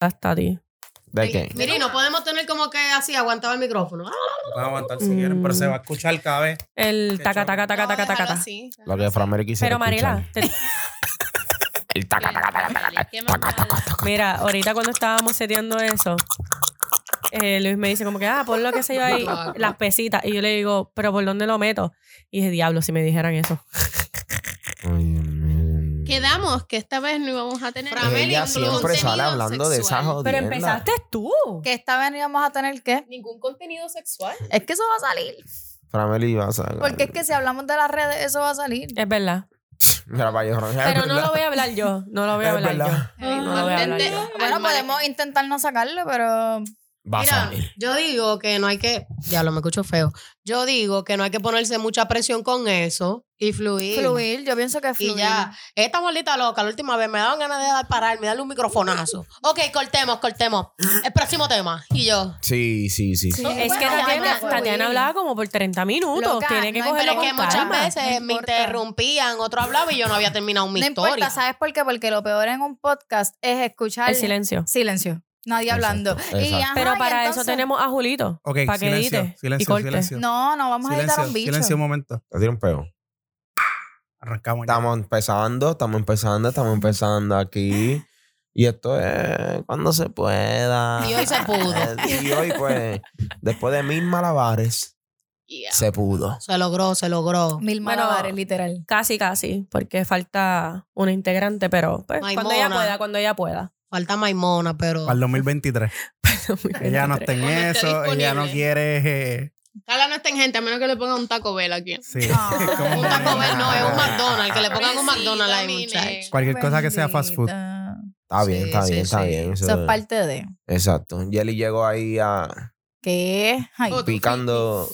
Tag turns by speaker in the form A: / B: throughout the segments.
A: hasta ti.
B: ¿De
C: Mire,
B: qué?
C: Mire, y no podemos tener como que así aguantado el micrófono. Ah,
D: Van a aguantar si quieren, pero se
E: Mm.
D: va a escuchar cada vez.
A: El
D: Qué
A: taca,
D: chavo.
A: taca, taca,
C: no,
A: taca, taca,
C: déjalo
A: taca.
C: así.
B: Lo que Framero quisiera
A: Pero Mariela,
B: escuchar.
A: te-
B: El taca, taca, taca, taca, taca,
F: ¿Qué más
B: taca, taca,
F: puede?
B: taca.
A: mira, ahorita cuando estábamos seteando eso, eh, Luis me dice como que, ah, pon lo que sé yo ahí, las pesitas. Y yo le digo, pero ¿por dónde lo meto? Y dije, diablo, si me dijeran eso.
B: Ay, Dios mío.
F: Quedamos que esta vez no íbamos a tener.
C: Framel y
B: Ella
C: un
B: siempre sale
C: contenido
B: hablando de esas
C: sexual.
B: jodiendas.
A: Pero empezaste tú.
E: Que esta vez no íbamos a tener que.
C: Ningún contenido sexual.
E: Es que eso va a salir.
B: Frameli va a sacar.
E: Porque es que si hablamos de las redes, eso va a salir.
A: Es verdad.
B: Mira, para yo, es
A: Pero no
B: verdad.
A: lo voy a hablar yo. No lo voy a
B: Es
A: hablar
B: verdad.
A: yo. No lo voy a hablar
F: Igualmente,
A: yo.
E: Bueno,
F: al
E: podemos intentar no sacarlo, pero.
B: Va a
C: Mira,
B: salir.
C: yo digo que no hay que. Ya lo me escucho feo. Yo digo que no hay que ponerse mucha presión con eso y fluir.
E: Fluir, yo pienso que fluir.
C: Y ya, esta bolita loca, la última vez me daban ganas de dar- pararme, darle un microfonazo. Ok, cortemos, cortemos. El próximo tema. Y yo.
B: Sí, sí, sí.
E: Sí,
A: Es que
E: bueno, ya
A: Tatiana,
E: me fue
A: Tatiana
E: bien.
A: hablaba como por 30 minutos.
E: Loca,
A: Tiene que
E: no hay
A: cogerlo
C: Pero
E: break,
A: con
C: que muchas
A: calma.
C: veces
E: no
C: me
E: importa.
C: interrumpían, otro hablaba y yo no había terminado mi
E: No
C: historia.
E: importa, ¿sabes por qué? Porque lo peor en un podcast es escuchar
A: El silencio.
E: silencio. Nadie
B: Exacto,
E: hablando. Y,
B: exacto.
E: ajá,
A: Pero
E: y
A: para eso
E: entonces-
A: tenemos a Julito.
D: Ok,
A: para que
D: silencio,
A: edite y
D: silencio,
A: corte.
D: silencio.
E: No, no vamos a editar
D: silencio,
E: un bicho.
D: silencio un momento.
B: Te tiro un peo.
D: Arrancamos. ya.
B: Estamos empezando, estamos empezando, estamos empezando aquí. Y esto es cuando se pueda. Eh,
C: Y hoy se pudo.
B: Y hoy, pues, después de mil malabares,
F: Yeah.
B: se pudo.
C: Se logró, se logró.
E: Mil
A: Bueno,
E: malabares, literal.
A: Casi, casi, porque falta una integrante, pero pues,
C: Maimona.
A: cuando ella pueda, cuando ella pueda.
C: Falta Maimona, pero.
D: Para el 2023. Ella no está en
F: Cuando esté
D: eso, ella no
F: disponible.
D: quiere. eh,
F: Carla no está en gente, a menos que le pongan un Taco Bell aquí.
D: sí.
E: Ah.
D: ¿Cómo
C: Un
D: que-
C: Taco Bell no, es un McDonald's. Que le pongan un
F: Bendita,
C: McDonald's ahí,
F: mire.
C: muchachos.
D: Cualquier cosa que sea fast food.
E: Bendita.
B: Está bien,
C: Sí,
B: está
C: sí,
B: bien, está
C: sí.
B: bien.
E: Eso es parte de.
B: Exacto. Jelly llegó ahí a
E: ¿Qué? Ay,
F: Oh,
B: picando.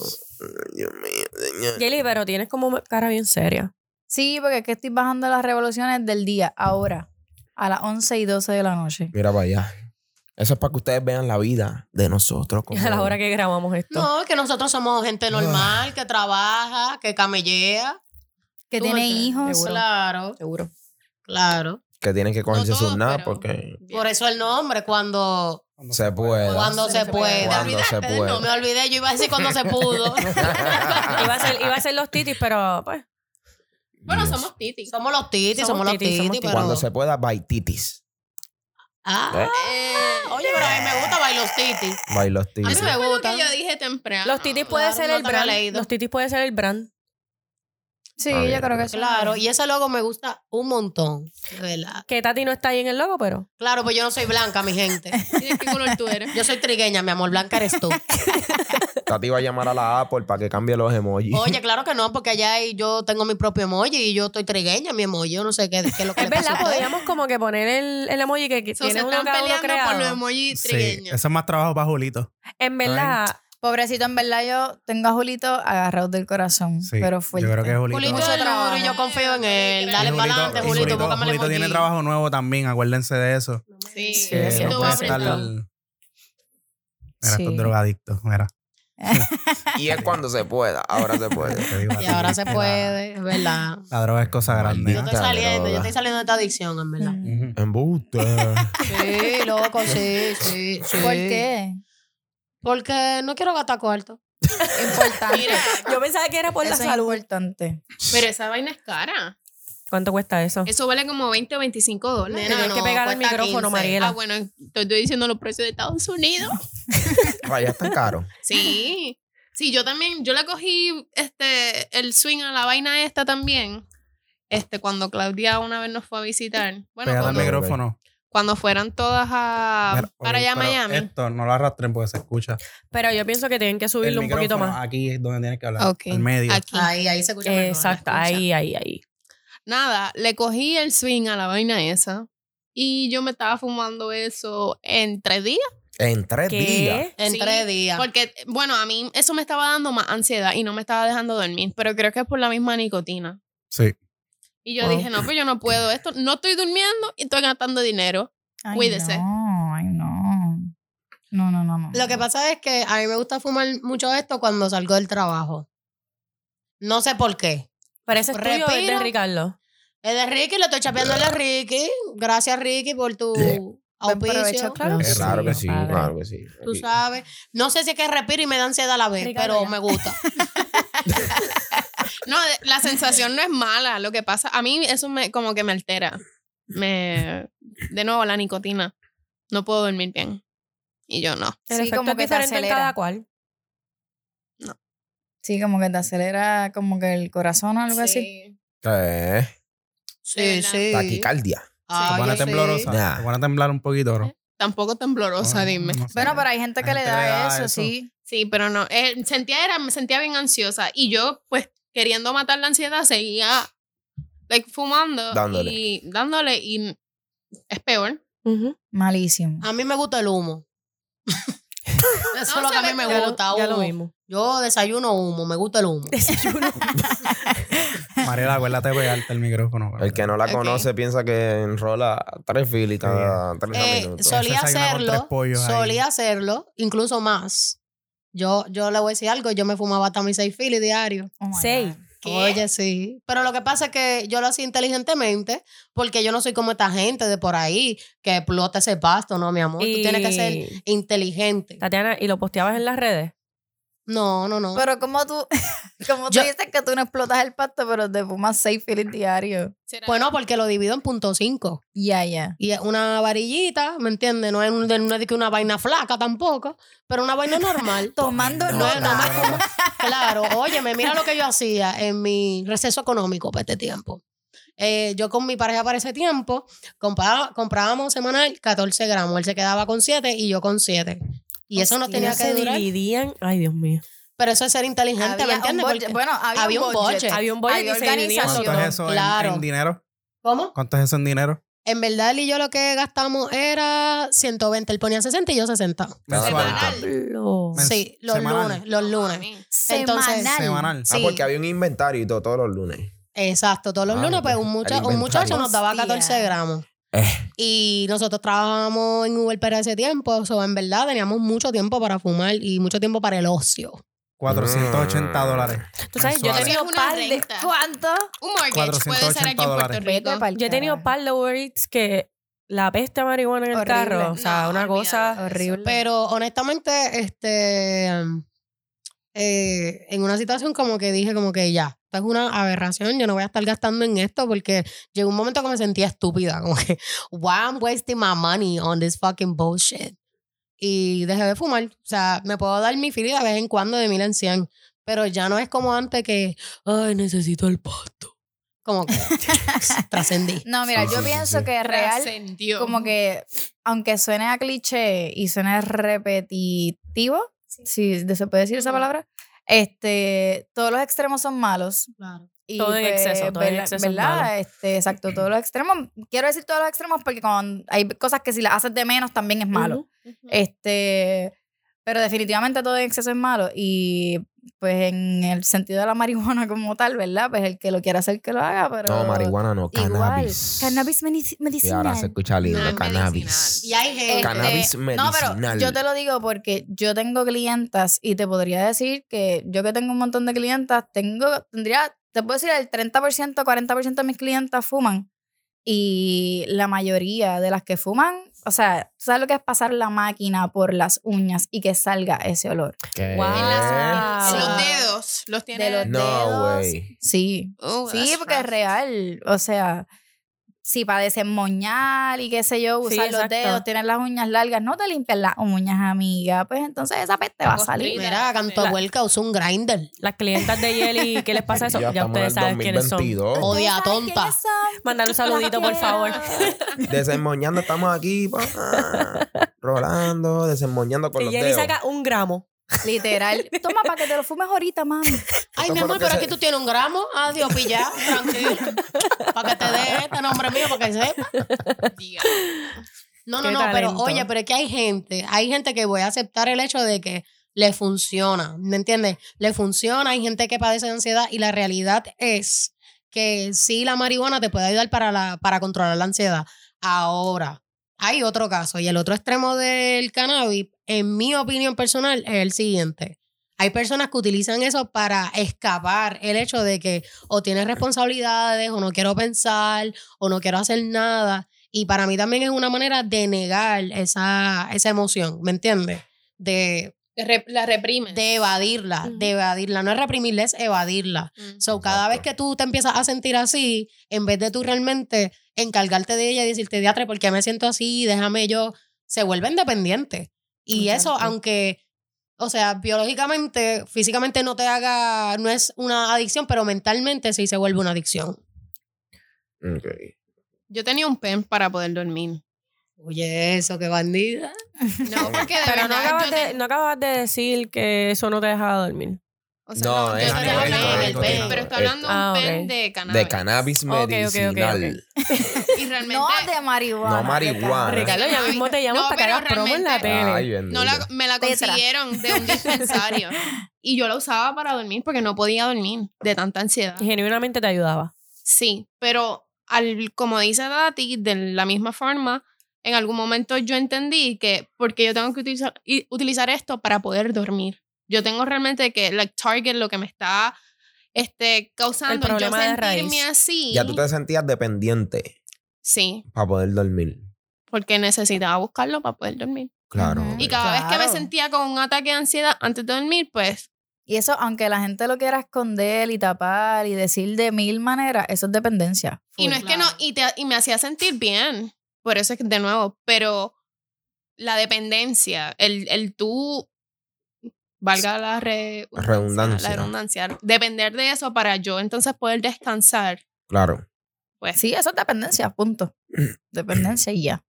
B: Dios mío, señor.
A: Jelly, pero tienes como cara bien seria.
E: Sí, porque es que estoy bajando las revoluciones del día, ahora, a las 11 y 12 de la noche.
B: Mira para allá. Eso es para que ustedes vean la vida de nosotros. como-
A: A la hora que grabamos esto.
C: No, que nosotros somos gente normal, que trabaja, que camellea.
E: Que
C: Tú
E: tiene
C: entiendes.
E: hijos.
C: Claro,
A: Seguro.
C: claro.
B: que tienen que cogerse
F: No todos,
B: sus nada
F: pero-
B: porque
F: Bien.
C: Por eso el nombre, cuando,
B: se pueda.
C: cuando se, pueda.
B: Cuando se
C: No me
B: pueda.
C: olvidé, yo iba a decir cuando se pudo.
A: iba, a ser, iba a ser los titis, pero pues.
F: Bueno,
B: Dios.
F: somos titis.
C: somos los titis, somos,
A: Somos
C: los
A: titis,
C: titis,
A: somos titis.
C: pero...
B: Cuando se pueda, baititis.
C: Ah,
B: ¿Eh?
C: oye, pero a mí me gusta bailar los titis.
B: Bailos
C: A mí
B: titis.
C: me
F: Fue lo
C: gusta.
F: que yo dije
C: Ah,
F: temprano.
A: Los titis puede
C: claro,
A: ser
C: no
A: el
C: te había
A: brand.
C: leído.
A: Los titis puede ser el brand.
E: Sí,
B: Ah, bien,
E: yo creo
B: bien.
E: que sí.
C: Claro, y ese logo me gusta un montón. de verdad.
A: Que Tati no está ahí en el logo, pero.
C: Claro, pues yo no soy blanca, mi gente.
F: ¿Y de qué color tú eres?
C: Yo soy trigueña, mi amor, blanca eres tú.
B: Tati va a llamar a la Apple para que cambie los emojis.
C: Oye, claro que no, porque allá hay- yo tengo mi propio emoji y yo estoy trigueña, mi emoji. Yo no sé qué, qué es lo que
A: Es
C: le pasa
A: verdad,
C: a ustedes.
A: podríamos como que poner el, el emoji que, que
F: So, se
A: tiene uno
F: están
A: cada uno
F: peleando por los
A: creado.
F: emojis
D: Sí,
F: trigueños.
D: eso es más trabajo para Julito.
A: En verdad,
E: Pobrecito, en verdad, yo tengo a Julito agarrado del corazón,
D: Sí,
E: pero
D: Yo
E: fuerte.
D: creo que Julito.
C: Julito
E: Mucho
C: es duro
E: trabajo.
C: y yo confío en él. Dale
D: Y
C: para adelante,
D: y
C: Julito, búscame el
D: Julito tiene
C: emoji.
D: trabajo nuevo también, acuérdense de eso.
F: Sí,
A: Sí,
F: que
A: eso
D: no
F: no
A: puede
F: va a
D: pueden
A: ser
D: estar.
F: aprender.
D: Mira,
E: Sí.
D: estos drogadictos, mira.
B: Y es cuando se pueda. Ahora se puede.
D: te digo a
C: Y
D: ti,
C: ahora se
D: la-
C: puede, es verdad.
D: La droga es cosa
C: Yo
D: grande. ¿eh?
B: Maldita.
C: estoy saliendo, yo
B: droga.
C: estoy saliendo de esta adicción, en verdad.
E: Mm.
D: Ujú.
B: Embuste.
C: Sí, loco, sí, sí, sí.
E: ¿Por qué?
C: Porque no quiero gastar cuarto.
E: Importante.
F: Mira,
A: yo pensaba que era por la
E: Eso es
A: salud.
E: importante.
F: pero esa vaina es cara.
A: ¿Cuánto cuesta eso?
F: Eso vale como 20 o 25 dólares.
A: Tienes
C: no,
A: que pegar el
C: cuesta
A: micrófono,
C: 15.
A: Mariela.
F: Ah, bueno, te estoy diciendo los precios de Estados Unidos.
B: Vaya, es tan caro.
F: Sí. Sí, yo también, yo le cogí este, el swing a la vaina esta también. Este, cuando Claudia una vez nos fue a visitar.
D: Pégate
F: Bueno,
D: al
C: pues,
F: cuando,
B: también.
D: micrófono.
F: cuando fueran todas a,
D: Mira,
F: Ah, para
D: oye,
F: allá a
D: pero
F: Miami.
B: este
D: Esto no lo arrastren porque se escucha.
A: Pero yo pienso que tienen que subirlo un poquito
D: micrófono
A: más.
D: Aquí es donde tienes que hablar.
F: Ok.
D: En medio.
F: Aquí.
C: Ahí, ahí se ah, escucha. mejor,
A: Exacto,
C: la escucha.
A: ahí, ahí, ahí.
F: Nada, le cogí el swing a la vaina esa. Y yo me estaba fumando eso en tres días.
B: En tres días.
A: ¿Qué?
C: En
F: Sí,
C: tres días.
F: Porque, bueno, a mí eso me estaba dando más ansiedad y no me estaba dejando dormir. Pero creo que es por la misma nicotina.
D: Sí.
F: Y yo
A: Wow.
F: dije, no, pues yo no puedo esto. No estoy durmiendo y estoy gastando dinero.
E: Ay,
F: Cuídese.
E: No, ay, no. No, no, no, no.
C: Lo que pasa es que a mí me gusta fumar mucho esto cuando salgo del trabajo. No sé por qué.
A: Pero ese estudio es de
C: Respiro.
A: Ricardo.
C: Es de Ricky, lo estoy chapeando a Ricky. Gracias, Ricky, por tu
E: Buen
F: Auspicio.
E: provecho, claro.
B: Es claro que sí,
E: padre.
B: claro que sí.
F: Tú
B: Aquí.
F: sabes. No sé si es que respiro y me da ansiedad a la vez,
E: Ricardo,
F: pero
E: ya.
F: me gusta.
C: No, de- la sensación no es mala. Lo que pasa, a mí eso me como que me altera. Me, de nuevo, la nicotina. No puedo dormir bien. Y yo no.
A: El
E: Sí,
A: efecto
E: como
A: es
E: que te
A: diferente en
E: acelera.
A: cada cual.
E: Sí, como que te acelera como que el corazón o algo así.
B: ¿Qué?
C: De
F: Sí,
C: verdad.
F: sí.
B: Eh, Taquicardia.
F: Ah,
D: Te van a
F: yo sí.
D: temblorosa.
B: Nah.
D: Te van a temblar un poquito, bro.
C: Tampoco temblorosa,
D: Bueno,
C: dime.
D: no sé.
E: Bueno, pero hay gente que
D: La
E: le
D: gente
E: da,
D: le da
E: eso,
D: eso.
E: sí.
C: Sí, pero no. eh, sentía, era, me sentía bien ansiosa. Y yo, pues, queriendo matar la ansiedad, seguía like, fumando.
B: Dándole.
C: Y dándole. Y es peor.
E: Malísimo.
F: A mí me gusta el humo. Eso
C: No,
F: es lo que a
C: se
F: mí
C: ve-
F: me
A: Ya lo-
F: gusta,
A: ya lo
F: humo.
A: vimos.
F: Yo desayuno humo, me gusta el humo.
A: Desayuno.
D: Mariela, acuérdate de pegarte el micrófono.
B: El que no la
C: Ok.
B: conoce piensa que enrola tres filitas,
D: Sí.
B: tres
F: Eh,
B: minutos.
D: so-
F: solía
D: Esa es la con tres
F: hacerlo,
D: pollos ahí.
F: solía hacerlo, incluso más. Yo, yo le voy a decir algo, yo me fumaba hasta mis seis filis diario.
E: Oh my God.
A: Seis.
C: ¿Qué?
F: Oye, sí. Pero lo que pasa es que yo lo hacía inteligentemente, porque yo no soy como esta gente de por ahí que explota ese pasto, no, mi amor. Tú tienes que ser
A: Y-
F: inteligente.
A: Tatiana, ¿y lo posteabas en las redes?
F: No, no, no.
E: Pero como tú, como tú
F: Yo-
E: dices que tú no explotas el pasto, pero te fumas seis filis diarios.
C: ¿Será?
F: bueno, Pues porque lo divido en punto cinco.
E: Ya, ya.
F: Y es una varillita, ¿me entiendes? No es un- no es de que una vaina flaca tampoco, pero una vaina normal.
E: Tomando
F: No,
E: nota.
F: no, no. Claro, óyeme, mira lo que yo hacía en mi receso económico para este tiempo. Eh, yo con mi pareja para ese tiempo compraba- comprábamos semanal 14 gramos. Él se quedaba con 7 y yo con 7. Y eso no
E: Hostia,
F: tenía
A: Ellos se
F: que durar.
A: dividían. Ay, Dios mío.
F: Pero eso es ser inteligente,
E: Había
F: ¿me
E: un
F: entiendes?
E: budget.
F: Porque-
E: Bueno, había,
F: había
E: un
F: un
E: budget.
F: budget.
A: Había un boy
E: Había
A: y se dividían
E: organización.
D: ¿Cuánto
A: todo.
D: es eso en-
F: Claro.
D: en, dinero?
F: ¿Cómo?
D: ¿Cuánto es eso en dinero?
F: En verdad, él y yo lo que gastamos era 120. Él ponía 60 y yo 60.
B: Mensual.
A: Lo-
D: Mens-
F: Sí, los
D: semanal.
F: lunes, los lunes. Entonces-
E: Semanal.
D: Semanal. pues,
B: Ah,
F: sí.
B: porque había un inventario y todo todos los lunes.
F: Exacto, todos los
B: Ah,
F: lunes, pues un,
B: el
F: mucha- un
B: inventario.
F: muchacho nos daba
E: Hostia.
F: 14 gramos.
B: Eh.
F: Y nosotros trabajábamos en Uber para ese tiempo, o sea, en verdad teníamos mucho tiempo para fumar y mucho tiempo para el ocio.
D: 480
B: Mm.
D: dólares.
A: Tú sabes, yo he
D: mensuales.
C: Eso
A: tenido
C: es una
A: par de...
C: renta.
E: ¿Cuánto?
C: Un mortgage puede ser aquí
D: 480
C: en Puerto
D: dólares.
C: Rico.
E: Vete pa'l
A: Yo he tenido
E: carajo.
A: par de Uber Eats que la peste de marihuana en el
E: Horrible.
A: carro. O sea,
C: No,
A: una cosa...
C: olvídate de eso.
E: horrible.
F: Pero honestamente, este, um, eh, en una situación como que dije como que ya, esto es una aberración, yo no voy a estar gastando en esto porque llegó un momento que me sentía estúpida, como que, why I'm wasting my money on this fucking bullshit. Y dejé de fumar, o sea, me puedo dar mi fili de vez en cuando de mil en cien, pero ya no es como antes que, ay, necesito el pasto. Como que trascendí.
E: No, mira,
D: Sí, sí,
E: yo
D: sí,
E: pienso
D: sí.
E: que es real.
C: Trascendió.
E: como que, aunque suene a cliché y suene repetitivo, si se puede decir esa
C: Ujú.
E: palabra, este, todos los extremos son malos. Y pues,
A: Todo en exceso, todo en
E: ¿verdad?
A: exceso es
E: ¿verdad?
A: malo.
E: Este, exacto, todos los extremos. Quiero decir todos los extremos porque con, hay cosas que si las haces de menos también es malo.
A: Ujú.
C: Ujú.
E: Este, pero definitivamente todo en exceso es malo. Y pues en el sentido de la marihuana como tal, ¿verdad? Pues el que lo quiera hacer que lo haga, pero.
B: No, marihuana no,
E: Igual,
B: cannabis.
E: Cannabis medici-
B: Y ahora se
E: medicinal.
B: escucha lindo,
C: No, es
B: cannabis.
C: medicinal.
F: Y hay gente...
B: Cannabis
E: Este, No, pero
B: medicinal.
E: yo te lo digo porque yo tengo clientas y te podría decir que yo que tengo un montón de clientas, tengo, tendría, te puedo decir el 30%, 40% de mis clientas fuman y la mayoría de las que fuman, o sea, ¿tú ¿sabes lo que es pasar la máquina por las uñas y que salga ese olor?
B: ¿Qué? Eh,
A: Guau.
E: Sí.
C: Los dedos los tiene.
E: De los
B: No,
E: dedos.
B: güey.
E: Sí.
C: Oh,
E: Sí,
C: that's
E: porque es
C: rough.
E: real. O sea, si padecen moñal y qué sé yo,
A: Sí,
E: usar los
A: exacto.
E: dedos, tienes las uñas largas, no te limpias las uñas, amiga. Pues entonces esa peste va a salir.
F: Mira, canto
C: La-
F: huelga usó un grinder.
A: Las clientas de Yeli, ¿qué les pasa eso? Ya,
B: estamos en el
A: ustedes saben quiénes son. Oh.
B: 2022.
F: Odia tonta.
A: Mandar un saludito, por favor.
B: Desemboñando, estamos aquí, pa, rolando, desemboñando con
A: Que
B: los
A: Yeli
B: dedos.
A: saca un gramo.
E: Literal. Toma para que te lo fumes ahorita, mami.
F: Ay,
B: Esto fue
F: mi
B: lo
F: amor,
B: que
F: pero
B: se-
F: aquí tú tienes un gramo. Adiós, pilla. Tranquilo. Para que te dé este nombre mío, para que sepa.
C: Diga.
F: No,
A: Qué
F: no, no, pero
A: talento.
F: oye, pero es que hay gente, hay gente que voy a aceptar el hecho de que le funciona, ¿me entiendes? Le funciona, hay gente que padece de ansiedad y la realidad es que sí la marihuana te puede ayudar para, la, para controlar la ansiedad. Ahora, hay otro caso y el otro extremo del cannabis, en mi opinión personal, es el siguiente. Hay personas que utilizan eso para escapar el hecho de que o tienes responsabilidades o no quiero pensar o no quiero hacer nada
C: Y para mí también es una manera de negar esa, esa emoción, ¿me entiendes? De,
F: Re- la reprime.
C: de evadirla,
F: Ujú.
C: de evadirla. No es reprimirla, es evadirla.
F: Mm.
C: So, cada vez
B: Exacto.
C: que tú te empiezas a sentir así, en vez de tú realmente encargarte de ella y decirte, diatre, ¿por qué me siento así? Déjame yo. Se vuelve independiente. Y eso,
E: Exacto.
C: aunque, o sea, biológicamente, físicamente no te haga, no es una adicción, pero mentalmente sí se vuelve una adicción.
B: Ok.
F: Yo tenía un pen para poder dormir.
C: Oye, eso, qué bandida.
F: No, porque de
A: Pero no
F: verdad,
A: acabas,
F: yo
A: de,
F: te-
A: no acabas de decir que eso no te dejaba dormir.
F: o sea,
B: No,
F: yo
B: es
F: estoy
C: nicotina,
F: hablando del
C: nicotina.
F: pen, pero estoy hablando de un
A: Ah, ok.
F: pen de cannabis.
B: De cannabis
A: Ok, ok, ok,
B: medicinal.
A: ok.
F: Y realmente
E: No de marihuana.
B: No marihuana.
E: de cannabis.
A: Ricardo, ya mismo te llamo
F: No,
A: para que
F: pero
A: hagas promo en la tele.
B: Ay, bendito.
F: no la- me la
E: Tetra.
F: consiguieron de un dispensario. y yo la usaba para dormir porque no podía dormir de tanta ansiedad.
A: Genuinamente te ayudaba.
F: Sí, pero al, como dice Dati, de la misma forma, en algún momento yo entendí que porque yo tengo que utilizar, y- utilizar esto para poder dormir. Yo tengo realmente que, like, target lo que me está este, causando yo
A: problema de
F: sentirme
A: raíz.
F: así.
B: Ya tú te sentías dependiente
F: Sí,
B: para poder dormir.
F: porque necesitaba buscarlo para poder dormir.
B: Claro.
E: Ujú.
F: Y cada vez que me
E: Claro.
F: sentía con un ataque de ansiedad antes de dormir, pues
E: Y eso, aunque la gente lo quiera esconder y tapar y decir de mil maneras, eso es dependencia.
F: Y no es que no, y, te- y me hacía sentir bien. Por eso es que, de nuevo, pero la dependencia, el, el tú, valga la re-
B: Redundancia.
F: La redundancia. Depender de eso para yo entonces poder descansar.
B: Claro.
F: Pues
E: Sí, eso es dependencia, punto. Dependencia y ya.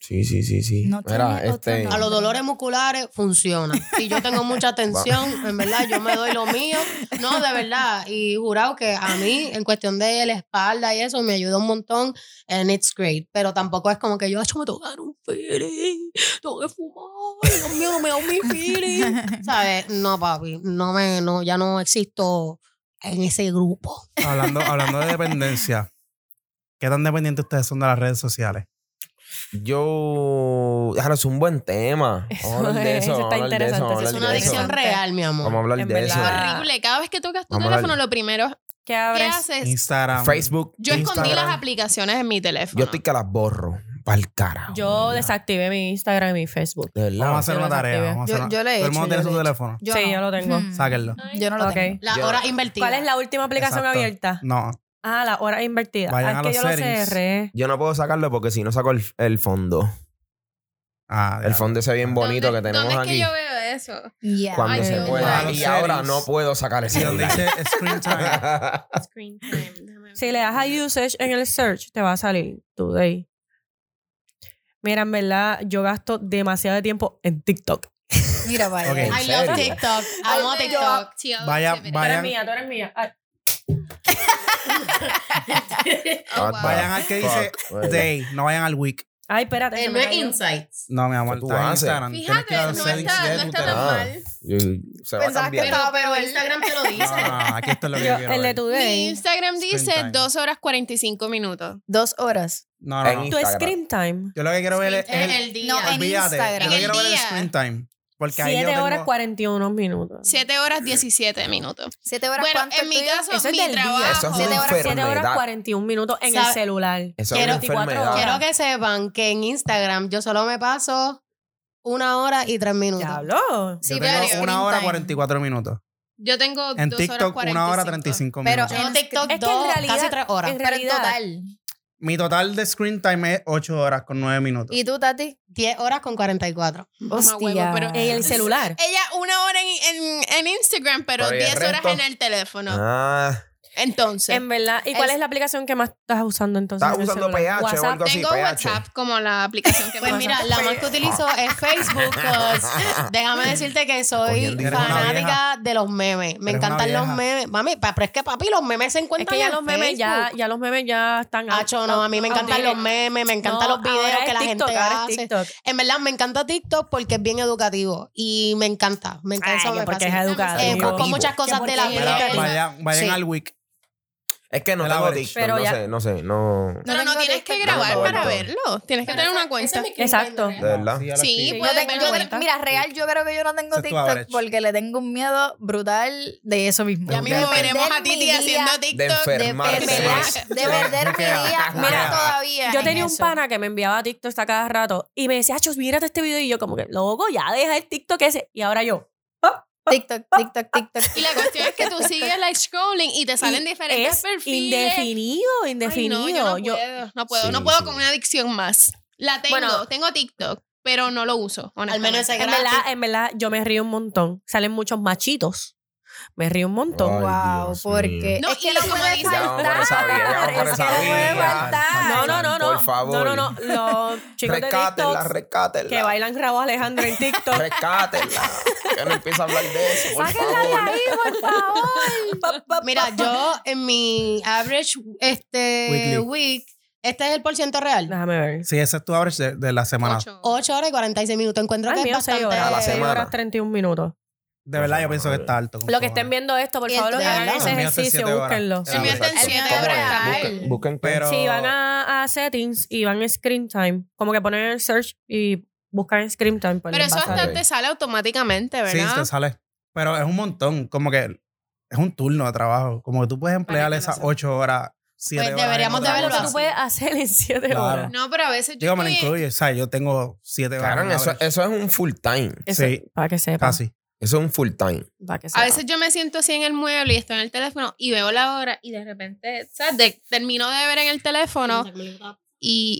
B: Sí, sí, sí, sí.
E: No
B: Mira,
E: tiene otro
B: este.
C: A los dolores musculares funciona. Si yo tengo mucha tensión, en verdad, yo me doy lo mío. No, de verdad. Y jurado que a mí, en cuestión de la espalda y eso, me ayuda un montón. And it's great. Pero tampoco es como que yo, hecho me tocar un feeling. Tengo que fumar. Dios mío, no me da mi feeling. ¿Sabes? No, papi. No me, no, ya no existo en ese grupo.
D: Hablando, hablando de dependencia, ¿qué tan dependientes ustedes son de las redes sociales?
B: Yo. Claro, es un buen tema.
A: Eso
B: Vamos a hablar de
A: es,
B: eso.
A: eso
B: Vamos a
A: está
B: hablar de eso.
A: interesante,
B: Vamos a
C: Es
A: eso
B: hablar
C: una
B: de eso.
C: adicción real, mi amor.
B: Vamos a hablar
A: En
B: de eso.
A: verdad.
F: horrible. Cada vez que tocas tu
B: Ah, Vamos a
F: teléfono,
B: hablar-
F: lo primero
A: ¿Qué
F: que
A: abres?
F: haces.
D: Instagram.
B: Facebook.
F: Yo escondí
B: Instagram.
F: las aplicaciones en mi teléfono.
B: Yo estoy que las borro. Para el carajo.
A: Yo
B: de verdad.
A: desactivé mi Instagram y mi Facebook.
B: De
D: Vamos a
B: verdad.
D: hacer una tarea. Vamos a hacer
E: Yo-
D: una-
E: yo lo he
D: Todo el mundo
E: hecho, yo
D: tiene
E: lo
D: su
E: he
D: teléfono.
A: Sí, yo lo tengo.
E: Hmm.
D: Sáquenlo.
E: Yo no lo
A: Ok.
E: tengo.
C: La
B: Yo-
C: hora invertida.
A: ¿Cuál es la última aplicación
D: Exacto.
A: abierta?
D: No,
A: Ah, la hora invertida.
D: Vayan
A: Ah, es
D: a
A: que
D: los
A: yo lo
D: settings.
A: cerré.
B: Yo no puedo sacarlo porque si no saco el, el fondo.
D: Ah,
B: El
D: ya.
B: fondo ese bien bonito que
F: ¿Dónde-
B: tenemos
F: ¿Dónde
B: aquí.
F: es que yo veo eso?
E: Ya.
B: Cuando
F: Ay,
B: se
F: Dios
B: pueda.
D: mío.
B: Y
D: Los
B: ahora
D: settings.
B: no puedo sacar
D: Y
B: ese
D: donde
B: celular.
D: dice screen time.
F: Screen time. déjame ver.
A: Si le das a usage en el search, te va a salir today. Mira, en verdad, yo gasto demasiado de tiempo en TikTok.
E: Mira, vaya.
D: Ok.
C: I love
B: ¿En serio?
C: TikTok. Amo
F: Ay,
C: TikTok.
F: sí, ahora
D: Vaya-
F: sí, mira.
A: Tú eres
D: Vayan-
A: mía, tú eres mía. Ay,
F: Oh,
B: Ah,
F: wow.
D: Vayan al que dice
B: Fuck, güey.
D: day, no vayan al week.
A: ay, espérate. se
C: Eh,
A: me
C: no es
A: cayó.
C: Insights.
D: No, mi amor,
B: ¿Qué tú
D: está en
B: haces?
D: Instagram. Tienes que
F: Fíjate,
D: ir a
F: no
D: los
F: está,
D: settings de
F: no
D: tu
F: está tan
D: teléfono.
B: Ah,
F: mal.
B: y- Se va a
E: Pensaba que
B: cambiar. Ah.
E: estaba- pero Instagram
C: te lo
D: No, no, Ah, aquí esto es lo que yo
A: Yo,
D: quiero
A: el de
D: ver.
F: Mi
A: today.
F: Instagram
D: Screen
F: dice
D: time.
F: 2 horas 45 minutos.
E: Dos horas.
D: No, no,
B: En-
D: no.
A: Tu screen time.
D: Yo lo que quiero ver es
F: Screen
D: el,
F: time.
C: el día.
E: No, en
D: Olvídate,
E: Instagram.
D: Yo
F: En el
D: quiero ver el
F: día.
D: screen time. Porque ahí yo
A: 7
D: tengo...
A: horas 41 minutos.
F: 7 horas 17 minutos.
E: Siete horas.
F: Bueno,
E: ¿cuánto
F: en mi
E: estoy?
F: caso,
A: Eso es
F: mi
A: del día.
F: trabajo.
B: Eso es
A: Siete
B: una
A: horas, siete horas
B: enfermedad.
A: 41 minutos en el
C: ¿Sabe?
A: celular.
B: Eso es
C: Quiero-
B: una
A: 24
B: enfermedad.
A: horas.
C: Quiero que sepan que en Instagram yo solo me paso una hora y tres minutos.
A: ¿Ya habló?
E: Sí,
D: yo
E: pero
D: tengo
E: screen
D: una hora
E: time.
D: 44 minutos.
F: Yo tengo
D: En
F: 2 horas
D: TikTok,
F: 45.
D: una hora 35
E: Pero-
D: minutos.
C: Yo en TikTok
A: Es que en
C: dos,
A: realidad-
C: casi tres horas.
A: en
E: Pero en
A: realidad.
E: total.
D: Mi total de screen time es 8 horas con 9 minutos.
E: ¿Y tú, Tati?
C: Diez horas con 44.
F: Mamá huevo,
E: Hostia.
F: pero-
A: En el celular.
F: Ella una hora en, en, en Instagram, pero
B: Pero ¿y el
F: 10 horas
B: resto?
F: en el teléfono.
B: Ah,
F: Entonces,
A: En verdad. ¿Y cuál
F: Es-
A: es la aplicación que más estás usando entonces?
B: Estás
A: en el
B: usando
A: celular?
B: PH o
A: WhatsApp.
B: algo así.
F: tengo
B: PH.
F: WhatsApp como la aplicación que
C: Pues
F: me
C: mira,
F: pasa.
C: la más que utilizo es Facebook. 'cause Déjame decirte que soy
B: Cogiendo
D: y- Eres una
C: fanática de los memes. Me
D: Eres una
C: encantan los
D: vieja.
C: memes. Mami, pa- pero es que papi, los memes se
A: Es
C: encuentran
A: que ya
C: en
A: los memes ya, ya los memes ya están out-
C: Hacho, no, a mí me
A: out-
C: encantan los
A: outdated.
C: memes, me encantan
A: No,
C: los videos
A: ahora
C: que
A: es
C: la
A: TikTok,
C: gente
A: ahora es
C: hace.
A: TikTok.
C: En verdad, me encanta TikTok porque es bien educativo y me encanta. Me encanta.
A: Ay,
C: eso me
A: porque es
C: fascina.
A: educativo.
C: Eh, busco muchas cosas de la
F: Qué
C: vida.
F: porquería.
D: Mira,
C: que-
D: vayan, vayan
C: Sí.
D: al week.
B: Es que no
D: El
B: tengo
D: average.
B: TikTok,
A: Pero
B: no
A: ya-
B: sé, no sé, no.
E: No
F: Pero no
E: tengo
F: tienes que
E: TikTok.
F: grabar
B: No
F: para
B: tengo
F: verlo. Tienes que tener una cuenta.
A: Exacto.
B: De verdad.
F: Sí,
E: Yo
F: puedes ver
E: tengo-
F: la
E: yo creo-
F: cuenta.
E: mira, real, yo creo que yo no tengo
D: Ese es tu
E: TikTok
D: average.
E: porque le tengo un miedo brutal de eso mismo.
F: Ya
E: De
F: mismo
E: perder
F: veremos a
E: mi
F: Titi
E: día,
F: haciendo
B: De
F: TikTok.
E: De, de
B: enfermarse.
E: verdad,
B: más.
E: de perder mi
D: Buquea,
E: día. Mira
D: buquea.
E: todavía.
A: Yo
E: en
A: tenía un
E: eso.
A: pana que me enviaba TikToks a cada rato y me decía, Chos, mírate este video. Y yo, como que, loco, ya deja el TikTok ese. Y ahora yo,
E: TikTok, TikTok, TikTok.
F: Y la cuestión es que tú sigues like scrolling y te salen
A: Y
F: diferentes
A: es
F: perfiles.
A: Indefinido,
F: Ay,
A: indefinido.
F: no,
A: Yo-
F: yo no puedo, no puedo,
B: Sí,
F: no puedo
B: sí.
F: con una adicción más. La tengo,
A: Bueno.
F: tengo TikTok, pero no lo uso.
C: menos
F: honestamente.
C: ese
A: en verdad, en verdad, yo me río un montón. Salen muchos machitos. Me río un montón.
B: Ay,
E: wow,
B: Dios
E: porque
F: mío.
E: es que
F: No, y
E: no
F: como
E: puede
F: dice-
B: Ya vamos por
E: faltar.
B: esa vía, ya vamos por
E: es
B: esa
E: que no puede
B: vía.
E: faltar.
A: Ah, No, no, no, no.
B: Por favor.
A: No, no, no. Los chicos de
B: Rescátenla,
A: TikTok que
B: rescátenla.
A: bailan Raúl Alejandro en TikTok.
B: Rescátenla. Que no empiece a hablar de eso, por favor.
A: por favor. Pa, pa, pa.
C: Mira, yo en mi average este
D: Weekly.
C: week, este es el por ciento real.
A: Déjame ver.
D: Sí, ese es tu average de, de la semana.
F: Ocho.
C: 8 horas y 46 minutos. Encuentro
A: Ay,
C: que es
A: mío, 6
C: bastante.
A: horas.
B: A la
A: 6
B: semana.
A: horas 31 minutos.
D: De verdad, yo pienso que está alto.
A: Los que estén viendo esto, por
C: Y
A: favor,
C: el
A: los que
C: de
A: hagan
C: la-
A: ese
D: El mío está en
A: ejercicio,
D: siete horas.
A: búsquenlo.
F: Sí, me está en
B: Exacto.
F: siete
B: ¿Cómo es?
F: horas.
B: Busquen- Busquen qué.
D: Pero-
A: Si van a, a settings y van a screen time, como que ponen el search y buscan screen time. pues
F: Pero
A: les
F: eso
A: va a
B: pasa.
F: hasta
B: Ok.
F: te sale automáticamente,
D: Sí,
F: ¿verdad?
D: te sale. Pero es un montón. Como que es un turno de trabajo. Como que tú puedes emplear
F: Marica, no
D: esas
F: sé.
D: ocho horas, siete
C: Pues
D: horas en
C: deberíamos
D: otra
C: de
A: Lo
C: verlo
A: que
D: cosa.
A: tú puedes hacer en 7
D: Claro.
A: horas.
F: no, pero a veces yo
D: Digo, me lo
F: estoy-
D: incluye. O sea, yo tengo siete horas.
B: Cabrón,
D: en
B: eso,
D: average.
B: eso es un full time.
A: Eso,
D: Sí.
A: Para que sepa.
D: Casi.
B: Eso es un full time.
A: Para que sepa.
F: A veces yo me siento así en el mueble y estoy en el teléfono y veo la hora y de repente, o sea, de- termino de ver en el teléfono y,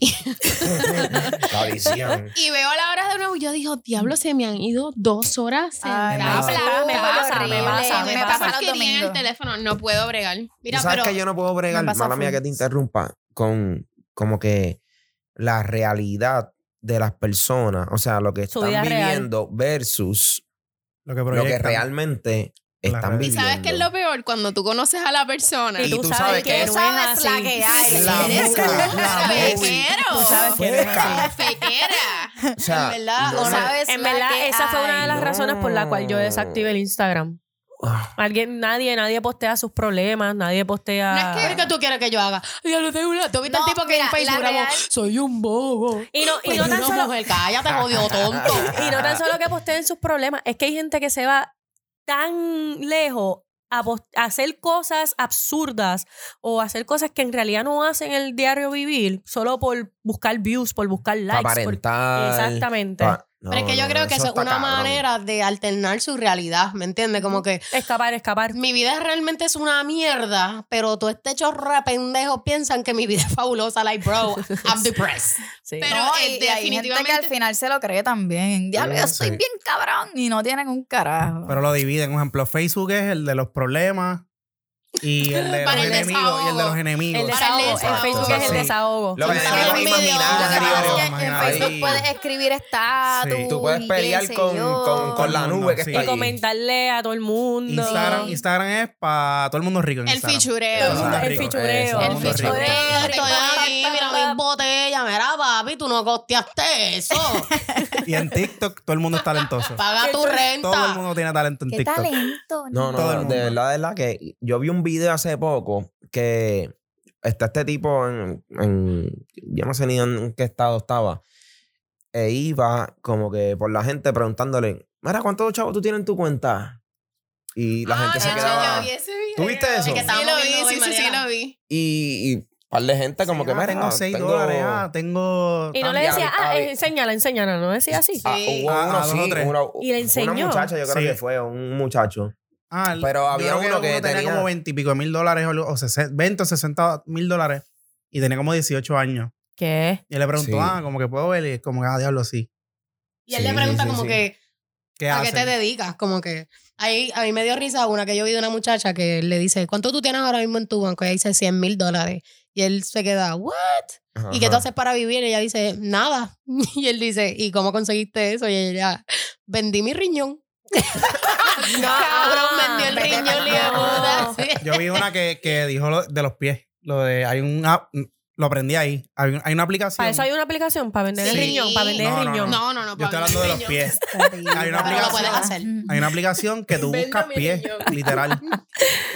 B: La visión.
F: y veo la hora de nuevo y yo digo, diablo, se me han ido dos horas
E: Ay,
F: en
D: me
F: la
D: pasa,
F: plata.
A: me pasa, me pasa,
F: Me
A: me
F: pasa
A: pasa
F: porquería en el
E: domingo.
F: teléfono, no puedo bregar.
B: Mira,
F: Mira,
B: sabes
F: pero
B: que yo no puedo bregar,
E: me pasa
B: mala mía
E: full.
B: que te interrumpa, con como que la realidad de las personas, o sea, lo que
A: Su
B: están
A: vida real.
B: viviendo versus
D: Lo que,
B: lo que
D: proyectan.
B: realmente
D: Las
B: están
F: ¿Y
D: redes.
B: viviendo.
F: sabes qué es lo peor? Cuando tú conoces a la persona.
A: y tú, sabes, que no
E: Tú sabes
A: es
E: la
A: así.
E: que hay.
B: La
E: Eres
B: boca,
E: una
B: la
E: fequera.
F: Fequero.
A: Tú sabes que no es
B: Feca.
A: así.
F: Fequera.
B: O sea,
C: En verdad,
B: no
E: O
B: sé-
E: sabes
A: En
E: la
A: verdad,
E: que
A: esa fue una de
E: hay.
A: las razones por la cual yo desactivé el Instagram.
B: Ah,
A: Alguien, nadie, nadie postea sus problemas, nadie postea.
C: ¿Qué es que tú quieres que yo haga? Ya lo tengo una. ¿Tú viste
E: No,
C: el tipo que
E: mira,
C: en Facebook
E: la
C: grabó?
E: real-
C: Soy un bobo.
A: Y no, y
C: Pero
A: no tan
C: una
A: solo,
C: mujer, cállate, jodido tonto.
A: y no tan solo que posteen sus problemas, es que hay gente que se va tan lejos a, post- a hacer cosas absurdas o hacer cosas que en realidad no hacen el diario vivir solo por buscar views, por buscar
B: pa'
A: likes. por-
B: aparentar.
A: exactamente.
B: pa- Ah, no,
C: Pero es que yo
B: no,
C: creo que eso es
B: está
C: una
B: cabrón.
C: manera de alternar su realidad, ¿me entiendes? Como que
A: Escapar, escapar.
C: mi vida realmente es una mierda, pero todo este chorro de pendejos piensan que mi vida es fabulosa. Like, bro, I'm depressed.
A: Sí.
F: Pero,
E: No,
F: eh,
E: y- y hay gente que al
F: definitivamente-
E: final se lo cree también. Diablo, yo
B: Sí.
E: soy bien cabrón. Y no tienen un carajo.
D: Pero lo dividen. Por ejemplo, Facebook es el de los problemas y el de los
F: Para el
D: enemigos. Y el de los
F: desahogo.
D: enemigos.
A: el
F: para
A: desahogo. En
F: el desahogo.
A: Facebook es el
D: Sí.
A: desahogo.
B: Lo que
C: Está
B: decía
C: bien
B: mi
C: medio,
E: Lo que
D: Mario,
E: pasa es
B: imaginario.
E: que en
D: imaginario.
E: Facebook
D: Ahí.
E: puedes escribir estatus.
D: Sí.
B: Tú puedes
E: y
B: pelear
E: qué sé
B: con,
E: yo.
B: con, con la
D: Todo el
B: nube que
D: mundo,
B: está
A: Y
D: sí.
B: ahí.
A: comentarle a todo el mundo.
D: Instagram, Instagram es para todo el mundo rico en
F: El
D: Instagram.
F: fichureo.
A: Todo el mundo-
B: Exacto,
A: el fichureo.
B: eso,
F: El
D: todo mundo rico.
F: fichureo.
C: Estoy aquí, mira mis botellas. Mira, papi, tú no costeaste eso.
D: Y en TikTok todo el mundo es talentoso.
C: Paga tu
D: Todo el
C: renta.
D: mundo tiene talento en
E: Qué
D: TikTok.
E: talento.
B: No, no,
D: Todo el
B: no,
D: mundo.
B: de verdad, de verdad que yo vi un video hace poco que está este tipo en, en- yo no sé ni en qué estado estaba, e iba como que por la gente preguntándole, mira, ¿cuántos chavos tú tienes en tu cuenta? Y la gente se
F: Ah,
B: quedaba,
F: yo vi ese video.
B: ¿Tú viste eso?
F: Sí, que estábamos viendo hoy, sí, sí, sí, lo vi.
B: y, y un par de gente como que,
D: Ah,
B: mira,
D: tengo 6 dólares, ah, tengo...
A: Y no le
B: También,
A: decía, ah,
B: ah,
A: enséñala, enséñala. No decía así.
B: Ah,
C: Sí.
B: hubo
D: Ah,
B: uno,
D: ah, dos o
B: sí,
D: tres.
B: uno-
A: Y le enseñó.
B: Una muchacha, yo creo
D: Sí.
B: que fue un muchacho.
D: Ah, el-
B: Pero
D: yo
B: había
D: creo
B: uno que tenía-
D: tenía como 20 y pico de mil dólares o, o sesen- 20 o 60 mil dólares y tenía como 18 años.
A: ¿Qué?
D: Y él le preguntó,
B: Sí.
D: ah, como que puedo ver y es como que, ah, diablo, sí.
C: Y él
B: Sí,
C: le pregunta
B: sí,
C: como
B: sí.
C: que,
D: ¿Qué
C: ¿a
D: hace?
C: qué te dedicas? Como que... Ahí, a mí me dio risa una que yo vi de una muchacha que le dice, ¿cuánto tú tienes ahora mismo en tu banco? Ella dice 100 mil dólares. Y él se queda, ¿what? ¿Y qué tú
B: Ajá.
C: haces para vivir? Ella dice, nada. Y él dice, ¿y cómo conseguiste eso? Y ella, vendí mi riñón. Cabrón, vendió el
E: vete
C: riñón,
E: pa'l
C: le
E: carajo.
C: puta.
D: Yo vi una que, que dijo lo de los pies. Lo de, hay un app, Lo aprendí ahí. Hay, un- hay una aplicación.
A: Para eso hay una aplicación, para vender
F: Sí.
A: el riñón, para vender
D: No,
A: el
D: no,
A: riñón.
F: No, no, no.
D: Yo estoy
F: Pablo,
D: hablando de los
F: riñón.
D: pies. Hay una
F: No lo puedes
D: aplicación.
F: hacer.
E: Mm.
D: Hay una aplicación que tú
F: Vendo
D: buscas
F: mi
D: pies,
F: riñón.
D: literal.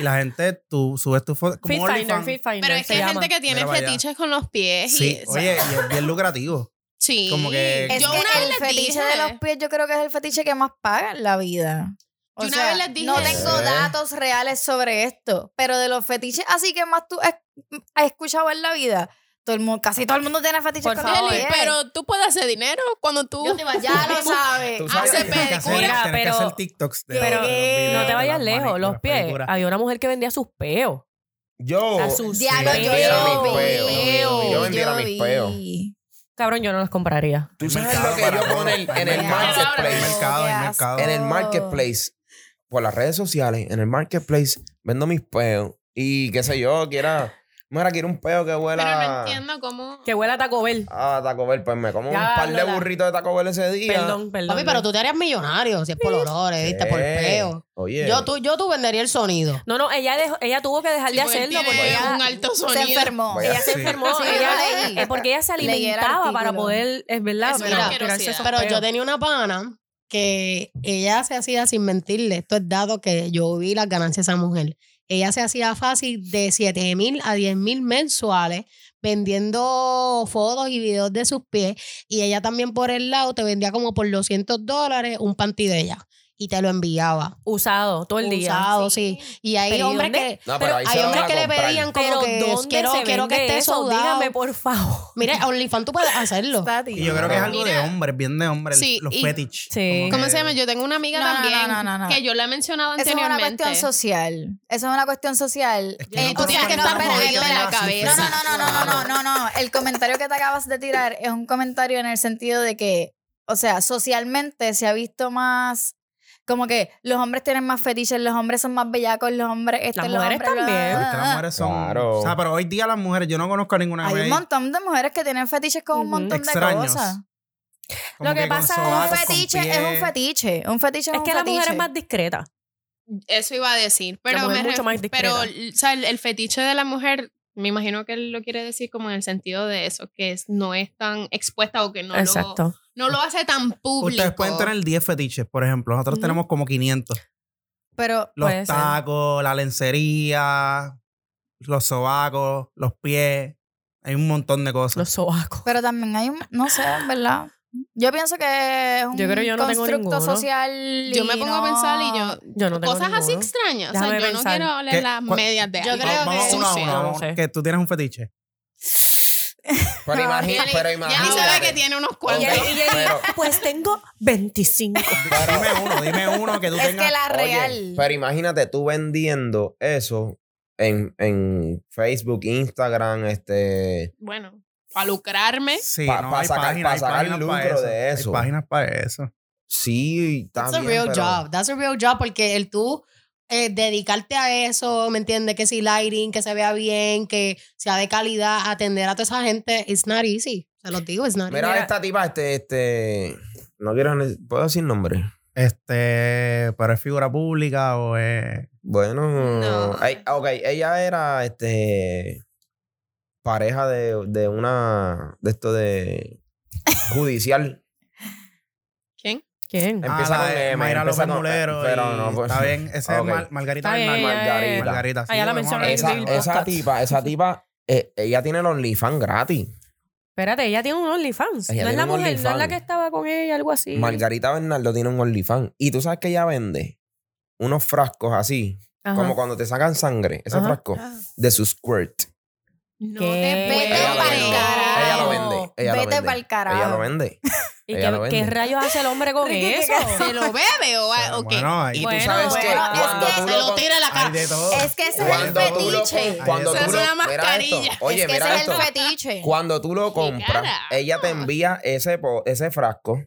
D: Y la gente, tú subes tu foto.
A: Fit
D: Como
A: Finder,
D: OnlyFans.
A: Fit Finder.
F: Pero es que
A: se
F: hay
A: llama.
F: gente que tiene
D: Mira para allá.
F: fetiches con los pies.
D: Sí,
F: y, o sea,
D: oye, y es bien lucrativo.
F: sí.
D: como que-
E: Es
F: yo
E: que
F: una vez
E: el
F: les dije,
E: fetiche de los pies yo creo que es el fetiche que más paga en la vida. O
F: Yo una
E: sea,
F: vez les dije-
E: no tengo datos reales sobre esto, pero de los fetiches así que más tú has has escuchado en la vida, todo el mundo, casi todo el mundo tiene fetiches
A: Por
E: con los
A: favor.
F: Eli,
E: pies.
F: pero tú puedes hacer dinero cuando tú.
E: Yo te digo, ya lo sabes.
D: Tú
F: sabes
D: que
F: Hace
D: tienes que hacer-
A: pedicura,
D: tienes que
A: pero-
D: hacer TikToks de-
E: pero
D: de los videos,
A: No
D: de
A: te vayas
D: las
A: lejos,
D: manicuras,
A: los pies.
D: pedicuras.
A: Había una mujer que vendía sus peos.
B: Yo.
A: A sus
E: Diablo,
B: Oh, Sí,
E: yo,
B: era mi
E: yo,
B: peo.
E: vi,
B: Yo vendiera
E: yo
B: mis peos.
E: vi.
A: Cabrón, yo no las compraría.
B: Tú
D: El
B: sabes
D: mercado
B: lo que yo
D: para
B: pongo en el,
D: todo.
B: en el
D: El
B: marketplace.
D: mercado. el
E: qué
D: mercado.
E: asco.
B: En el marketplace. Por las redes sociales, en el marketplace, vendo mis peos. Y qué sé yo, quiera. Mira, quiero un peo que
F: Pero no
B: huela.
F: entiendo cómo.
A: Que huele a Taco Bell.
B: Ah, Taco Bell, pues me como un
A: Ya,
B: par de
A: Lola.
B: burritos de Taco Bell ese día.
A: Perdón, perdón.
C: Papi, pero tú te harías millonario si es por olores, ¿viste? Por
B: Eh,
C: peo.
B: Oye.
C: Yo tú, yo tú vendería el sonido.
A: No, no, ella, dejó- ella tuvo que dejar
F: Sí,
A: de
F: porque él
A: hacerlo
F: tiene
A: porque ella...
F: un alto
E: Se
F: sonido.
E: enfermó.
B: Vaya.
A: Ella se
D: Sí.
A: enfermó.
E: Sí,
A: ella,
E: yo leí.
A: es porque ella se
E: Leí el
A: alimentaba para
E: artículo.
A: poder, es verdad,
F: Eso
A: para
F: era
A: tirarse
F: asquerosidad.
A: esos
C: Pero
A: peos.
C: yo tenía una pana que ella se hacía, sin mentirle, esto es dado que yo vi las ganancias de esa mujer. Ella se hacía fácil de 7 mil a 10 mil mensuales vendiendo fotos y videos de sus pies. Y ella también por el lado te vendía como por 200 dólares un panty de ella. Y te lo enviaba.
A: Usado todo el día.
C: Usado, sí. Y hay
A: Pero ¿y
C: hombres
A: dónde?
C: que...
B: No, pero,
A: pero
B: ahí se
C: Hay
B: lo
C: hombres
B: van a
C: que le
B: comprar.
C: pedían como
A: Pero
C: que
A: ¿dónde
C: quiero,
A: se
C: quiero que
A: vende
C: esté
A: eso?
C: sudado.
A: Dígame, por favor.
C: Mira, OnlyFans tú puedes hacerlo.
D: Y yo creo que es algo de
F: Mira.
D: hombres, bien de hombres,
F: Sí,
D: los
F: y-
D: fetiches.
A: Sí.
D: Como
F: ¿Cómo
D: que-
F: se llama? Yo tengo una amiga
E: Eh, No, no,
F: también
E: no, no, no.
F: que yo la he mencionado
E: Eso es una
F: anteriormente.
E: cuestión social. Eso es una cuestión social.
D: Es que
E: Eh,
D: no
E: o
D: podemos
E: sea, que no,
D: estar
E: espera,
D: jodidos de la
E: espera. No,
D: cifra.
E: no, no, no, no, no, no, no. El comentario que te acabas de tirar es un comentario en el sentido de que, o sea, socialmente se ha visto más como que los hombres tienen más fetiches, los hombres son más bellacos, los hombres, este,
A: Las
E: los
A: mujeres
E: hombres, bla,
A: también.
E: bla,
D: Pero es
E: bla,
D: que las
E: bla.
D: mujeres son.
B: Claro.
D: O sea, pero hoy día las mujeres, yo no conozco a ninguna
E: ah. Hay un
D: gay
E: montón de mujeres que tienen fetiches con un
A: Ujú.
E: montón de
D: Extraños.
E: cosas.
D: como
A: Lo que
D: con
A: pasa es-
E: Un
D: sobacos, con
E: fetiche es
D: pies.
E: un fetiche. Un fetiche es,
A: Es
E: un
A: que la mujer
E: fetiche.
A: es más discreta.
F: Eso iba a decir. Pero,
A: mujer
F: me
A: es mucho
F: ref-
A: más discreta.
F: pero o sea, el, el fetiche de la mujer, me imagino que él lo quiere decir como en el sentido de eso, que es- no es tan expuesta o que no, lo,
A: Exacto.
F: no lo hace tan público.
D: Ustedes pueden tener 10 fetiches, por ejemplo. Nosotros
A: Ujú.
D: tenemos como 500.
E: Pero
D: Los
A: Puede ser.
D: tacos, la lencería, los sobacos, los pies. Hay un montón de cosas.
A: Los sobacos.
E: Pero también hay un, no sé, en verdad. Yo pienso que es un
A: Yo creo que yo no tengo
E: constructo
A: ninguno.
E: social.
F: Yo me
E: y
F: pongo a
E: no-
F: pensar y yo.
A: Yo no tengo
F: cosas así
A: ninguno.
F: extrañas. O
A: Déjame
F: sea, yo no
A: pensar.
F: quiero
D: ¿Qué?
F: leer las
D: ¿Cuál-
F: medias de
E: Yo
F: alguien.
E: creo
D: vamos
E: que-
D: uno a
F: Sucia.
D: uno.
A: No
D: vamos-
A: sé.
D: Que tú tienes un fetiche.
B: Pero, imagi-
F: Eli-
B: pero
F: Eli
B: imagínate.
F: sabe que tiene unos
A: Y
F: cuantos.
A: ella- y ella-
B: Pero-
A: pues tengo 25.
D: Dime uno, dime uno que tú
E: Es
D: tengas.
E: que la
B: Oye,
E: real.
B: pero imagínate tú vendiendo eso en, en Facebook, Instagram, este.
F: Bueno, para lucrarme.
D: Sí,
B: Pa-
D: no,
B: pa
D: hay
B: sacar-
D: páginas,
B: pa
D: hay
B: sacar
D: páginas
B: lucro
D: para eso.
B: de eso.
D: Hay páginas para eso.
B: Sí, está
C: That's a
B: bien,
C: real
B: pero-
C: job. That's a real job porque el tú eh, dedicarte a eso, ¿me entiendes? Que si lighting, que se vea bien, que sea de calidad, atender a toda esa gente, it's not easy. Se los digo, it's not
B: Mira,
A: Mira.
B: esta tipa, este, este. No quiero. ni- ¿Puedo decir nombre?
D: Este, pero es figura pública o es.
B: Bueno.
F: No.
B: ay, ok, ella era este. Pareja de, de una. De esto de. Judicial.
F: ¿Quién?
A: ¿Quién?
B: Empieza
D: ah, la
B: con
D: de
B: M,
D: Mayra
B: empieza
D: López
B: con-
D: Mulero.
B: pero
D: y-
B: no, pues-
D: Está bien, ese
B: Ok.
D: es Mar- Margarita
A: Está
D: del
A: bien,
D: Mar-
A: ella es-
D: Margarita. Margarita, sí,
A: Ah, ya la
D: podemos
A: mencioné
D: hablar
A: en
D: de
B: Esa,
A: el
D: eso.
B: esa tipa, esa tipa, eh, ella tiene el OnlyFans gratis.
A: Espérate, ella tiene un OnlyFans.
B: Ella
A: no es
B: tiene
A: la
B: un
A: mujer, no es la
B: OnlyFans.
A: que estaba con ella, algo así.
B: Margarita Bernardo tiene un OnlyFans. Y tú sabes que ella vende unos frascos así,
A: Ajá.
B: como cuando te sacan sangre, ese
A: Ajá.
B: frasco, de su squirt.
F: No
A: ¿Qué?
F: te
E: Vete
B: Ella
F: puedo
B: lo
E: pa'l
B: vende.
F: creer.
E: carajo.
B: Ella lo vende. Ella lo
E: Vete
B: vende.
E: pa'l carajo.
B: Ella lo vende.
A: ¿Y
B: Ella
A: qué,
B: lo
A: qué
B: vende.
A: rayos hace el hombre con
E: Ricky, ¿qué
A: eso?
F: ¿Se lo bebe o,
D: Pero
F: o qué?
D: Bueno,
B: Y
D: hay,
A: Bueno,
B: tú sabes que
A: bueno,
E: es
B: cuando
E: que
B: tú
E: se
B: lo
E: lo
B: con-
D: hay de todo.
E: Es que ese
B: cuando
E: es el
B: tú lo con-
E: fetiche.
B: cuando
D: Eso
B: tú
F: es
B: lo-
F: una
B: mira esto.
F: mascarilla.
B: Oye,
E: es que
B: mira
E: ese
B: esto.
E: es el fetiche.
B: Cuando tú lo compras,
F: carajo.
B: ella te envía ese, po- ese frasco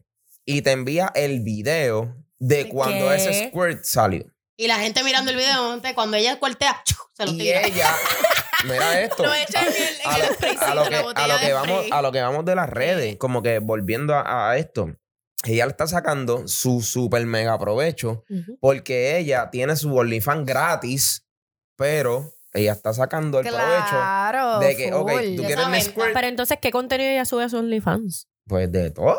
B: y te envía el video de cuando
A: qué?
B: ese squirt salió.
C: Y la gente mirando el video, gente, cuando ella cuartea, ¡chu! se lo
B: Y
C: tira.
B: ella, mira esto.
F: Lo echa en el- en
B: a,
F: el
B: lo-
F: spraycito,
B: a lo
F: la
B: que, a
F: botella
B: lo
F: de
B: que vamos,
F: spray.
B: a lo que vamos de las redes, como que volviendo a, a esto, ella le está sacando su super mega provecho
A: Ujú.
B: porque ella tiene su OnlyFans gratis, pero Ella está sacando el provecho
E: Claro.
B: de que, ok,
E: full.
B: tú
C: Ya
B: quieres
C: saben,
B: Nesquik,
A: Pero entonces, ¿qué contenido ella sube a sus OnlyFans?
B: pues de todo.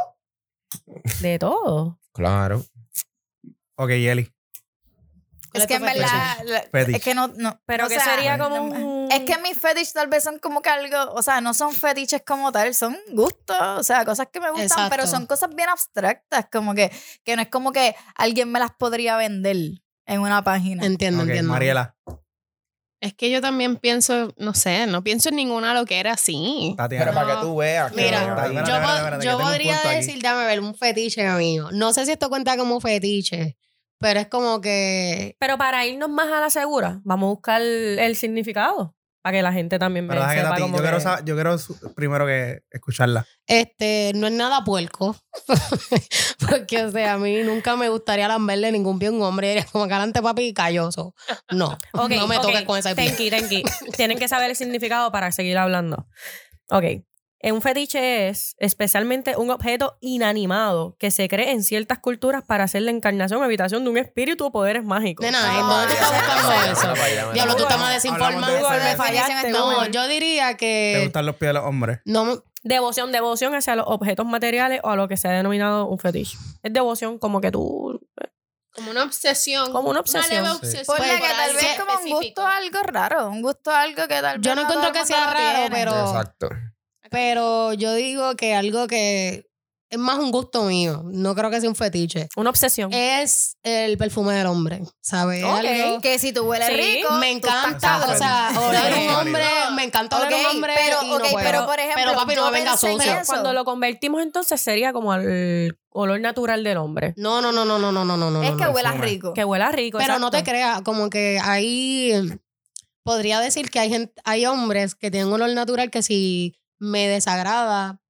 A: De todo.
B: Claro.
D: Ok, Eli.
E: Es que en
C: ¿Cuál es tu
E: verdad. la-
D: Fetish.
E: Es que no. no
A: Pero
E: o
A: que
E: sea,
A: sería como
E: no-
A: un...
E: Es que mis fetiches tal vez son como que algo, o sea, no son fetiches como tal, son gustos, o sea, cosas que me gustan,
C: Exacto.
E: pero son cosas bien abstractas, como que, que no es como que alguien me las podría vender en una página.
C: Entiendo,
D: Ok,
C: entiendo.
D: Mariela,
F: Es que yo también pienso, no sé, no pienso en ninguna lo que era así.
D: Tatiana.
B: Pero
F: No.
B: para que tú veas que
C: Mira,
B: está ahí.
D: Espérate,
C: yo,
D: espérate,
C: po-
D: espérate, que
C: yo
D: tengo un
C: podría
D: punto aquí.
C: decir, dame ver, un fetiche amigo. No sé si esto cuenta como fetiche, pero es como que.
A: Pero para irnos más a la segura, vamos a buscar el, el significado. Para que la gente también
D: ¿Verdad
A: vea,
D: que
A: sepa
D: Tati?
A: como
D: Yo quiero,
A: que-
D: sa- yo quiero su- primero que escucharla.
C: Este, no es nada puerco. Porque, o sea, a mí nunca me gustaría lamberle ningún pie a un hombre. Era como que adelante, papi, calloso. No.
A: Ok,
C: no me
A: ok.
C: toques con esa pie.
A: Tenki, tenki. Tienen que saber el significado para seguir hablando. Ok. Eh, Un fetiche es especialmente un objeto inanimado que se cree en ciertas culturas para ser la encarnación o habitación de un espíritu o poderes mágicos.
C: Nena, ¿en
B: Ah,
C: dónde tú estás
B: ya, ya, ya,
C: buscando
B: ya,
C: eso?
B: ya, ya, ya.
C: Diablo, tú estás más
D: Hablamos de
C: desinformado.
D: esa
C: Me
D: definición,
C: fallaste.
E: está
C: No,
E: buena.
C: yo diría
D: ¿Te
C: que.
D: gustan los pies de los hombres?
C: No, me-
A: Devoción, devoción hacia los objetos materiales o a lo que se ha denominado un fetiche. Es devoción como que tú...
F: Como una obsesión.
A: Como una obsesión.
F: leve
A: Sí.
F: obsesión
E: Por la
C: Pues,
F: por
E: que tal
F: algo
E: vez como un
F: específico.
E: gusto algo raro, un gusto algo que tal vez
C: Yo no encuentro
E: todo el
C: que sea
E: mundo lo
C: raro,
E: tiene.
C: pero-
B: Exacto.
C: pero yo digo que algo que. Es más un gusto mío. No creo que sea un fetiche.
A: Una
C: Eh,
A: obsesión.
C: Es el perfume del hombre. ¿Sabes?
A: Ok.
C: Algo-
E: Que si tú hueles
A: Sí,
E: rico,
C: Me
E: tú estás
C: encanta,
E: cabrón.
C: o sea, oler un
D: Válido.
C: hombre, me encanta oler
E: Ok,
C: un hombre.
E: pero,
C: y no
E: ok,
C: puedo.
E: pero por ejemplo,
C: pero papi, no
E: yo
C: me venga
E: pensé en
C: sucio.
E: eso.
A: Cuando lo convertimos entonces sería como el olor natural del hombre.
C: No, no, no, no, no, no, no, no.
E: es
C: no,
E: que
C: no.
E: huelas
D: perfume.
E: rico.
A: Que huela rico.
C: Pero no te
A: exacto.
C: creas, como que ahí eh, podría decir que hay gente, hay hombres que tienen un olor natural que si me desagrada,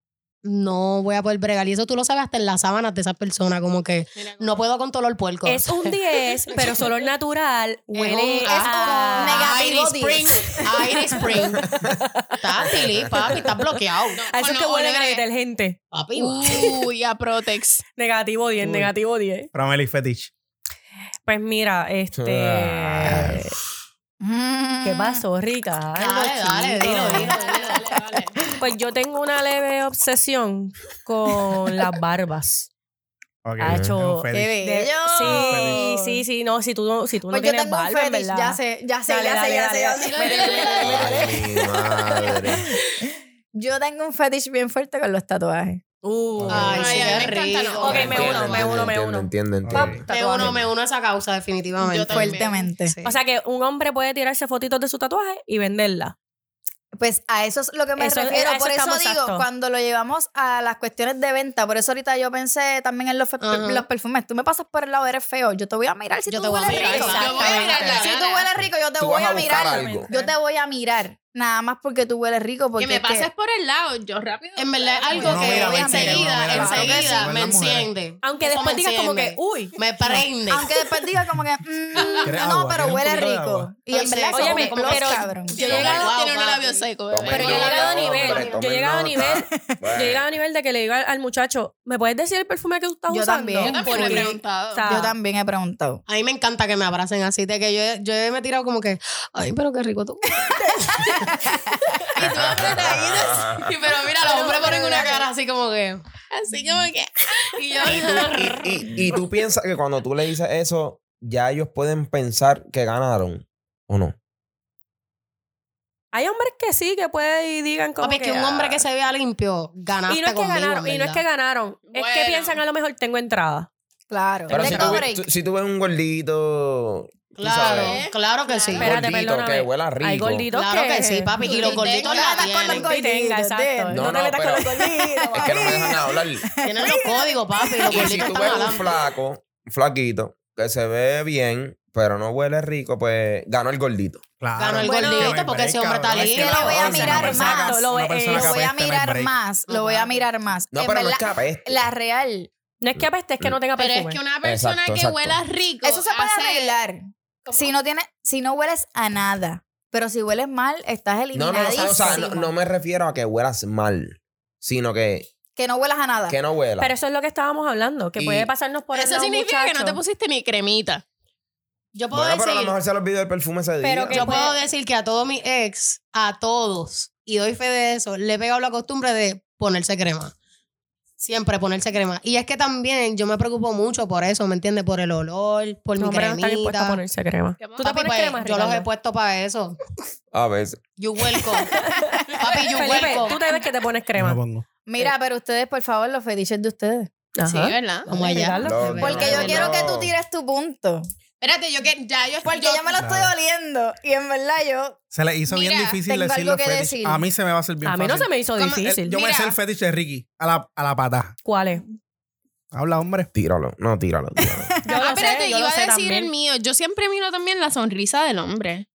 C: no voy a poder bregar. Y eso tú lo sabes hasta en las sábanas de esa persona, como que
F: Mira cómo-
C: no puedo con todo el puerco.
A: Es un 10, pero su olor natural huele
C: un
A: a...
E: asco. Mega
C: Iris
E: negativo
C: Spring. Iris Spring. Estás, Tili, papi, estás bloqueado.
A: A eso es
F: no
A: que huele
F: huele.
A: a detergente.
C: Papi,
F: Uy, a Protex.
A: Negativo 10,
D: Uy.
A: negativo 10.
D: Prameli Fetish.
A: Pues mira,
B: Ah.
A: este...
E: Mm.
A: ¿Qué pasó, Rica? Algo
C: Dale, dale,
A: chido.
C: dilo, dilo, dilo,
A: Pues yo tengo una leve obsesión con las barbas.
D: Ok,
A: Ha hecho-
D: es un fetish.
E: ¡Qué bello!
A: Sí, sí, sí. No, si tú no, si tú no
E: Pues yo
A: tienes
E: tengo un
A: barba, en
E: fetish,
A: ¿verdad?
E: ya sé, ya sé,
A: Dale,
E: ya
A: dale,
E: sé, ya
A: dale,
E: sé, ya
A: dale.
E: sé.
A: Métele, métele,
B: Ay, mi madre.
E: Yo tengo un fetish bien fuerte con los tatuajes.
A: Uh.
C: Ay, sí,
F: Ay, a mí
C: qué
F: me encantan
C: rico.
F: los-
A: Ok, me
B: Entiendo,
A: uno, me
B: entiendo,
A: uno, me
B: entiendo,
A: uno.
B: Entiendo,
D: Pap,
B: entiendo.
C: Me uno, me uno a esa causa, definitivamente.
F: Yo también.
E: Fuertemente.
C: Sí.
A: O sea que un hombre puede tirarse fotitos de su tatuaje y venderla.
E: Pues a eso es lo que me
A: Eso- eh,
E: refiero.
A: a eso
E: por eso
A: estamos
E: digo,
A: exacto.
E: cuando lo llevamos a las cuestiones de venta, por eso ahorita yo pensé también en los, fe-
C: Ajá.
E: los perfumes. Tú me pasas por el lado, eres feo. Yo te voy a mirar si
C: Yo
E: tú
C: te voy a
E: hueles
C: mirar,
E: rico.
F: Yo voy a mirar la
E: Si tú
F: gana.
E: hueles rico, yo te
B: Tú
E: voy
B: vas
E: a
B: a buscar
E: mirar.
B: algo.
E: Yo te voy a mirar. Nada más porque tú hueles rico. Porque
F: Que me
E: es
F: pases por el lado, yo rápido.
C: En verdad, algo
D: No,
C: que
D: mira,
E: ve, sigue, no,
C: enseguida,
E: mira, la
C: enseguida
D: toca,
C: me
D: sí, igual las
C: enciende.
A: Aunque
C: Eso
A: después
C: me
A: digas como que,
C: enciende.
A: uy.
C: Me prende.
E: Aunque después diga como que, mm,
D: ¿Quieres
E: no,
D: agua? ¿Quieres
E: pero
D: un
E: huele
D: poquito de
E: rico.
D: agua?
E: Y en
C: Ay,
E: verdad,
C: sí,
E: son
A: óyeme,
E: como
A: pero-
E: los cabrón.
A: Yo
F: Yo he llegado
A: llegaba-
F: a tener un
C: Guau,
F: labio
C: papi.
F: seco.
B: Toma
A: Pero yo he
B: nota,
A: llegado a
B: hombre,
A: nivel. Yo he
B: tomen
A: llegado a
B: nota.
A: nivel. Yo
B: Bueno.
A: he llegado a nivel de que le digo al, al muchacho, ¿me puedes decir el perfume que tú estás
E: Yo
A: usando?
E: también. Yo
F: también
A: Porque,
F: he preguntado.
A: o sea,
E: Yo también he preguntado.
C: A mí me encanta que me abracen así, de que yo, yo me he tirado como que, ay, pero qué rico tú. Y pero mira, los hombres ponen una cara así como que,
F: Así como que. Y yo.
B: Y, y- y tú piensas que cuando tú le dices eso, ya ellos pueden pensar que ganaron o no.
A: Hay hombres que sí, que pueden y digan como
C: papi, es que un
A: ah,
C: hombre que se vea limpio, ganaste
A: y no es que
C: conmigo,
A: ganaron, y no es que
C: ¿verdad?
A: ganaron. Es que
F: Bueno.
A: piensan a lo mejor tengo entrada.
E: Claro.
B: Pero
E: Tengo
B: si tú,
E: break.
B: tú- si tú ves un gordito, tú sabes,
C: Claro,
F: sabes.
C: claro que sí.
B: un
A: Espérate,
B: gordito
A: perdóname.
B: que huela rico.
A: Hay gorditos
C: Claro
A: que,
C: que sí, papi. Y los
F: Tú
C: gorditos
F: tengas
C: la
F: las con los
C: tienen.
A: gorditos. tenga, exacto.
B: No, no, pero es que no me dejan hablar.
C: Tienen los códigos, papi. Los
B: Y si
C: gorditos
B: tú
C: están
B: ves un
C: hablando.
B: flaco, un flaquito, que se ve bien, pero no huele rico, pues ganó el gordito.
D: Claro.
C: Ganó el
D: Bueno,
C: gordito,
D: no hay
C: porque ese
D: break,
C: hombre está
D: cabrón, es que
C: libre.
D: no,
E: Lo voy a
D: esa
E: mirar
D: no me saca
A: más, lo
D: una
A: ve-
D: persona
A: eh,
E: Lo
D: que
E: voy a
D: apesta, no hay
E: mirar
D: break.
E: más, lo voy a mirar más.
B: No,
E: En
B: pero no es
E: verdad,
B: que apeste.
E: la real.
A: No es que apeste, es que no tenga
F: Pero
A: perfume.
F: es que una persona
B: Exacto,
F: que
B: exacto.
F: huela rico.
E: Eso se puede
F: hace-
E: arreglar.
F: ¿Cómo?
E: Si no tienes, si no hueles a nada, pero si hueles mal,
B: No,
E: estás
B: no, o sea,
E: eliminadísimo.
B: o sea, no, no me refiero a que huelas mal, sino que,
E: Que no huelas a nada.
B: que no huela.
A: Pero eso es lo que estábamos hablando, que
B: Y-
A: puede pasarnos por el
F: Eso
A: lado,
F: significa que no te
A: muchacho.
F: pusiste ni cremita.
C: Yo puedo
B: Bueno, pero a lo
C: decir,
B: mejor se los olvidó el perfume ese día.
A: Pero que-
C: yo puedo decir que a todos mis ex, a todos, y doy fe de eso, le he pegado la costumbre de ponerse crema. Siempre ponerse crema. Y es que también yo me preocupo mucho por eso, ¿me entiendes? Por el olor, por mi
A: Hombre, no están
C: cremita.
A: dispuestos a ponerse crema.
F: ¿Qué más?
A: ¿Tú te
C: Papi,
A: pones
C: pues,
A: crema,
C: yo los he
A: Ricardo?
C: puesto para eso.
B: A veces.
C: You welcome. Papi, you
A: Felipe, tú
C: welcome.
A: te ves que te pones crema.
D: Me pongo.
E: Mira, pero ustedes, por favor, los fetiches de ustedes.
A: Ajá.
F: Sí, ¿verdad?
C: Vamos allá.
A: Ricardo,
B: No,
C: de
B: no,
C: verdad,
E: Porque
C: de
E: yo
C: verdad.
E: quiero que tú
B: no.
E: tires tu punto.
F: Espérate, yo que ya yo
E: Porque
F: yo-
E: ya me lo estoy
D: Claro.
E: oliendo. Y en verdad yo.
D: Se le hizo bien
F: Mira,
D: difícil
E: tengo
D: decir
E: algo
D: los
E: que
D: fetish.
E: decir.
D: A mí se me va a hacer bien
A: A mí no
D: fácil.
A: se me hizo
F: ¿Cómo?
D: El-
A: difícil.
D: Yo me
F: Mira.
D: sé el fetish de Ricky a la, a la patada.
A: ¿Cuál es?
D: Habla, hombre.
B: Tíralo. No, tíralo. tíralo.
A: Yo
F: Ah,
A: lo
F: espérate,
A: sé, yo
F: iba
A: lo
F: a
A: sé
F: decir
A: también.
F: el mío. Yo siempre miro también la sonrisa del hombre.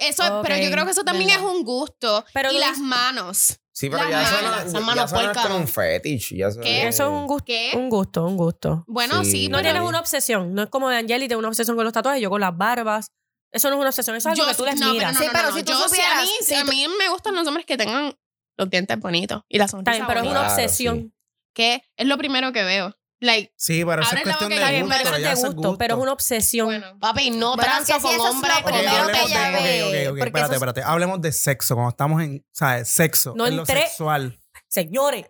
F: Eso,
A: Ok,
F: pero yo creo que eso también
C: verdad.
F: es un gusto.
A: Pero
F: y
A: tú
F: las
A: dices-
F: manos.
B: Sí, pero
F: Las
B: ya eso
F: manos,
B: no,
C: esas
B: ya
C: manos
B: eso no es
C: puercas,
B: como
C: ¿no?
B: un fetish. Ya eso,
F: ¿Qué?
A: Eso es un gusto,
F: ¿Qué?
A: un gusto, un gusto.
F: Bueno, sí,
B: Sí.
A: Uh. No
F: pero
A: tienes una obsesión. No es como de Angeli, tiene una obsesión con los tatuajes, yo con las barbas. Eso no es una obsesión, eso es algo
F: yo-
A: que tú les
F: no,
A: miras.
F: Pero no,
E: Sí,
F: no,
E: pero
F: no.
E: si tú
F: yo, sí, a,
E: supieras-
F: mí,
E: si
F: a
E: tú-
F: mí me gustan los hombres que tengan los dientes bonitos y la
A: Está
F: sonrisa
A: bien, pero es una
F: bonita,
B: Claro,
A: obsesión.
B: sí.
F: que es lo primero que veo. Like,
D: Sí, pero eso
F: Abre
D: es
F: la boca
D: cuestión
F: y
D: de
A: Está bien,
D: gusto.
A: pero eso es
D: ya
A: de
D: eso es
A: gusto, pero es una obsesión.
F: bueno.
C: Papi, no
E: Bueno,
C: transo
E: es que si
C: con
E: eso es
C: hombres
E: lo
C: con
D: Ok,
E: primero
C: menos
E: que
D: hablemos
C: que
E: ella
D: de- ok,
E: ve.
D: ok, ok,
E: porque eso
D: Espérate,
E: es-
D: espérate. Hablemos de sexo. Cuando estamos en, ¿sabes? Sexo.
A: No
D: en lo
A: entré.
D: sexual.
A: Señores,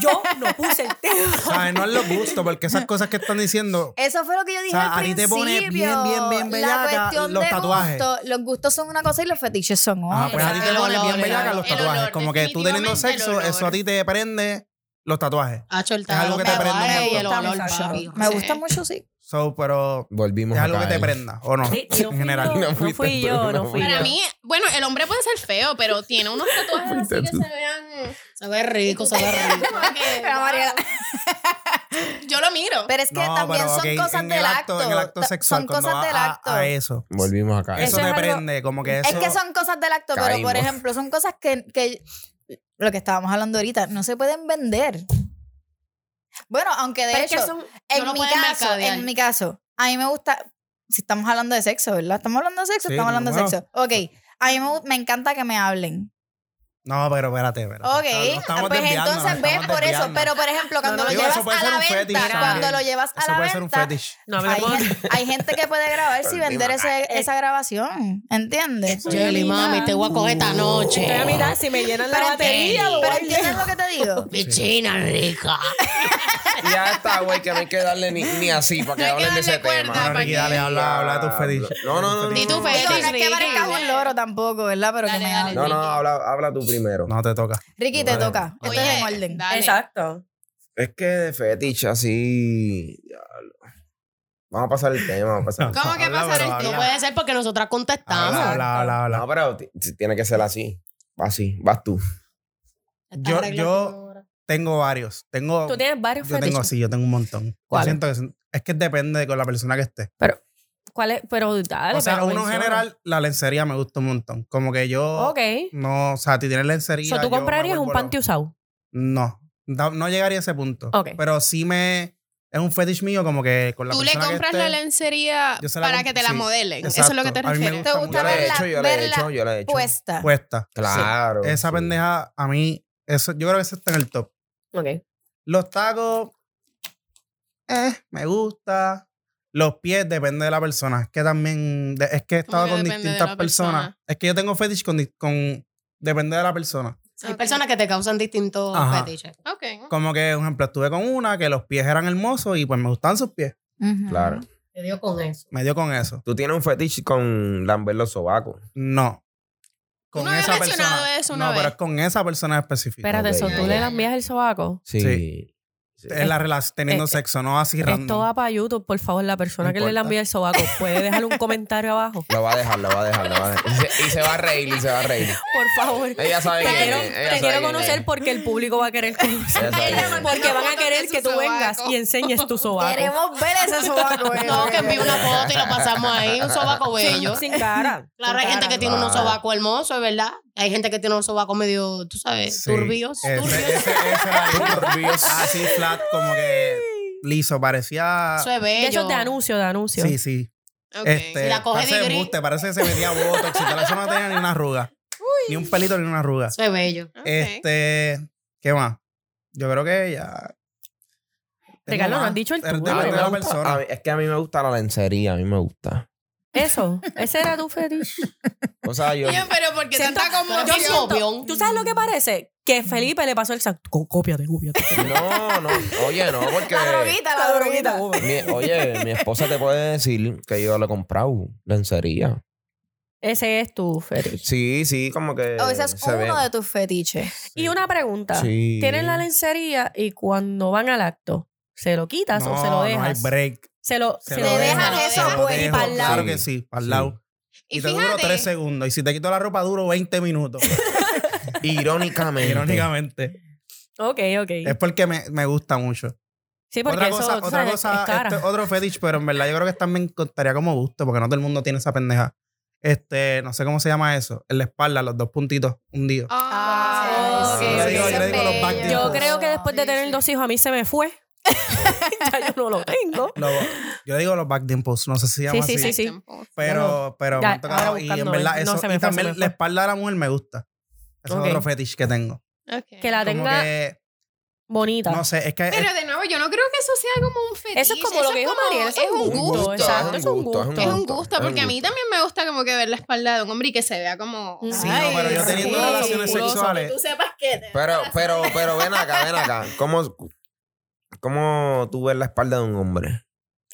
A: yo no puse el tema.
D: ¿Sabes? No es lo gusto, porque esas cosas que están diciendo.
E: Eso fue lo que yo dije
D: O sea,
E: al
D: a ti te
E: principio.
D: pone bien, bien, bien
E: la
D: bellaca
E: cuestión
D: los
E: de
D: tatuajes.
E: gusto, los gustos son una cosa y los fetiches son otra.
D: Ah, pues a ti te
F: El
D: pones bien
F: olor,
D: bellaca los
F: el olor,
D: tatuajes. Como que tú teniendo
F: definitivamente el
D: sexo,
F: olor.
D: eso a ti te prende los tatuajes.
C: Hacho, el
D: Es algo que te
C: tabaco,
D: prende un
C: ay, el
A: montón.
C: olor,
A: Estamos
C: papi.
E: Me
F: Sí.
E: gusta mucho, sí.
D: So, pero
B: Volvimos
D: es algo
B: a
D: que te
B: caer.
D: prenda, ¿o no?
A: Sí, no
D: en
A: fui
D: general.
A: yo, no
B: fuiste
A: fui
B: tú,
A: yo, no
B: no
A: fui
B: fuiste
A: yo.
F: Para mí, bueno, el hombre puede ser feo, pero tiene unos tatuajes así que se vean.
C: Se ve rico, se ve rico.
F: como que,
E: Pero, Mariela.
F: Yo lo miro.
E: Pero es que
D: No,
E: también
D: pero,
E: son
D: ok,
E: cosas
D: en el
E: del
D: acto,
E: acto.
D: En el acto
E: ta-
D: sexual,
E: son
D: cuando
E: cosas
D: va
E: del
D: a-
E: acto.
D: a, eso.
B: Volvimos a caer.
D: Eso,
A: Eso
D: te
A: es algo-
D: prende, como que eso.
E: Es que son cosas del acto, pero por
B: Caímos.
E: ejemplo, son cosas que, que- lo que estábamos hablando ahorita, no se pueden vender. Bueno, aunque de
A: Pero es
E: hecho,
A: que son-
E: en
F: no lo
E: mi
F: pueden
E: caso,
F: mercadear.
E: en mi caso, a mí me gusta, si estamos hablando de sexo, ¿verdad? Estamos hablando de sexo,
D: Sí,
E: estamos hablando
D: wow.
E: de sexo. Ok, a mí me, gu- me encanta que me hablen.
D: No, pero espérate, espérate.
E: Ok,
D: Nos estamos
E: pues
D: desviando, nos
E: entonces ves
D: estamos
E: por eso,
D: desviando.
E: pero por ejemplo, cuando
A: no,
E: lo
A: digo,
E: llevas
D: eso puede
E: a
D: ser
E: la
D: un fetish
E: venta,
D: también.
E: cuando lo llevas a
D: Eso
E: la
D: puede ser un
E: venta,
D: fetish.
A: No
E: hay,
A: hablemos.
E: gen- hay gente que puede grabar y vender ese- esa grabación, ¿entiendes?
C: Jelly, mami, te voy a coger esta noche.
A: Estoy a mitad, si me llenan la
E: Pero
A: batería, lo voy
E: pero
A: a-
E: ¿entiendes lo que te digo?
C: Mi china rica.
B: Y ya está, güey, que no hay que darle ni, ni así para que
F: No hay que
B: hablen de ese
F: darle cuerda,
B: tema.
F: Ah,
D: Bueno, Ricky, dale, habla, habla de tus fetiches.
B: No, no, no.
F: Ni
B: no,
F: tu
B: no.
E: Digo,
F: fetiche.
E: Pues no es que parezcas un loro tampoco, ¿verdad? Pero
F: Dale,
E: que me
F: dale.
E: hablen.
B: No, no, habla, habla tú primero.
D: No te toca.
E: Ricky, te toca. Esto es en orden.
F: dale.
A: Exacto.
B: Es que de fetiche así. diablo. Vamos a pasar el tema. Vamos a pasar el tema.
F: ¿Cómo que
D: Habla,
F: pasar
D: pero
F: el
D: habla.
C: No puede ser porque nosotras contestamos.
D: Habla, habla, habla, habla.
B: No, pero t- t- tiene que ser así. Así, vas tú.
C: Estas
D: Yo-
C: reglas
D: yo-
C: de ahora.
D: Tengo varios. Tengo.
A: Tú tienes varios
D: Yo tengo,
A: fetiches.
D: sí, yo tengo un montón. Yo
A: ¿Cuáles?
D: siento que son- es que depende de con la persona que esté.
A: ¿Cuál es? Pero dale.
D: o sea,
A: pero
D: uno en
A: menciona.
D: general, la lencería me gusta un montón. Como que yo.
A: Ok.
D: No, o sea, si tienes lencería.
A: O sea,
D: yo
A: tú
D: me
A: comprarías un
D: vuelvo
A: panty usado.
D: No, da- no llegaría a ese punto.
A: Ok.
D: Pero sí me. Es un fetish mío, como que con la
F: Tú le
D: persona que
F: compras
D: esté-
F: la lencería
D: Yo se la
F: para
D: comp-
F: que te la
D: sí,
F: modelen. Eso es
D: exacto.
F: lo que te
D: A mí me
F: refieres.
D: gusta.
E: ¿Te
D: Yo
E: gusta
B: Yo le he
E: verla,
B: hecho, yo le he
E: verla
B: hecho, yo le he hecho.
E: puesta?
D: puesta.
B: Claro.
D: Esa
B: sí.
D: pendeja, a mí, eso, yo creo que eso está en el top.
A: Ok.
D: Los tacos, eh, me gusta. Los pies depende de la persona. Es que también, de- es que he estado
F: que
D: con
F: depende de
D: distintas
F: la
D: personas.
F: persona?
D: Es que yo tengo fetish con, di- con- depende de la persona.
C: Hay personas que te causan distintos
D: Ajá.
C: fetiches.
F: Ok.
D: Como que, por ejemplo, estuve con una que los pies eran hermosos y pues me gustaban sus pies.
E: Ujú.
B: Claro.
C: Te dio con eso.
D: Me dio con eso.
B: Tú tienes un fetiche con lamber los sobacos.
D: No.
F: Tú no habías mencionado eso una
D: no, pero
F: vez.
D: es con esa persona específica.
A: Espérate,
B: Ok,
A: eso,
B: ya,
A: tú
B: ya,
A: le
B: ya.
A: lambías el sobaco.
B: Sí.
D: Sí. En la relación, teniendo
A: eh,
D: sexo, no así
A: Esto
D: random.
A: va para YouTube, por favor, la persona
D: No
A: que le
D: importa.
A: lambía el sobaco puede dejar un comentario abajo,
B: Lo va a dejar, lo va a dejar, lo va a dejar. Y se, y se va a reír, y se va a reír.
A: por favor.
B: Ella sabe
A: Te
B: quién
A: quiero,
B: es, ella
A: te
B: sabe
A: quiero
B: quién es.
A: conocer porque el público va a querer
B: Ella
A: conocer.
B: sabe quién es.
A: Porque van a
F: Fotos de
A: querer
F: su
A: que tú
F: sobaco.
A: vengas y enseñes tu sobaco.
E: Queremos ver ese sobaco. eh.
C: No, que envíe una foto y lo pasamos ahí, un sobaco bello.
A: Sin cara.
C: Pues, Claro, hay
A: sin
C: gente
A: cara.
C: que tiene unos
B: Claro.
C: sobacos hermosos, ¿verdad? Hay gente que tiene unos sobacos medio, tú sabes,
D: Sí.
C: Eh, turbios.
D: Ese-
C: turbios.
D: ese- ese era lindo. Así flat, como que liso, parecía.
C: Eso es
A: De
C: bello.
A: hecho, de anuncio, de anuncio.
D: Sí, sí.
F: ok.
D: Este,
C: Si la coge
D: parece
C: de gris.
D: embuste, parece que se metía botox y tal. Eso no tenía ni una arruga. Ni un pelito ni una arruga.
C: Eso es bello.
A: Ah,
F: Ok.
D: Este. ¿Qué más? Yo creo que ya.
A: Ricardo, no
D: Tengo
A: has
D: más.
A: dicho el
D: Pero
A: tuyo.
B: A mí
D: depende
B: me
D: de la
B: gusta-
D: persona.
B: a mí- es que a mí me gusta la lencería, a mí me gusta.
A: Eso, ese era tu fetiche.
B: O sea, yo.
C: Oye, pero porque
A: Siento-
C: tanta como
A: yo siento- ¿Tú sabes lo que parece? Que Felipe le pasó el exacto. Cópiate, cópiate.
B: No, no. Oye, no, porque.
E: La droguita, la droguita.
B: mi- oye, mi esposa te puede decir que yo le he comprado lencería.
A: Ese es tu fetiche.
B: Sí, sí, como que.
E: O ese es
B: Uh, se ve.
E: uno de tus fetiches.
A: Y una pregunta.
B: Sí.
A: Tienen la lencería y cuando van al acto, ¿se lo quitas o se lo
D: No, no hay
A: dejas?
D: break.
A: se lo,
D: Se
A: se
D: lo
A: lo
E: dejas
A: dejas.
E: eso,
D: Se lo
E: pues,
D: dejo,
E: pa'l lado.
D: Claro que sí, para
B: Sí.
D: el lado. Y,
C: Y
D: te duro tres
C: fíjate,
D: segundos. Y si te quito la ropa, duro 20 minutos.
B: Irónicamente.
D: irónicamente.
A: Ok, ok.
D: Es porque me, me gusta mucho.
A: Sí, porque
D: Otra
A: eso
D: cosa,
A: tú
D: otra
A: sabes,
D: cosa,
A: es cara.
D: este, otro fetish, pero en verdad yo creo que también contaría como gusto, porque no todo el mundo tiene esa pendeja. Este, no sé cómo se llama eso. En la espalda, los dos puntitos hundidos.
C: Ah,
E: Ah,
C: sí,
E: sí,
C: ok,
E: sí,
C: ok.
E: sí,
D: yo le digo los backdips.
A: Yo creo que después de
E: Sí,
A: tener
E: sí.
A: dos hijos a mí se me fue. ya yo no lo tengo.
D: Lo- yo le digo los back dimples, no sé si se llama
A: Oh. Sí,
D: así.
A: sí, sí.
D: Pero, pero
A: Ya,
D: me han tocado,
A: ahora
D: y
A: buscando,
D: en verdad,
A: no,
D: eso,
A: se me
D: y
A: fue, se
D: también
A: me
D: la
A: fue.
D: espalda de la mujer me gusta. Ese
A: Ok.
D: es otro fetish que tengo.
C: Ok.
A: Que la
D: Como
A: tenga
D: que,
A: bonita.
D: no sé, es que es-
C: Pero de nuevo, yo no creo que eso sea como un fetiche.
A: eso es como lo que dijo
C: como-
A: Mariel. Eso
C: Es un gusto.
A: Exacto, es un gusto.
C: Es un gusto, porque a mí también me gusta como que ver la espalda de un hombre y que se vea como...
D: Sí,
E: Ay,
D: no, pero yo teniendo
A: sí,
D: relaciones
A: fabuloso.
D: sexuales.
C: sepas que... te-
B: Pero, pero, pero ven acá, ven acá. ¿Cómo, cómo tú ves la espalda de un hombre?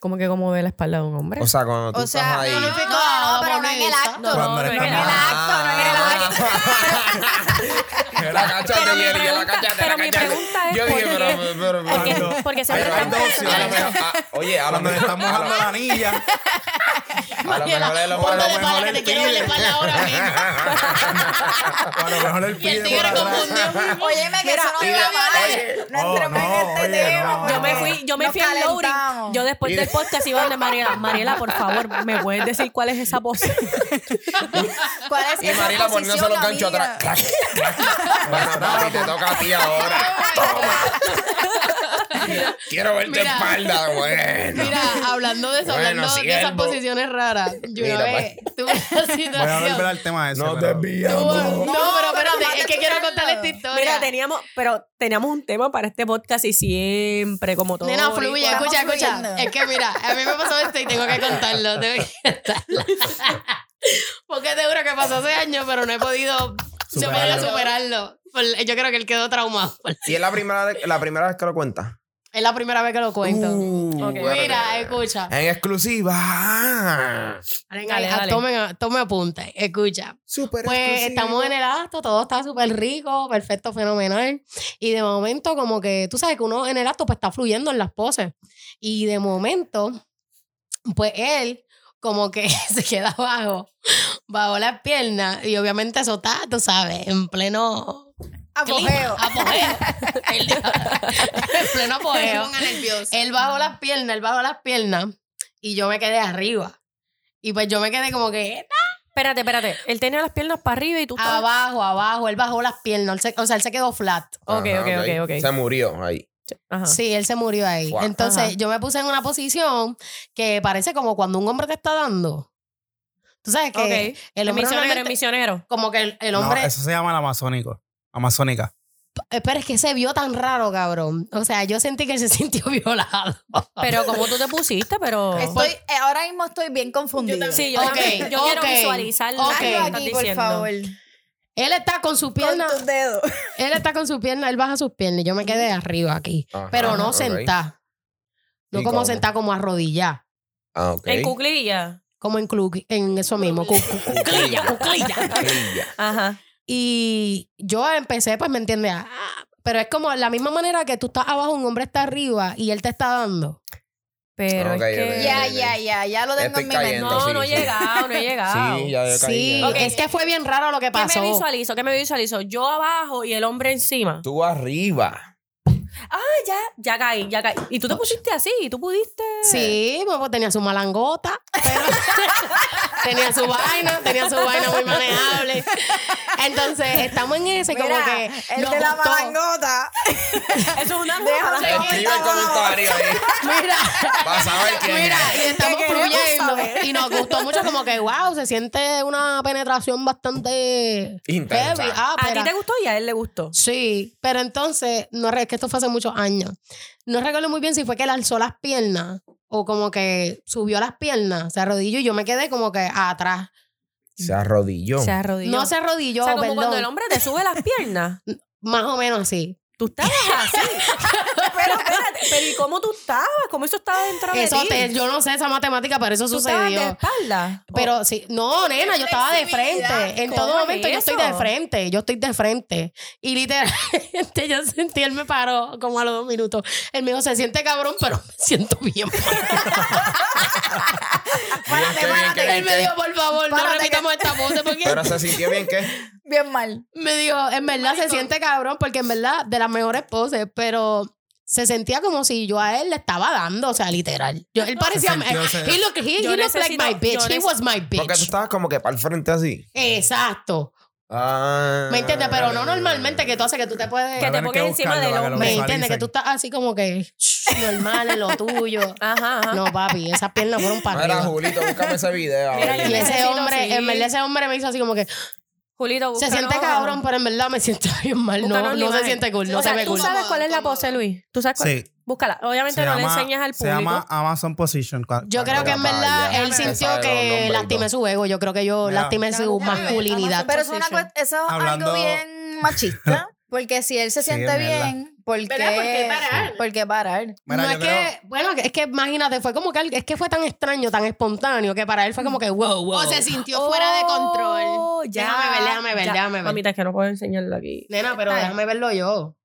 A: Como que como ve la espalda de un hombre.
B: O sea, cuando tú
E: O sea,
B: estás ahí.
C: no, no,
E: No, no, pero no en el acto.
A: No,
D: Cuando
A: no,
D: eres
A: no,
D: tan
A: no,
D: mala.
B: Era la cacha
A: Pero mi
B: Jerry, era la
A: pregunta-
B: cacha,
A: pero
B: era la
A: mi
B: cacha.
A: pregunta es
B: Yo dije,
A: por
B: pero,
A: qué-
B: pero, pero-
A: Porque,
D: Cuando-
A: porque
B: Ay,
A: siempre
B: pero
A: están
B: hay dos opciones, a lo mejor- ah, Oye, a lo
D: Cuando le
B: mejor
D: están mojando la anilla.
B: A lo mejor es lo
D: ponte
B: malo.
D: de espalda, que te quiero ver la espalda
C: ahora mismo.
D: A lo mejor el pide por atrás.
E: Óyeme, que eso no
B: Mira,
E: iba mal.
B: oye.
E: No entremos
D: Oh, no,
E: en este
D: oye,
E: tema.
D: no.
E: porque
A: Yo me fui, yo me
E: nos
A: fui al
E: calentamos.
A: Lowry. Yo después
B: Y-
A: del podcast iba donde Mariela. Mariela, por favor, ¿me puedes decir cuál es esa voz?
E: ¿Cuál es
B: Y
E: esa
B: Mariela poniéndose los
E: posición,
B: ganchos
E: amiga?
B: atrás. Crac, crac. Bueno, papi, te toca a ti ahora. Quiero ver tu
C: Mira.
B: espalda, bueno.
C: Mira, hablando de eso,
B: Bueno,
C: hablando de esas
B: siervo.
C: posiciones raras, yo
B: Mira,
C: una vez tuve una
D: Voy a volver
C: situación...
D: al tema de eso.
B: No
D: pero-
C: Tuve-
B: desviamos.
C: No,
E: No,
C: pero
E: pero
C: espérate,
E: vamos
C: es
E: a
C: que quiero
E: escucharlo.
C: contar esta historia.
A: Mira, teníamos, pero teníamos un tema para este podcast y siempre, como todo.
C: Nena,
A: boricua.
C: fluye,
E: Estamos
C: escucha, escucha.
E: fluyendo.
C: Es que mira, a mí me pasó esto y tengo que contarlo, tengo que contarlo. Porque te juro que pasó hace años, pero no he podido superarlo.
D: Superarlo.
C: superarlo. Por- Yo creo que él quedó traumado.
B: Y es la primera, vez- la primera vez que lo cuenta.
C: Es la primera vez que lo cuento.
B: Uh,
A: Ok.
B: espérate.
C: mira, escucha.
B: En exclusiva.
A: Dale,
C: Ay,
A: dale.
C: Tome, tome apunte, escucha.
B: Super
C: Pues estamos en el acto, todo está súper rico, perfecto, fenomenal. Y de momento, como que tú sabes que uno en el acto pues está fluyendo en las poses. Y de momento, pues él como que se queda abajo, bajo las piernas. Y obviamente eso está, tú sabes, en pleno
E: Apogeo.
C: apogeo. Él- en pleno apogeo. Él bajó las piernas, él bajó las piernas. Y yo me quedé arriba. Y pues yo me quedé como que,
A: Espérate, espérate. Él tenía las piernas para arriba y tú estabas.
C: Abajo, abajo. Él bajó las piernas. él se- o sea, él se quedó flat.
A: Ok, ok, ok, ok.
B: Se murió ahí.
A: Ajá.
C: Sí, él se murió ahí.
B: Guau.
C: Entonces,
A: Ajá.
C: yo me puse en una posición que parece como cuando un hombre te está dando. Tú sabes que
A: Ok.
C: el
A: El
C: hombre
A: misionero, el
C: solamente-
A: misionero.
C: como que el, el
D: No,
C: hombre...
D: eso se llama el amazónico. Amazónica.
C: Eh, Pero es que se vio tan raro, cabrón. O sea, yo sentí que él se sintió violado.
A: Pero como tú te pusiste, pero.
E: Estoy, eh, ahora mismo estoy bien confundida.
A: Sí, yo,
C: Ok,
A: también. yo quiero
C: ok,
A: visualizar lo
C: ok.
A: que
E: Hazlo
A: estás
E: aquí, por
A: diciendo.
E: favor.
C: Él está con su pierna,
E: Con tus dedos.
C: él está con su pierna, él baja sus piernas y yo me quedé arriba aquí.
B: Ajá,
C: Pero no
B: Ah, ok.
C: sentada. No
B: ¿Y
C: como
B: cómo?
C: sentada, como arrodillada.
B: Ah, ok.
A: En cuclilla.
C: Como en club, en eso mismo. cu- cu-
B: Cuclilla.
C: cuclilla, cuclilla.
B: Ella.
A: Ajá.
C: Y yo empecé, pues, ¿me entiendes? Ah, pero es como la misma manera que tú estás abajo, un hombre está arriba y él te está dando.
A: Pero
B: Ok,
A: es que.
B: ok.
E: Ya, ya, ya. Ya lo tengo
B: Estoy
E: en mi mente.
B: cayendo.
A: No,
B: Sí,
A: no he
B: sí.
A: llegado, no he llegado.
B: Sí, ya yo caí.
C: Sí,
B: ya.
A: Ok.
C: es que fue bien raro lo que
A: ¿Qué
C: pasó.
A: me visualizo? ¿Qué me visualizo? Yo abajo y el hombre encima.
B: Tú arriba.
A: Ah, ya, ya caí, ya caí. Y tú te pusiste así, y tú pudiste.
C: Sí, pues, pues, tenía su malangota, pero- tenía su vaina, tenía su vaina muy manejable. Entonces, estamos en ese
E: Mira,
C: como que
E: el
C: nos
E: de la
C: gustó.
E: malangota.
A: Eso es una
E: Déjame-
B: Escribe el comentario ahí.
C: Mira,
B: Vas a ver quién
C: Mira,
B: es.
C: y estamos
E: Que queremos
C: fluyendo.
E: saber.
C: Y nos gustó mucho, como que, wow, se siente una penetración bastante
B: Intensa.
C: heavy. Ah,
A: A ti
C: pero-
A: te gustó y a él le gustó.
C: Sí, pero entonces, no re- es que esto fue hace muchos años. No recuerdo muy bien si fue que él alzó las piernas o como que subió las piernas, se arrodilló y yo me quedé como que atrás.
B: Se arrodilló.
A: Se arrodilló.
C: No se arrodilló,
A: o sea, como
C: perdón.
A: cuando el hombre te sube las piernas.
C: Más o menos así.
A: Tú estabas así. pero espérate, pero ¿y cómo tú estabas? ¿Cómo eso estaba dentro de
C: Eso
A: ti?
C: te- yo no sé esa matemática, pero eso
A: ¿Tú estabas de
C: sucedió.
A: espalda?
C: Pero sí, no, nena, yo estaba de frente. En todo
A: ¿Cómo
C: momento
A: es
C: yo estoy de
A: eso?
C: frente, yo estoy de frente. Y literalmente yo sentí, él me paró como a los dos minutos. Él me dijo, se siente cabrón, pero me siento bien.
B: Bien, qué bien, qué bien,
C: él
B: qué
C: me dijo, por favor, no
E: Párate
C: repitamos esta pose porque
B: Pero se sintió bien que.
E: Bien mal.
C: me dijo, en verdad se siente cabrón porque en verdad de las mejores poses, pero se sentía como si yo a él le estaba dando, o sea, literal. Yo, él parecía eh,
D: sintió, o sea,
C: he looked, he- he
A: Yo
C: looked like
A: necesito-
C: my bitch,
A: yo
C: he
A: neces-
C: was my
B: Porque tú
C: bitch.
B: estabas como que para el frente así.
C: Exacto.
B: Ah.
C: ¿Me entiendes? Pero no normalmente que tú haces que tú te puedes
A: Que te pongas encima del
D: hombro.
A: hombre.
C: ¿Me entiendes? Que tú estás así como que shh, normal en lo tuyo.
A: Ajá, ajá.
C: No, papi, esas piernas fueron para
B: Mira,
C: arriba.
B: Julito, búscame ese video.
A: Mira,
B: oye.
A: yo
C: Y ese
A: necesito,
C: hombre,
A: sí.
C: en verdad ese hombre me hizo así como que
A: Julito,
C: se
A: búscanos-
C: siente cabrón, pero en verdad me siento bien mal. No,
A: búscanos la
C: no se
A: imagen.
C: siente cool,
A: o
C: no se
A: sea,
C: ve
A: ¿tú
C: cool.
A: sabes cuál es la pose, Luis? ¿Tú sabes cuál?
D: Sí.
A: Búscala. Obviamente
D: Se
A: no
D: llama-
A: le enseñas al público.
D: Se llama Amazon Position. Cua-
C: Yo creo
D: cuando-
C: que en
B: Mira,
C: verdad
B: vaya.
C: él
B: Esa
C: sintió
B: de los
C: que
B: nombres y
C: lastimé
B: todo.
C: su ego. Yo creo que yo
D: Mira.
C: lastimé su
A: Déjame ver,
C: masculinidad.
A: Amazon-
E: Pero eso es, una
A: Position.
E: cuest- eso es
D: Hablando-
E: algo bien machista. Porque si él se
D: Sí, es
E: siente
D: mierda.
E: bien, ¿por qué,
F: ¿Verdad? ¿Por qué parar?
E: ¿Por qué parar?
C: no
D: Mira, yo
C: es
D: creo-
C: que, bueno, es que imagínate, fue como que él- es que fue tan extraño, tan espontáneo, que para él fue como que wow, wow.
F: O se sintió fuera de control.
A: Oh, Ya,
C: Déjame ver, déjame ver,
A: ya.
C: déjame ver.
A: Mamita, es que no puedo enseñarla aquí.
C: Nena, pero
E: Ay.
C: déjame verlo yo.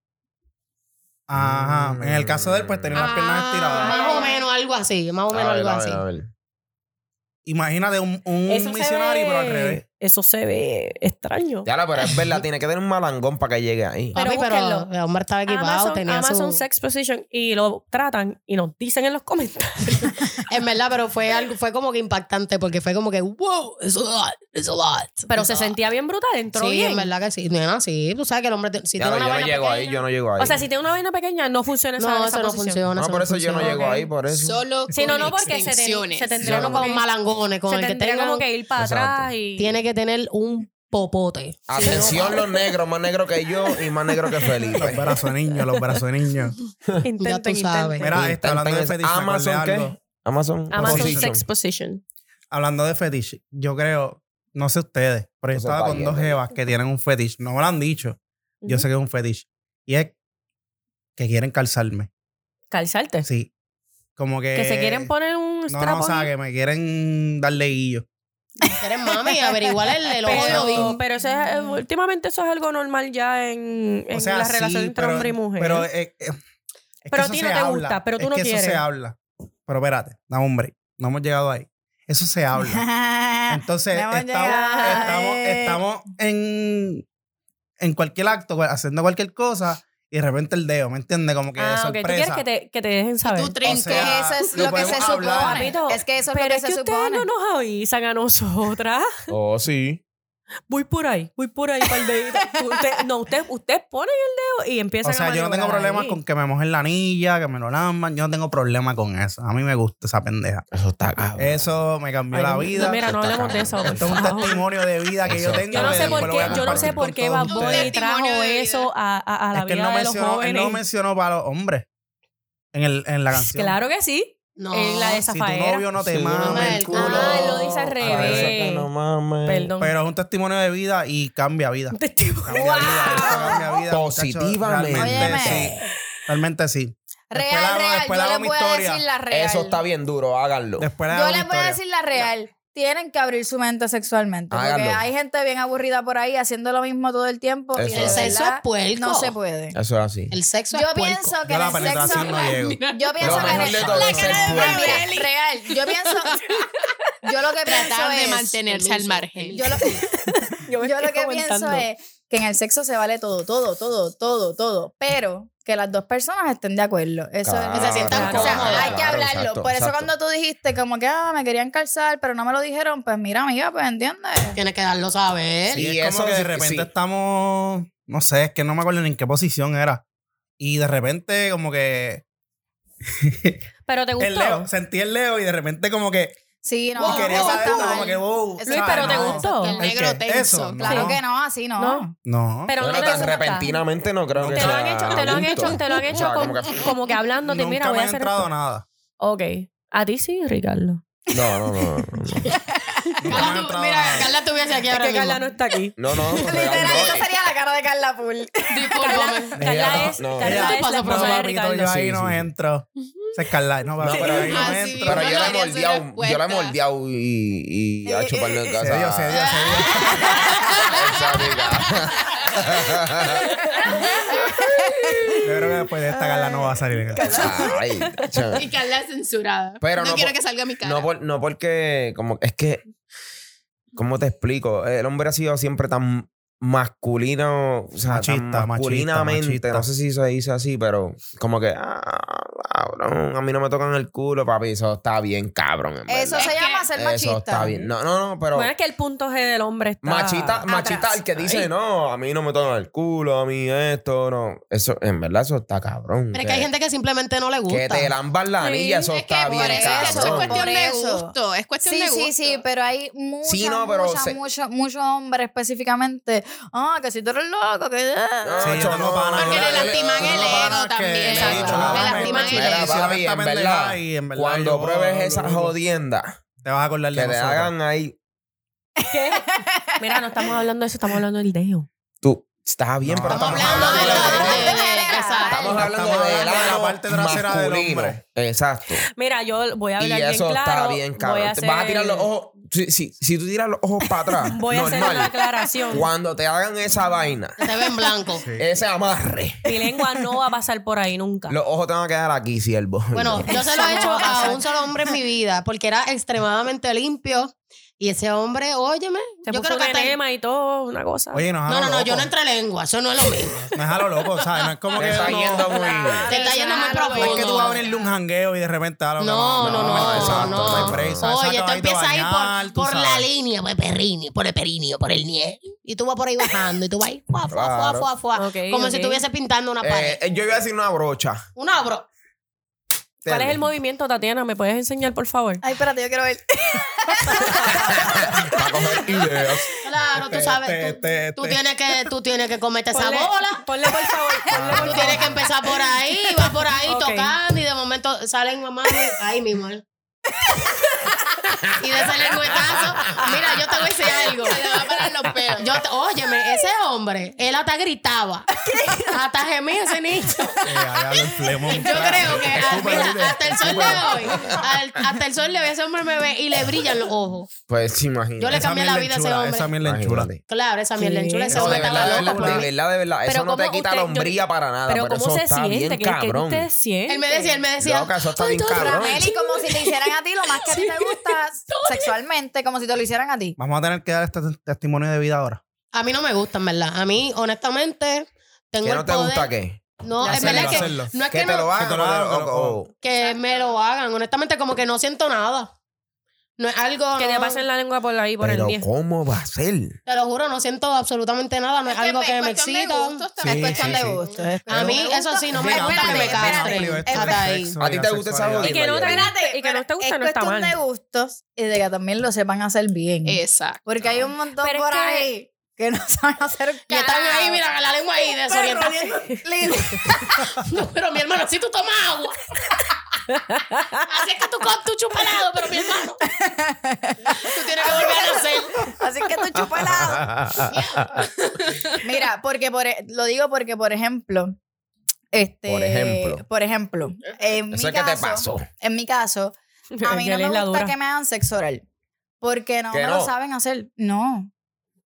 D: Ajá. En el caso de él, pues tenía las piernas
F: Ah.
D: estiradas.
C: Más o menos algo así, más o menos
B: A ver,
C: algo
B: a ver,
C: así.
B: a ver.
D: Imagínate un, un
A: Eso se
D: misionario,
A: ve-
D: pero al revés.
A: Eso se ve extraño.
B: Ya la, pero es verdad, tiene que tener un malangón para que llegue ahí.
A: Pero
C: Papi, pero
A: búsquenlo.
C: el hombre estaba equipado,
A: Amazon,
C: tenía
A: Amazon
C: su...
A: Sex Position y lo tratan y nos dicen en los comentarios.
C: En verdad, pero fue algo, fue como que impactante porque fue como que wow, it's a lot, it's a lot.
A: Pero se
C: It's a lot.
A: sentía bien brutal, entró
C: Sí,
A: bien.
C: en verdad que sí. Nena, sí, tú sabes que el hombre te- si
B: Ya, yo
C: tiene una
B: no
C: vaina
B: llego ahí, yo no llego ahí.
A: O sea, si tiene una vaina pequeña, no funciona esa,
C: No,
A: esa
C: eso no
A: posición.
C: funciona.
B: no, por
C: no
B: eso yo no
C: funciona.
B: llego
A: Ok.
B: ahí, por
C: Oh.
B: eso.
F: Solo
A: Sí, no, no, porque se, ten-
F: extensiones.
A: se tendría
C: Solo
A: como
C: con
A: que-
C: malangones, con
A: se
C: el que
A: tendría
C: tenga,
A: como que ir para
B: Exacto.
A: atrás y...
C: tiene que tener un popote.
B: Atención los negros, más negro que yo y más negro que
D: Los
B: Felipe.
D: brazos de niño, los brazos de niño.
A: Intenten,
C: Ya tú sabes.
A: intenten.
D: Mira, está hablando de
B: Intentan-
D: fetiche. me acordé
B: Amazon,
D: de algo.
B: ¿qué? Amazon,
A: Amazon
B: Position.
A: Sex Position.
D: Hablando de fetiche, yo creo, no sé ustedes, pero yo
B: Eso
D: estaba
B: está
D: con
B: bien,
D: dos
B: ¿verdad?
D: jevas que tienen un fetiche. No me lo han dicho. Yo
A: Ujú.
D: sé que es un fetiche. Y es que quieren calzarme.
A: Calzarte.
D: Sí. Como que.
A: Que se quieren poner un
D: No, no,
A: strap
D: o sea,
A: on.
D: que me quieren darle guillo.
C: Eres mami, averiguar el del ojo de
A: Pero,
C: Odín.
A: pero eso es- eh, últimamente eso es algo normal ya en, en
D: o sea,
A: la
D: sí,
A: relación entre
D: pero-
A: hombre y mujer.
D: Pero, eh, eh, es que
A: Pero a
D: eso
A: ti
D: se
A: no te
D: habla,
A: gusta, pero tú
D: es
A: no
D: que Eso se
A: quieres.
D: habla. Pero espérate, no, hombre, no hemos llegado ahí. Eso se habla. Entonces,
E: No hemos
D: estamos,
E: llegado.
D: estamos, estamos en, en cualquier acto, pues, haciendo cualquier cosa, y de repente el dedo, ¿me entiendes? Como que de
A: ah, ok. Tú quieres
D: sorpresa.
A: que te, que te dejen saber.
F: Tú
D: O
F: trincas.
D: sea,
E: eso es
D: lo
E: lo que se
D: podemos
E: supone.
D: hablar.
A: Papito,
E: Es que eso es lo
A: pero
E: que
A: es
E: se
A: que ustedes
E: supone.
A: no nos avisan a nosotras.
B: Oh, sí.
A: Voy por ahí, voy por ahí para el dedito. Usted- no, ustedes usted ponen el dedo y empiezan
D: O
A: a
D: sea, yo no tengo
A: maniobrar
D: problemas
A: ahí.
D: con que me mojen la anilla, que me lo lamban. Yo no tengo problema con eso. A mí me gusta esa pendeja.
B: Eso está cabrón.
D: Eso me cambió
A: Ay,
D: la
A: no,
D: vida.
A: no, mira, no hablemos de eso. por
D: Esto es un
A: favor.
D: testimonio de vida que yo
B: Eso.
D: tengo.
A: Yo no
D: que
A: sé por
D: después lo Ah, voy a
A: qué, yo no sé
D: compartir
A: por
D: con
A: qué Bad
D: todos
A: Bunny
D: ustedes.
A: trajo
F: Testimonio de
A: eso
F: vida.
A: a, a- a la
D: Es que él
A: vida
D: no
A: de los
D: mencionó, él
A: jóvenes.
D: no mencionó para los hombres en, el, en la canción.
A: Claro que sí.
C: No.
A: En la de
D: Si tu
A: Zafaera.
D: novio no te
B: Sí,
D: mama el
C: el
D: culo.
C: culo. Ah, él lo
A: dice al
D: A
A: revés.
D: ver, eso-
B: que no mames.
A: Perdón.
D: Pero es un testimonio de vida y cambia vida.
A: Un testimonio.
D: Cambia vida, eso cambia vida. muchachos.
B: Positivamente.
D: Realmente
E: Óyeme.
D: sí. Realmente sí. Después
E: Real,
D: hago-
E: real.
D: después
E: Yo
D: hago
E: les
D: mi
E: voy a
D: historia.
E: decir la real.
B: Eso está bien duro, háganlo.
D: Después hago
E: Yo
D: mi
E: les voy a
D: historia.
E: decir la real. Tienen que abrir su mente sexualmente. Porque
B: Háganlo.
E: hay gente bien aburrida por ahí haciendo lo mismo todo el tiempo.
B: Eso
E: y de
C: El
B: es.
C: sexo es
E: verdad,
C: puerco.
E: No se puede.
B: Eso es así.
C: El sexo
E: Yo
C: es puerco.
E: pienso que
D: Yo la
E: en el sexo.
D: penetración no llego.
E: Yo pienso que en
B: mejor
E: el
B: de todo
E: la
B: es
E: cara
B: el
E: de
B: cuerpo.
E: Mira, real. Yo pienso. Yo lo que pienso
F: Tratar de
E: es.
F: mantenerse al margen.
E: Yo lo,
A: Yo me
E: yo lo
A: estoy
E: que pienso
A: aguantando.
E: es que en el sexo se vale todo, todo, todo, todo, todo. Pero que las dos personas estén de acuerdo. Eso es-
B: Claro,
C: que se sientan
E: o sea,
C: cómodas.
E: hay que
B: claro,
E: hablarlo.
B: exacto,
E: Por eso
B: exacto.
E: cuando tú dijiste como que ah, me querían calzar, pero no me lo dijeron, pues mira, amiga, pues entiendes.
C: Tienes que darlo a saber.
B: Sí,
D: Y
B: Y
D: es como
B: eso
D: que de
B: sí-
D: repente
B: sí.
D: estamos, no sé, es que no me acuerdo ni en qué posición era. Y de repente como que
A: Pero te
D: el
A: gustó.
D: leo, sentí el leo y de repente como que
E: Sí, no.
D: y quería
E: eso
D: saber
E: está
D: todo,
E: mal.
D: como que wow.
E: Eso
A: Luis,
E: está
A: pero
E: mal,
A: te
E: eso
A: gustó.
E: está mal.
F: El negro
D: ¿El qué?
F: tenso.
D: Eso, no.
E: Claro que no, así no.
A: No.
D: No.
A: Pero no,
B: Bueno,
A: te
B: tan
A: gusta.
B: repentinamente no creo que
A: Te lo han
B: sea
A: hecho, te lo han
B: justo.
A: hecho, te lo han
B: O
A: hecho
B: sea,
A: con-
B: como que-
A: como que hablándote,
D: nunca
A: mira, voy
D: me
A: a
D: ha
A: hacer
D: entrado
A: esto.
D: nada.
A: Ok. A ti sí, Ricardo.
B: No, no, no. No, no.
D: Carla, tú- mira, Carla
C: tuviese aquí
A: Es que Carla no está aquí.
B: no, no, no,
E: Literal,
B: no,
E: esa sería la cara de Carla Pool.
A: Carla, Carla
B: Ella
A: es,
B: no- no,
A: Carla es
D: ella-
A: la
D: No,
A: esposa de
D: papito, yo
A: Ricardo.
D: ahí
B: Sí, sí,
D: no
B: sí.
D: entro. Se es Carla. No,
B: No, pero
D: pero ahí no
F: Ah, sí,
D: entro.
B: Pero yo
F: no
B: la he
F: le haría hacer
B: moldeado, yo la he
F: respuesta.
B: moldeado y, y a chuparlo en casa.
D: Se dio, se dio, se dio.
B: Esa amiga.
D: Yo creo que después de esta Carla no va a salir. en casa.
B: Ay, cha.
F: Y Carla es censurada.
B: Pero
F: no,
B: no
F: quiero
B: por-
F: que salga mi cara.
B: No, por- no porque, como, es que, ¿cómo te explico? El hombre ha sido siempre tan masculino, o sea, tan
D: Machista, machista,
B: masculinamente,
D: machista.
B: no sé si se dice así, pero como que, ah, cabrón, a mí no me tocan el culo, papi, eso está bien, cabrón. en
E: Eso
B: verdad.
E: se
F: Es
E: llama
F: que-
E: ser
B: Eso
E: machista.
B: está bien. No, no, no, pero...
A: Bueno, es que el punto G del hombre está.
B: Machita, machista,
A: atrás.
B: el que dice,
A: Ay.
B: no, a mí no me tocan el culo, a mí esto, no. Eso, en verdad, eso está cabrón.
C: Pero es que hay gente que simplemente no le
B: que
C: gusta.
B: te lamban la
A: Sí,
B: anilla, eso
F: es que
B: está
F: por
B: bien,
F: eso, eso es
E: Por
B: cabrón.
F: cuestión de
E: eso.
F: gusto. Es cuestión
E: Sí,
F: de gusto.
E: sí, sí, pero hay muchos,
B: Sí, no, pero
E: muchos,
B: se-
E: muchos, muchos hombres específicamente. Ah, que si tú eres loco, que...
B: No,
D: Sí, yo
B: cho,
D: tengo panas
F: Porque le
B: yo-
F: lastiman
D: yo
F: el
D: tengo
F: ego
D: panas que
F: también,
D: me han
E: exacto.
D: dicho, cabrón,
E: Le
D: me-
E: lastiman
D: me
E: el
B: Mira,
E: ego.
D: hicieron
B: papi,
D: esta
B: en
D: pendeja
B: verdad,
D: y en verdad
B: Cuando
D: yo-
B: pruebes esa
D: yo-
B: jodienda,
D: Te vas a acordar de
B: que le
D: nosotros.
B: hagan ahí,
A: ¿Qué? Mira, no estamos hablando de eso, estamos hablando del dedo.
B: tú, está bien,
D: No,
B: pero estamos
F: hablando
B: hablando de
F: de la
B: la-
F: parte
E: de-
B: Estamos hablando
D: Estamos
B: de
D: hablando de
B: la
D: la parte trasera del
B: masculino.
D: hombre.
B: Exacto.
A: Mira, yo voy a
B: Y
A: hablar bien
B: eso
A: claro.
B: está bien,
A: Voy
B: cabrón.
A: a
B: Te Vas a
A: hacer-
B: tirar los ojos. Si, si, si tú tiras los ojos para atrás,
A: Voy a hacer
B: normal,
A: una aclaración.
B: Cuando te hagan esa vaina,
C: Te ven blanco.
B: ese amarre,
A: Mi lengua no va a pasar por ahí nunca.
B: los ojos te van a quedar aquí, siervo.
C: Bueno, yo se lo he hecho
A: No va a
C: a
A: pasar.
C: un solo hombre en mi vida porque era extremadamente limpio. Y ese hombre, óyeme,
A: Te
C: yo
A: puso
C: creo
A: un
C: que hasta el-
A: enema y todo, una cosa.
D: Oye,
B: Ah,
D: no, es a
C: No,
D: lo
C: no, no, yo
D: loco.
C: no entre lengua, eso no es lo mismo.
D: No es a lo loco, ¿sabes? No es como
B: Te
D: que.
B: está
D: no-
B: yendo muy
A: Ah,
C: Te está yendo muy
F: Claro,
D: No
C: profundo.
D: es que tú vas a venirle un jangueo y de repente a lo que-
C: No, no, no,
D: exacto,
C: no.
D: hay break, ¿sabes? Esa
C: Oye, tú
D: acaba de
C: empiezas ahí
D: bañar,
C: por,
D: tú
C: por la
D: sabes.
C: línea, por el perrinio, por el perinio, por el nie. Y tú vas por ahí bajando y tú vas ahí, fuá, fuá, fuá,
B: Claro.
C: fuá, fuá.
A: Ok,
C: como
A: ok.
C: si estuviese pintando una pared.
B: Eh, eh, yo iba a decir una brocha.
C: Una obra.
A: ¿Cuál es el
B: motivo?
A: movimiento, Tatiana? ¿Me puedes enseñar, por favor?
E: Ay, espérate, yo quiero ver.
B: Para coger ideas.
C: Claro, tú
D: Este,
C: sabes.
D: este,
C: tú,
D: este,
C: tú
D: este.
C: tienes que, tú tienes que comerte esa
A: Ponle-
C: bola.
A: Ponle, por favor. ponle, por
C: Tú
A: favor.
C: tienes que empezar por ahí, vas por ahí
A: Ok.
C: tocando y de momento salen mamá ahí mismo. ¿eh? Y de ese lengüetazo, mira, yo te voy a decir algo.
F: Se le va a parar los pelos.
C: Yo te- óyeme, ese hombre, él hasta gritaba. Hasta gemía ese niño.
D: Eh, ahí habla el flemo, un
C: Yo
D: trago.
C: creo que ah,
D: Escúpelo,
C: mira,
D: dile.
C: hasta el sol de hoy, al- hasta el sol de hoy, ese hombre me ve y le brillan los ojos.
B: Pues imagínate.
C: Yo le
D: Esa
C: cambié la
D: mierda
C: vida a ese
D: enchula,
C: hombre.
D: Esa mierda enchula.
B: Imagínate.
C: Claro, esa mierda
A: Sí.
C: chula, ese
A: No,
B: No,
C: hombre
B: de
C: está
B: verdad, de
C: loco por
B: verdad, de
C: mí.
B: verdad, de verdad.
A: Pero
B: Eso no te
A: ¿cómo
B: quita
A: usted-
B: la
A: yo-
B: hombría para nada.
A: Pero
B: Pero,
A: ¿cómo
B: eso
A: se
B: está
A: siente?
B: bien
A: ¿Qué, qué
B: cabrón.
A: usted siente?
C: Él me decía, él me decía,
B: Loca, eso está
C: "Ay,
B: bien
C: tú eres
B: cabrón.
E: Meli, como si te hicieran a ti lo más que a ti te gusta sexualmente, como si te lo hicieran a ti.
D: Vamos a tener que dar este te- testimonio de vida ahora.
C: A mí no me gustan, ¿verdad? A mí, honestamente, tengo
B: ¿Qué
C: el
B: no te
C: poder.
B: gusta qué?
C: No, es
D: Hacerlo,
C: verdad que
D: hacerlo.
C: no es
B: ¿Que
C: que,
B: te
C: no-
B: lo hagan?
D: Que te lo
B: o de-
D: hagan,
B: o-
D: loco.
B: o-
C: que me lo hagan. Honestamente, como que no siento nada. No es algo.
A: Que te
C: no-
A: pasen la lengua por ahí, por
B: Pero
A: el pie.
B: ¿cómo va a ser?
C: Te lo juro, no siento absolutamente nada. No es, algo que me
F: cuestión de
C: excita.
F: gustos
D: Sí,
E: es
F: también.
E: cuestión
D: sí,
E: de
D: sí.
E: gusto.
C: A mí, eso sí, no me
E: Espérate,
C: gusta que me
E: espérate,
C: castren.
E: espérate.
C: Hasta ahí.
B: ¿A ti te gusta esa
A: Y que no te- y que no te gusta,
E: es
A: no está
E: cuestión
A: mal.
E: de gustos y de que también lo sepan hacer bien.
C: Eh,
F: Exacto.
E: Porque hay un montón
A: Pero es
E: por
A: que-
E: ahí que no saben hacer
C: Y están ahí, mira, con la lengua ahí desorientada. No, pero mi hermano, si tú tomas agua. Así es que tú, co- tú chupas el agua, pero mi hermano. Tú tienes que volver a nacer.
E: Así que tú chupa el agua. Mira, porque por, e- lo digo porque, por ejemplo, este,
B: Por ejemplo.
E: por ejemplo, en mi
B: Eso es que
E: caso,
B: te pasó.
E: en mi caso, a mí
A: Ya
E: no me
A: leí la
E: gusta
A: dura.
E: que me hagan sexo oral, porque no
B: ¿Que
E: me
B: no?
E: lo saben hacer, no,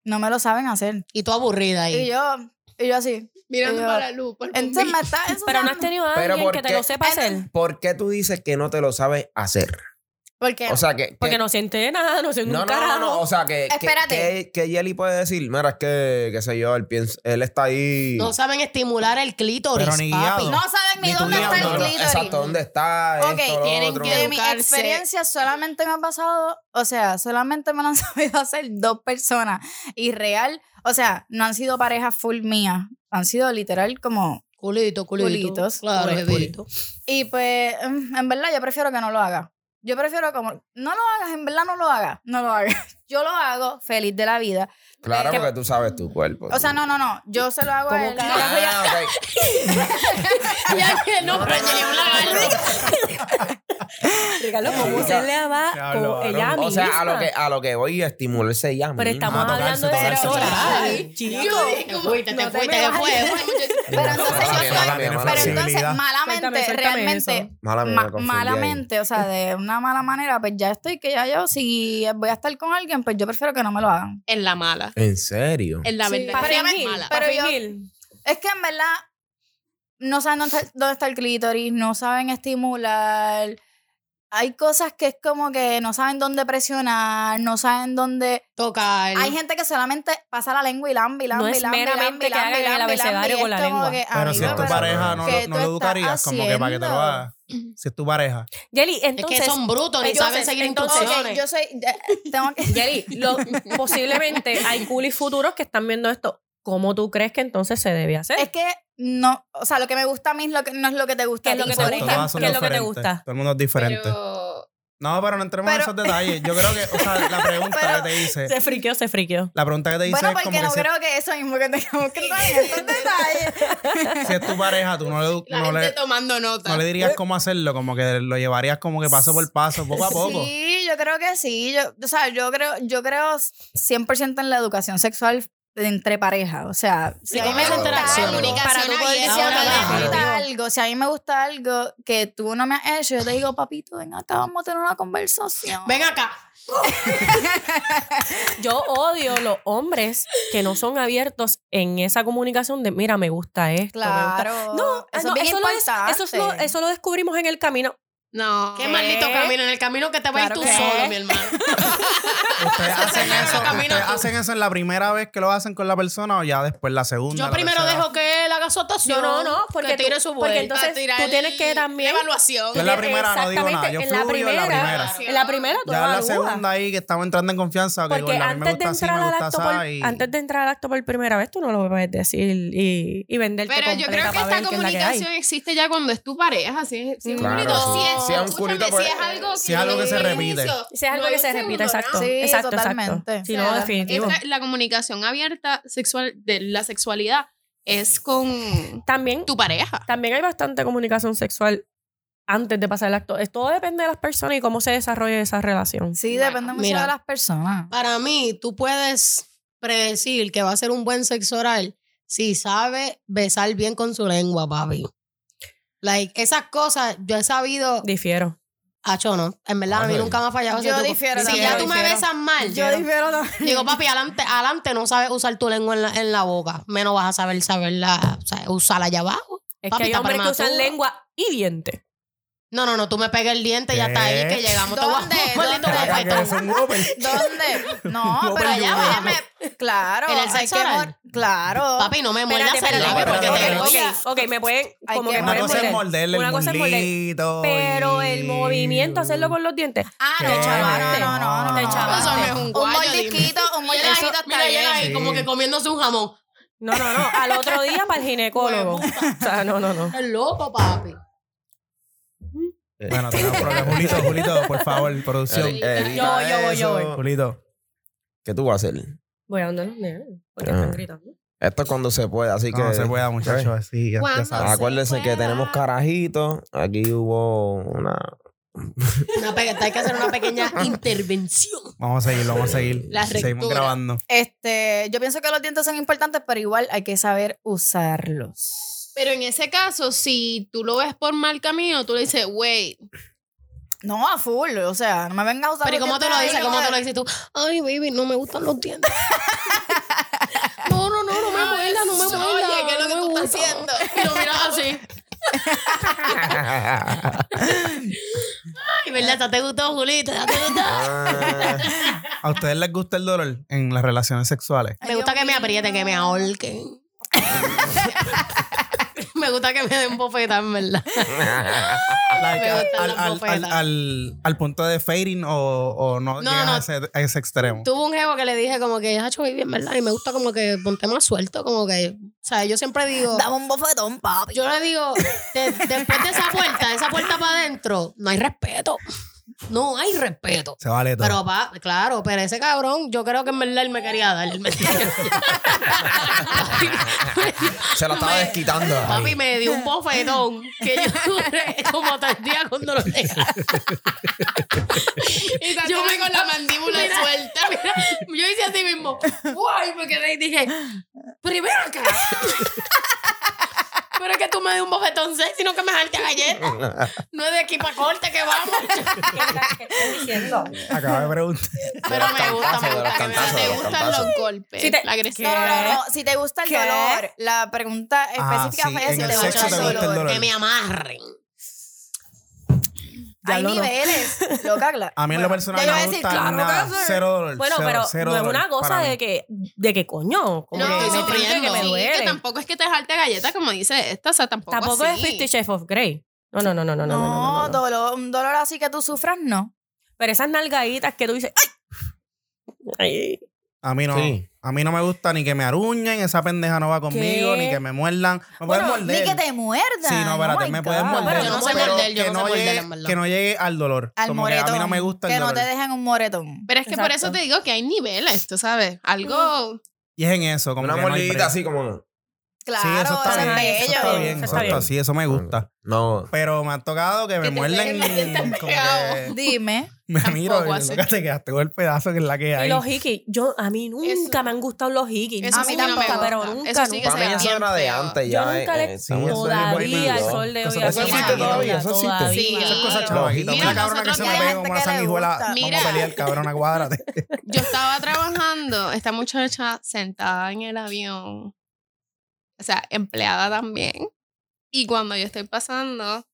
E: no me lo saben hacer.
C: Y tú aburrida ahí.
E: Y yo, y yo así,
F: Mirando
E: Yo-
F: para la luz. por
E: entonces
F: poquito.
E: me está, eso
A: Pero
E: está-
A: no has tenido a
B: Pero
A: alguien que te
B: porque-
A: lo sepa hacer.
B: ¿Por qué tú dices que no te lo sabes hacer?
E: porque
B: O sea, que... que-
A: Porque no siente nada, no siente
B: no,
A: un
B: no, no,
A: carajo.
B: no, o sea, que, que,
E: Espérate.
B: que, que Yeli puede decir, mira, es que, qué sé yo, él, piensa- él está ahí.
C: No saben estimular el clítoris,
D: Pero ni
C: papi.
D: guiado.
E: no saben ni,
D: Ni tú
E: dónde
D: ni
E: está el
D: hablas.
E: clítoris.
B: Exacto, ¿dónde está?
E: Ok,
B: esto, lo
F: tienen
B: otro?
F: que
E: De mi
F: educarse.
E: experiencia solamente me ha pasado, o sea, solamente me lo han sabido hacer dos personas y real, o sea, no han sido parejas full mías, han sido literal como
C: Culito, culito.
G: pues,
E: Culitos,
C: Claro,
E: culito.
C: bebito.
E: y pues mm, en verdad yo prefiero que no lo haga. Yo prefiero como no lo hagas, en verdad no lo hagas, no lo hagas. Yo lo hago feliz de la vida.
B: Claro,
E: que-
B: porque tú sabes tu cuerpo.
E: O sea, no, no, no, yo se lo hago a él.
B: Ah, ok.
C: Ya que no, pero ni un lagarto.
A: Ricardo, como
B: Sí,
A: se le va
D: ya
A: con
D: hablaron.
A: ella misma.
B: O sea, a lo, que, a lo que voy a estimularse ya.
A: Pero estamos hablando de
E: tocarse,
A: sexo
E: tocarse.
A: oral, chicos.
E: Yo-
F: Fuiste, te
E: no te
F: fuiste,
E: me
F: te
E: vas a
F: fuiste.
E: llevar. Pero entonces yo soy-
D: Mala
E: Pero entonces,
D: sensibilidad.
E: malamente,
A: Suéltame, suéltame
E: realmente,
A: eso.
B: Mala mía,
E: ma-
B: me confundí
E: malamente, o sea, de una mala manera, pues ya estoy, que ya yo, si voy a estar con alguien, pues yo prefiero que no me lo hagan.
F: En la mala.
B: ahí. ¿En serio?
F: En la
A: Sí.
F: verdad.
A: Para
F: en la
E: mí,
F: mala.
E: Pero
A: Para
E: yo-
A: fingir.
E: Es que en verdad no saben dónde está, dónde está el clítoris, no saben estimular. Hay cosas que es como que no saben dónde presionar, no saben dónde...
C: Tocar.
E: Hay gente que solamente pasa la lengua y lamba, y lamba,
A: es
E: y lamba, y lamba,
A: meramente
E: y
A: que
E: lamba,
A: hagan
E: y
A: el
E: lamba, y lamba,
A: abecedario
E: y es
A: con la
E: como
A: lengua.
E: que,
D: Pero si es
E: amigo,
D: tu
E: pero-
D: pareja, no,
E: ¿qué
D: no
E: tú
D: lo educarías
E: estás
D: como que para que te lo
E: haciendo?
D: hagas. Si es tu pareja.
A: Yeli,
G: Es
A: entonces.
G: que son brutos, ni
A: entonces,
G: saben seguir
A: entonces,
G: instrucciones.
E: Ok, yo soy... de- Tengo que...
A: Yeli, lo- posiblemente hay culis futuros que están viendo esto. ¿Cómo tú crees que entonces se debe hacer?
E: Es que no, o sea, lo que me gusta a mí es lo que, no es lo que te gusta.
A: ¿Qué es
E: a
A: lo
E: ti,
A: que te
E: por
A: gusta?
E: ejemplo.
D: todas son
A: ¿Qué es lo que te
D: diferentes.
A: gusta?
D: Todo el mundo es diferente.
F: Pero
D: No, pero no entremos en
E: Pero-
D: esos detalles. Yo creo que, o sea, la pregunta
E: Pero-
D: que te hice,
A: Se friqueó, se friqueó.
D: la pregunta que te hice
E: Bueno,
D: es
E: porque
D: como
E: no
D: que si,
E: creo que eso mismo que tengamos que entrar en estos detalles.
D: si es tu pareja, tú no le, edu-
F: la
D: no
F: gente
D: le,
F: tomando nota.
D: no le dirías cómo hacerlo, como que lo llevarías como que paso por paso, poco a poco.
E: Sí, yo creo que sí. Yo, o sea, yo creo, yo creo 100% en la educación sexual de entre pareja. O sea, si a mí me
B: claro,
E: gusta
B: claro.
E: algo,
F: Comunicación
E: para tú poder decir, si a mí
G: abierta.
E: me gusta
B: Claro.
E: algo, si a mí me gusta algo que tú no me has hecho, yo te digo, papito, ven acá, vamos a tener una conversación.
G: Ven acá.
A: Yo odio los hombres que no son abiertos en esa comunicación de, mira, me gusta esto. me gusta-
E: Claro.
A: No, ah, no, eso, lo, des- eso es lo-
E: importante.
A: eso lo descubrimos en el camino.
F: No. eh,
G: Qué maldito camino. En el camino que te vas a ir
E: Claro
G: tú
E: que
G: solo,
E: es.
G: mi hermano.
D: ¿Ustedes, hacen
G: señala
D: eso,
G: el camino
D: ustedes
G: tú.
D: hacen eso en la primera vez que lo hacen con la persona o ya después la segunda?
G: Yo
D: la
G: primero
D: tercera?
G: dejo que él haga su actuación.
A: No, no, no, porque
G: que
A: tú-
G: tire su
A: porque
G: vuelta.
A: entonces tú
G: tirar
A: tienes que también-
G: la evaluación.
D: Yo en la primera no digo nada, yo
A: Exactamente,
D: fluyo en la primera.
A: En la primera tú
D: Ya en la
A: evalúas.
D: segunda ahí que estamos entrando en confianza, que
A: Porque
D: con la a mí me
A: antes de,
D: gusta así,
A: entrar
D: me
A: al
D: gusta
A: acto por,
D: así.
A: antes de entrar al acto por primera vez, tú no lo puedes decir y, y venderte
F: Pero yo creo
A: completa
F: que
A: para
F: esta
A: ver qué es la que hay.
F: comunicación existe ya cuando es tu pareja. Si es, si es
B: Claro,
F: un culito,
B: sí.
F: es-
B: Si es un culito,
F: escúchame,
B: pues,
F: si es algo que,
D: si es algo que se
F: desde el
D: repite.
F: inicio,
A: Si es algo
F: no hay
A: que
F: un
A: se
F: segundo
A: repita, exacto.
F: round.
E: Sí,
A: exacto,
E: totalmente.
A: exacto. Si no,
F: Claro.
A: definitivo.
F: Esta- la comunicación abierta sexual de la sexualidad es con
A: También,
F: tu pareja.
A: también hay bastante comunicación sexual antes de pasar el acto. Es- Todo depende de las personas y cómo se desarrolle esa relación.
E: Sí,
G: Bueno,
E: depende mucho
G: mira.
E: de las personas.
C: Para mí, tú puedes predecir que va a ser un buen sexo oral si sabe besar bien con su lengua, papi. Like, esas cosas yo he sabido,
A: Difiero.
C: hacho, no. En verdad, a mí
B: Ay.
C: nunca me ha fallado ese
E: Yo
C: truco.
E: difiero
C: Si
E: también,
C: ya
E: yo
C: tú me
E: difiero.
C: besas mal, yo
E: difiero
C: digo, papi, adelante, adelante no sabes usar tu lengua en la, en la boca. Menos vas a saber saberla, o sea, usarla allá abajo.
A: Es
C: Papi,
A: que hay
C: está
A: hombres que usan
C: prematuro.
A: lengua y diente.
C: No, no, no, tú me pegas el diente, ya está ahí,
D: ¿Qué?
C: que llegamos. Te voy a-
E: ¿Dónde?
C: Maldito
E: ¿Dónde?
D: Acá que pues.
C: bofetón.
D: es un Uber.
E: ¿Dónde? No,
D: No,
E: pero
D: pero yo-
E: allá váyame. Claro.
C: ¿En el
E: hay
C: sexo
E: que
C: oral?
E: mor- Claro.
C: Papi, no me muerdas
A: Espérate, espérate,
C: el
D: labio,
C: labio porque
A: espérate,
C: te
D: porque-
A: ok,
C: voy a-
A: ok, me pueden
E: Hay
A: como
E: que
A: que me
E: Una
A: pueden
D: Una cosa es morderle
A: Una
D: el
A: cosa es morder.
D: mulito.
A: Pero
D: y-
A: el movimiento, hacerlo con los dientes.
E: Ah, no,
D: ¿Qué?
E: chaval. No, no, no. no,
A: Te
E: no.
A: chavaste.
F: Eso no es un
E: Un
F: guayo,
E: mordisquito, un
G: Mira,
E: mordisquito
G: ahí,
E: está
G: mira,
E: bien.
G: llega ahí como que comiéndose un jamón.
A: No, no, no. Al otro día para el ginecólogo. O sea, no, no, no.
C: Estás loco, papi.
D: Bueno, tenemos problemas. Julito, Julito, por favor, producción.
B: Edi- edita
A: Yo voy, yo voy, yo
B: eso.
D: Julito.
B: ¿Qué tú vas a hacer?
A: Voy a andar. mira, Porque
B: Ah.
A: están gritando.
B: Esto es cuando se puede, así que.
D: No, se pueda, muchachos. Así, ya, ya
F: Cuando
D: sabes.
B: Acuérdense
F: Se
B: que
F: pueda.
B: tenemos carajitos. Aquí hubo una.
C: Una pe- hay que hacer una pequeña intervención.
D: Vamos a seguir, vamos a seguir.
G: La
D: Seguimos
G: rectura.
D: grabando.
E: Este, yo pienso que los dientes son importantes, pero igual hay que saber usarlos.
F: Pero en ese caso, si tú lo ves por mal camino, tú le dices, wait,
E: No, a full. O sea, no me vengas a usar
C: Pero ¿y
E: los
C: cómo te lo
E: dientes ahí,
C: dices?
E: no
C: ¿Cómo
E: me-
C: te lo dices tú? Ay, baby, no me gustan los dientes. No, no, no, no me muerdas, no me
F: Ah, Oye,
C: muerdas.
F: ¿qué es lo que
C: no
F: tú
C: me
F: estás
C: gusta.
F: haciendo?
G: Y lo miras así.
C: Ay, ¿verdad? ¿Ya ¿Te gustó, Julita? ¿Ya te gustó?
B: Ah,
D: ¿A ustedes les gusta el dolor en las relaciones sexuales?
C: Me gusta que me aprieten, que me ahorquen. me gusta que me den bofetas, en verdad.
D: Like,
C: me
D: al,
C: gustan
D: al,
C: las
D: al,
C: bofetas.
D: al, al- al punto de fading o, o
C: No,
D: no,
C: no,
D: llegas
C: no.
D: A, ese, a ese extremo.
C: Tuve un jevo que le dije como que, hacho, baby, en verdad. Y me gusta como que ponte más suelto, como que... O sea, yo siempre digo...
E: Dame un bofetón, papi.
C: Yo le digo, de- después de esa puerta, de esa puerta para adentro, no hay respeto.
H: No hay respeto.
D: Se vale todo.
H: Pero pa, claro, pero ese cabrón, yo creo que en verdad él me quería dar. él me quería-
B: Se la estaba desquitando.
C: Papi me dio un bofetón que yo duré como tres días cuando lo dejé.
F: Y
C: Yo
F: yo
C: me-
F: con la mandíbula
C: Mira.
F: suelta.
C: Mira, yo hice así mismo. Guay, me quedé y dije, primero acá. Pero es que tú me des un bofetón seis, sino que me jalte galleta. No es de aquí para corte que vamos.
D: Acaba de preguntar.
F: Pero me gusta, me gusta. que me-
B: cantazos,
F: Te
B: de los
F: gustan
B: cantazos.
F: los golpes.
A: Sí, te-
F: la agresión.
E: No, no, no, Si te gusta el
A: ¿Qué?
E: dolor, la pregunta específica
D: Ah, sí,
E: fue
D: en
E: si
D: el
E: te
D: sexo
E: gusta
D: te
E: el
D: gusta el
E: dolor.
D: dolor.
C: Que me amarren.
E: Hay
A: Diablo, no.
E: niveles, loca. cla-
D: A mí en lo
E: Bueno,
D: personal
E: ya yo
D: no
E: voy a
D: me
E: decir,
D: gusta
E: claro,
D: nada.
E: cáncer.
D: Cero dolor.
A: Bueno,
D: cero-
A: pero
D: cero
A: no es
D: dolor
A: una cosa
D: para mí.
A: de que, de que coño, como que
F: No, no,
A: me
F: no,
A: trian que me
F: sí,
A: duele.
F: que
A: tampoco
F: tampoco es que te jalte galleta, como dice esta, o sea, tampoco,
A: es Fifty Shades of Grey. No, no, no, no, no, no, no, no,
E: No,
A: no.
E: dolor, un dolor así que tú sufras, no.
A: Pero esas nalgaditas que tú dices, ¡ay! Ay.
D: A mí no.
B: Sí.
D: A mí no me gusta ni que me aruñen, esa pendeja no va conmigo, ni que me muerdan. Me pueden
E: ni
D: morder.
E: que te muerdan.
D: Sí, no, espérate,
E: my
D: me pueden
E: God.
D: morder.
C: Yo no sé
D: pero
C: morder, yo
D: que
C: no sé morder,
D: llegue-
C: en verdad.
D: Que no llegue al dolor.
E: Al
D: como
E: moretón.
D: que a mí no me gusta el
E: Que no
D: dolor.
E: te dejen un moretón.
F: Pero es que por eso
A: Exacto. Mm.
F: te digo que hay niveles, tú sabes. Algo.
D: Y es en eso, como
B: Una
D: que no hay
B: mordidita
D: break.
B: así como.
E: Claro,
D: Sí, eso está
E: eso
D: bien.
E: es
D: Eso
E: bello.
D: está bien.
A: Eso
D: Eso
A: está
D: está-
A: bien.
D: sí, eso me gusta.
B: No.
D: Pero me ha tocado que me
F: te
D: muerden.
F: peguen, que te
D: como
F: pegado.
D: que
E: Dime.
D: me
F: Tampoco
D: miro y
F: así.
D: nunca te quedaste con el pedazo que es la que
A: Y
D: hay.
A: los hikis, yo a mí nunca
F: Eso-
A: me han gustado los Ah, hikis.
F: Eso
A: a
F: sí
A: mí
F: que no me
A: tampoco,
F: gusta.
A: pero nunca,
F: Eso sí que
A: nunca.
B: Para mí
F: sea
B: eso
F: bien
B: era de
F: feo.
B: antes
A: Yo
B: ya.
A: nunca le-
B: sí, eso es
A: Todavía al
B: bonito.
A: sol de hoy.
D: Eso existe
A: aquí,
B: todavía, eso existe.
D: Sí,
F: esas
D: Esas cosas
F: Claro.
D: chamaquitas.
F: Mira,
D: Una cabrona que se
F: nosotros
D: me
F: hay
D: pega
E: gente
D: como una
E: que le
D: sanguijuela.
E: gusta.
D: Vamos
F: Mira.
D: a pelear, cabrona, cuádrate.
F: Yo estaba trabajando, esta muchacha sentada en el avión, o sea, empleada también. Y cuando yo estoy pasando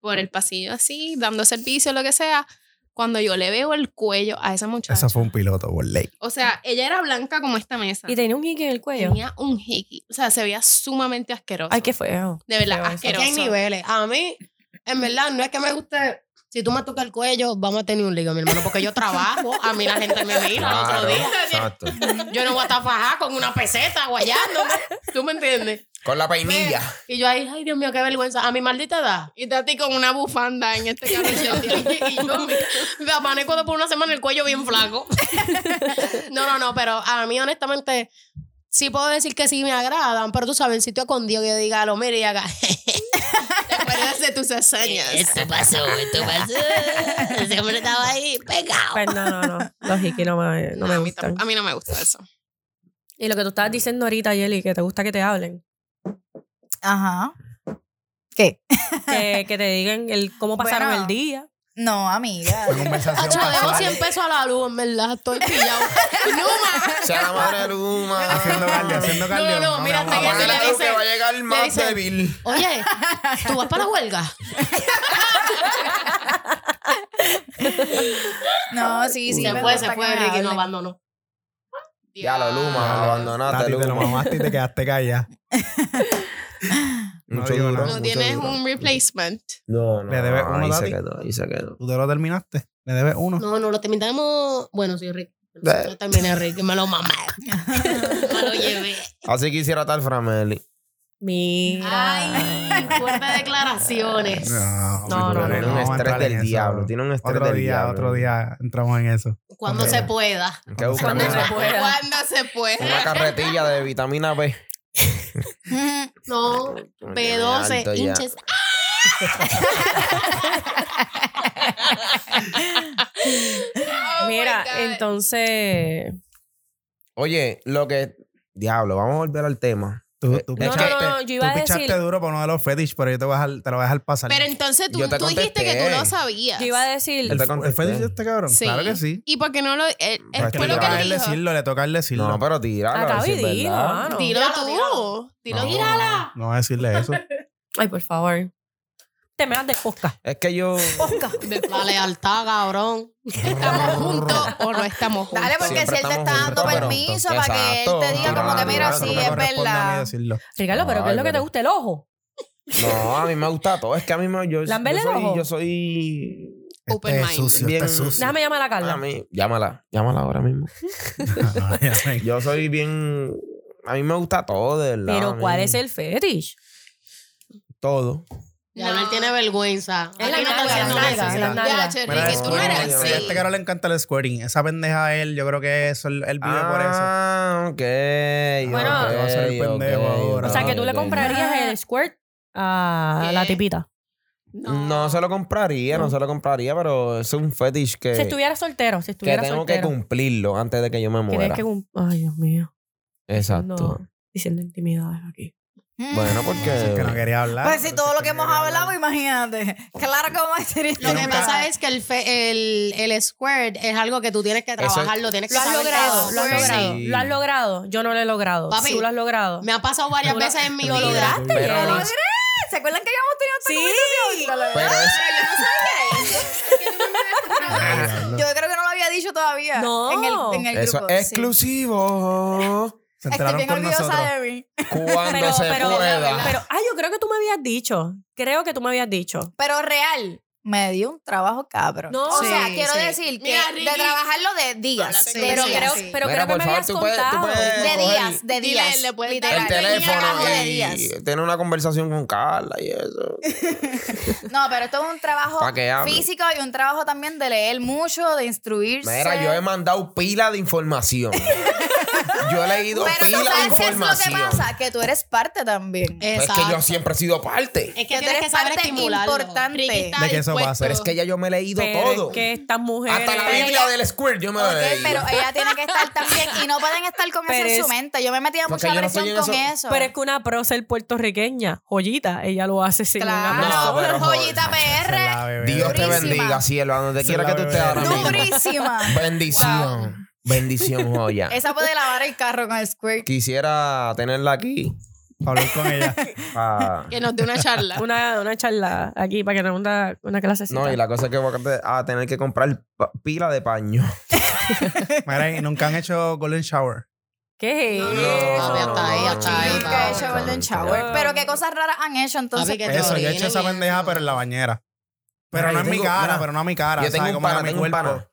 F: por el pasillo así, dando servicio, lo que sea, cuando yo le veo el cuello a esa muchacha,
D: Eso fue un piloto, por ley.
F: o sea, ella era blanca como esta mesa.
A: Y tenía un hiki en el cuello.
F: Tenía un hickey. O sea, se veía sumamente asqueroso.
A: Ay, qué feo.
F: de verdad,
A: feo eso.
C: Es que
F: asqueroso.
C: hay niveles. A mí, en verdad, no es que me guste. Si tú me tocas el cuello, vamos a tener un lío, mi hermano, porque yo trabajo. A mí la gente me mira el otro
B: Claro,
C: día.
B: exacto.
C: Yo no voy a estar fajada con una peseta guayándome. ¿Tú me entiendes?
B: Con la peinilla.
C: Y yo ahí, ay, Dios mío, qué vergüenza. A mi maldita edad.
F: Y Tati con una bufanda en este carro.
C: y yo me, me amanezco después de una semana el cuello bien flaco. no, no, no, pero a mí honestamente sí puedo decir que sí me agradan, pero tú sabes, el sitio con Dios que yo diga, lo mire y haga,
F: ¿Te acuerdas de tus hazañas?
C: esto pasó, esto pasó. Ese hombre estaba ahí pegado.
A: Pues no, no, no. Los hikis no me, no me
F: a, mí
A: gustan.
F: tam- a mí no me gusta eso.
A: Y lo que tú estabas diciendo ahorita, Yeli, que te gusta que te hablen.
E: Ajá. ¿Qué?
A: Que, que te digan el, cómo pasaron
E: Bueno.
A: el día.
E: No, amiga.
D: Fue conversación
C: Acho, le debo
D: pasada.
C: 100 pesos a la luz, en verdad, estoy pillado.
B: Sea la madre de Luma.
D: Haciendo cardio, haciendo
C: no,
D: cardio.
C: no,
D: mi
C: mírate
D: amor.
C: que se
B: Apaga
C: le
B: la luz que
C: dice-
B: va a llegar más
C: dice-
B: débil.
C: Oye, ¿tú vas para la huelga?
E: No, sí, sí.
C: se
E: me
C: fue,
E: gusta
C: se
E: que
C: fue,
E: me
C: Ricky no
E: hablen.
C: abandonó.
B: Ya lo Luma,
D: Nati,
B: abandonaste
D: te lo
B: Luma.
D: mamaste y te quedaste callada. No
B: Mucho
D: digo
B: duro.
D: nada.
F: No
B: mucho
F: tienes
B: duro.
F: un replacement.
B: No, no.
D: Le debes uno,
B: ahí se
D: Tati.
B: quedó, ahí se quedó.
D: Tú te lo terminaste. Le debes uno.
C: No, no, lo terminamos. Bueno, sí, Ricky.
B: Eh.
C: Yo terminé, Ricky, me lo mamé. me lo llevé.
B: Así quisiera estar Frameli.
A: Mira.
C: Ay, fuertes declaraciones.
D: No,
A: No, no, no,
D: hombre,
B: Tiene un
D: vamos a
B: estrés
D: entrar en
B: del
D: eso.
B: diablo. Tiene un estrés
D: Otro
B: del
D: día,
B: diablo.
D: otro día entramos en eso.
C: Cuando
D: Hombre.
C: se pueda.
B: Hay que buscar
D: Cuando
B: una,
D: se
A: pueda.
F: Cuando se puede.
B: una carretilla de vitamina B.
E: Ujú.
C: No,
B: Alto
C: B12,
B: ya.
C: hinches.
F: Oh my
A: Mira,
F: God.
A: entonces.
B: Oye, lo que. Diablo, vamos a volver al tema.
D: Tú, tú
A: No,
D: pichaste,
A: no, no, yo iba
D: tú
A: a
D: pichaste
A: decir-
D: duro por uno de los fetish, pero yo te, voy a dejar- te lo voy a dejar pasar.
F: Pero entonces tú,
B: Yo te
F: tú dijiste que tú
B: contesté.
F: lo sabías.
A: Yo iba a decir.
B: Yo
D: el,
B: te
D: el
B: contesté.
D: fetish de este cabrón,
F: Sí.
D: claro que sí.
F: ¿Y por qué no lo.? eh, eh,
B: Pero es que
F: fue
D: le
F: lo que
D: toca
F: él
D: a él
F: dijo.
D: decirlo, le toca a él decirlo.
B: No, pero tíralo.
A: Acá
B: a ver si es
A: vi,
B: verdad.
A: mano.
F: Dilo ah.
C: Tíralo,
F: tú. Dilo
D: No,
F: tú.
D: No, no voy a decirle eso.
A: Ay, por favor. Te me das de posca.
B: Es que yo.
A: Posca.
C: La lealtad, cabrón.
F: ¿Estamos juntos o no estamos juntos?
A: pues,
E: Dale, porque
B: Siempre
E: si él te
B: estamos
E: está dando
B: juntos, pero-
E: permiso para que él te
B: Exacto.
E: diga como que
B: Claro,
E: mira,
B: claro,
E: sí,
D: no me
E: es
D: corresponde a mí
E: verdad.
D: decirlo.
A: Ricardo, pero ¿qué es
B: Ay,
A: lo que te
B: pero-
A: gusta? El ojo.
B: No, a mí me gusta todo. Es que a mí me. Yo, yo,
A: ¿Lambele el
B: soy,
A: ojo?
B: yo soy.
F: Open
D: Este es
F: mind.
D: sucio, este
B: Bien.
D: es sucio.
A: Déjame llamar a
B: A
A: Carla.
B: mí, llámala. Llámala ahora mismo.
D: No, ya sé.
B: Yo soy bien. A mí me gusta todo, de verdad. a
A: Pero
B: mí-
A: ¿cuál es el fetish?
B: Todo.
G: Ya él tiene vergüenza.
A: Es la
G: Aquí no está
A: nalga,
G: haciendo
A: la
G: nada.
A: nalga, la
F: Ya,
A: nalga.
F: che,
D: Mira,
F: Ricky,
D: el
F: tú no
D: squirting,
F: eres
D: yo-
F: así.
D: A este caro le encanta el squirting. Esa pendeja a él, yo creo que eso, él él vive por eso.
B: Ah, ok.
A: Bueno.
B: ok,
D: Va a ser el
B: ok,
D: pendejo ahora.
A: O sea, que tú le
B: ok.
A: comprarías el squirt a la tipita.
B: No se lo compraría, no se lo compraría, pero es un fetish que,
A: Si estuviera soltero, si
B: Eh, que
A: estuviera
B: tengo que
A: soltero.
B: cumplirlo antes de que yo me
A: que tienes
B: muera.
A: que cum- Ay, Dios mío.
B: Exacto.
A: No, diciendo intimidades aquí.
B: Bueno,
D: Es que no
B: porque.
D: quería hablar.
E: Mm. Pues si todo lo que hemos hablado,
D: y
E: imagínate. Claro que vamos a decir esto.
G: Lo que pasa es que el, fe- el, el squirt es algo que tú tienes que
B: Eso-
G: trabajarlo, tienes que
A: Lo has
G: saber
A: logrado,
G: todo.
A: lo has
G: Sí.
A: logrado. Lo has logrado. Yo no lo he logrado.
G: Papi.
A: Tú lo has logrado.
G: Me ha pasado varias veces en mi vida.
B: Pero-
A: Jenny.
E: ¿Se acuerdan que habíamos tenido esta
A: Sí.
E: conversación?
B: Pero es. Ah,
E: Yo creo que no lo había dicho todavía.
A: No.
E: En el, en el
B: Eso
E: grupo.
B: es
E: sí.
B: exclusivo.
D: Se
E: Estoy
D: enteraron
E: bien
D: con
E: orgullosa
D: nosotros.
E: de mí.
B: Cuando
A: Pero,
B: se
A: pero,
B: pueda.
A: pero, ah, yo creo que tú me habías dicho. Creo que tú me habías dicho.
E: Pero real, me dio un trabajo cabrón.
A: No.
E: o sea,
G: Sí,
E: quiero
G: sí.
E: decir que
F: Mira, Ricky.
E: de trabajarlo de días.
F: Háblate
E: de
F: con
A: Pero
F: sí,
E: días.
A: creo,
F: sí.
A: pero
B: Mira,
A: creo que
B: por
A: me
B: favor,
A: habías
B: tú puedes- tú
A: contado.
B: puedes-
E: De
B: coger
E: días, de
F: Dile,
E: días.
F: le puedes dar
B: El
F: Pero tenía
B: teléfono eh.
E: hablo de
B: y
E: días.
B: tener una conversación con Carla y eso.
E: No, pero esto es un trabajo
B: Pa' que hable.
E: físico y un trabajo también de leer mucho, de instruirse.
B: Mira, yo he mandado pila de información. yo he leído
E: Pero
B: pila
E: tú
B: de
E: sabes qué es lo que
B: información.
E: pasa, que tú eres parte también.
B: Pues es que yo siempre he sido parte.
G: Es
E: que
G: que tienes
E: eres
G: que saber
E: parte
G: estimularlo.
E: importante.
G: Ricky está
D: De que eso
G: dispuesto.
D: pasa.
B: Pero es que ya yo me he leído
A: Pero es
B: todo.
A: que estas mujeres.
B: Hasta la
A: pero-
B: Biblia del Squirt yo me la
E: Ok,
B: he leído.
E: pero ella tiene que estar también y no pueden estar con eso
A: Pero
E: en su
A: es-
E: mente. Yo me metía
B: Porque
E: mucha
B: yo no estoy
E: presión
B: en
E: con
B: eso.
E: eso.
A: Pero es que una pro ser puertorriqueña, joyita, ella lo hace sin una
E: claro,
B: No, pero-
E: joyita
D: Se la
E: PR
D: bebé.
B: Dios te
E: Durísima.
B: bendiga, cielo, a donde
D: Se
B: quiera que
D: la
B: tú estés
D: bebé.
B: ahora mismo.
E: durísima.
B: Bendición. Bendición, joya.
E: Esa puede lavar el carro con el squirt.
B: Quisiera tenerla aquí.
D: Hablar con ella.
B: pa-
F: Que nos dé una charla.
A: Una, una charla aquí para que nos dé una, una clasecita.
B: No, y la cosa es que voy a te- a tener que comprar pa- pila de paño.
D: Mira, y nunca han hecho Golden Shower.
A: ¿Qué es
F: No,
A: eso?
G: papi, hasta ahí, hasta ahí,
A: chica.
E: Nunca he hecho golden shower.
A: Claro.
E: Pero qué cosas raras han hecho entonces.
G: Papi, que te
D: Eso, yo he
G: orines
D: hecho esa
G: bien.
D: pendeja, pero en la bañera. Pero
B: Mira,
D: no
B: yo
D: en mi
B: tengo-
D: cara,
B: mira,
D: pero no a mi cara.
B: Yo tengo
D: ¿sabes?
B: un
D: Como que
B: pana,
D: a mi
B: tengo un
D: cuerpo.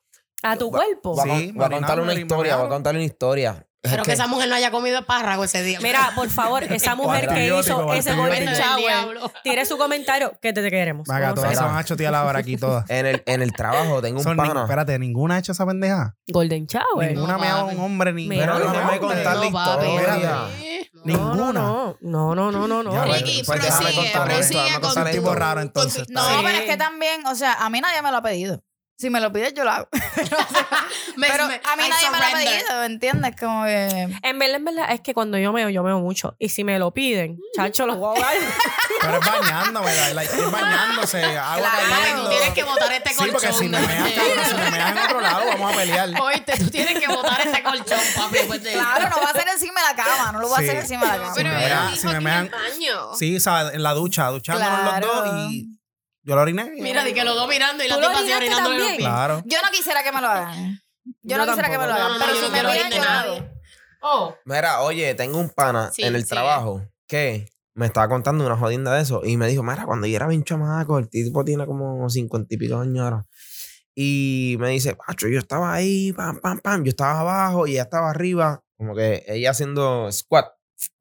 B: pana.
A: A tu cuerpo.
B: Voy a,
D: Sí,
B: con- voy a contarle
D: marinando,
B: una historia, voy a
D: marinando.
B: contarle una historia. Es
G: Pero que
B: que-
G: esa mujer no haya comido espárrago ese día.
A: Mira, por favor, esa mujer que hizo
D: Antibiótico,
A: ese
D: antibiótico.
A: golden
G: Del
A: shower,
G: diablo.
A: tire su comentario que te, te queremos.
D: Vaga,
A: Vamos a
D: todas se
A: hacer-
D: van a chotear la hora aquí todas.
B: en, el, en el trabajo tengo un
D: Son ni-
B: pana.
D: espérate, ninguna ha hecho esa pendeja.
A: Golden shower.
D: Ninguna me ha
G: Pues papi.
D: un hombre ni.
A: Mira,
D: Pero
A: no,
D: déjame
B: hombre.
D: contar la
B: No, papi,
D: historia.
B: espérate.
A: No, no,
D: Ninguna.
A: no, no, no, no, no, no.
D: Ya,
A: Ricky,
F: Ricky,
B: Pues déjame
F: prosigue,
B: contar esto,
F: prosigue
B: déjame
F: con
D: Es un
B: contar
D: tipo
B: esto.
D: raro entonces.
F: con-
E: No,
F: Sí.
E: pero es que también, o sea, a mí nadie me lo ha pedido. Si me lo pides, yo lo hago.
F: Me-
E: Pero
F: me-
E: a mí
F: I
E: nadie me lo ha
F: surrender.
E: pedido, ¿entiendes? Como que.
A: En verdad, en verdad, es que cuando yo meo, yo meo mucho. Y si me lo piden, chacho, los voy a ahogar.
D: Pero es bañándome, la- la- es bañándose, agua
G: Claro,
D: cayendo.
G: tú tienes que botar este
D: Sí, porque
G: colchón.
D: si me
G: ¿no?
D: meas cabrón, si me meas en otro lado, vamos a pelear.
G: Oíste, tú tienes que botar este colchón, papi. después de-
E: Claro, no va a ser encima de la cama, no lo va a
D: Sí.
E: hacer encima de la cama.
F: Pero
D: me
F: él
D: vean-
F: dijo
D: si me
F: aquí
D: vean-
F: en el baño.
D: Sí, o sea, en la ducha, duchándonos los
E: Claro.
D: dos y yo lo oriné.
G: Mira, di que los dos mirando y la
A: ¿Tú lo
G: tipa así
A: orinaste
G: orinando en los
A: también?
G: pies.
D: Claro.
E: Yo no quisiera que me lo hagan.
A: Yo
E: Yo, no quisiera que
A: tampoco.
E: me lo
G: No, no,
E: hagan.
G: no, yo
E: pero si
G: no
E: me
G: quiero
E: piden,
G: oírte
E: yo lo
G: nadie.
E: hago.
G: Oh,
B: Mira, oye, tengo un pana
F: Sí,
B: en el
F: sigue.
B: trabajo que me estaba contando una jodienda de eso y me dijo, mira, cuando yo era bien chamaco, el tipo tiene como cincuenta y pico de años ahora. Y me dice, macho, yo estaba ahí, pam, pam, pam, yo estaba abajo y ella estaba arriba, como que ella haciendo squat,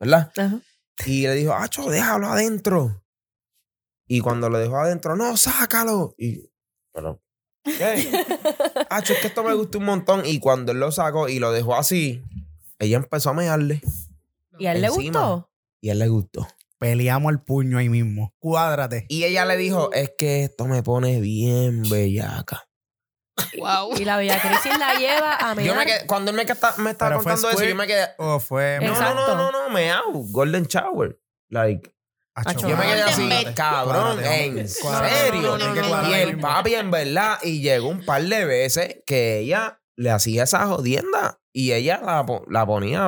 B: ¿verdad?
A: Ajá.
B: Y le dijo, macho, déjalo adentro. Y cuando lo dejó adentro, no, sácalo. Y, pero, ¿qué? Hacho, es que esto me gustó un montón. Y cuando él lo sacó y lo dejó así, ella empezó a mearle.
A: ¿Y a él le
B: Encima.
A: gustó?
B: Y a él le gustó.
D: Peleamos el puño ahí mismo. Cuádrate.
B: Y ella le dijo, es que esto me pone bien bellaca.
F: Wow.
A: Y la bella crisis la lleva a mear.
B: Yo me quedé- cuando él me, queda- me estaba
D: Pero fue
B: contando eso,
D: squirt.
B: yo me quedé,
D: O Oh, fue.
B: no, no,
A: Exacto.
B: no, no, no, me hago. Golden shower. Like,
D: Acho,
B: yo me quedé
D: cuádrate,
B: así,
D: cuádrate,
B: cabrón,
D: cuádrate,
B: en
D: hombre. Cuádrate.
B: serio.
D: Tiene que
G: no,
D: cuadrar
B: Y
D: ahí
B: el
D: mismo.
B: papi, en verdad, y llegó un par de veces que ella le hacía esa jodienda y ella la, po- la ponía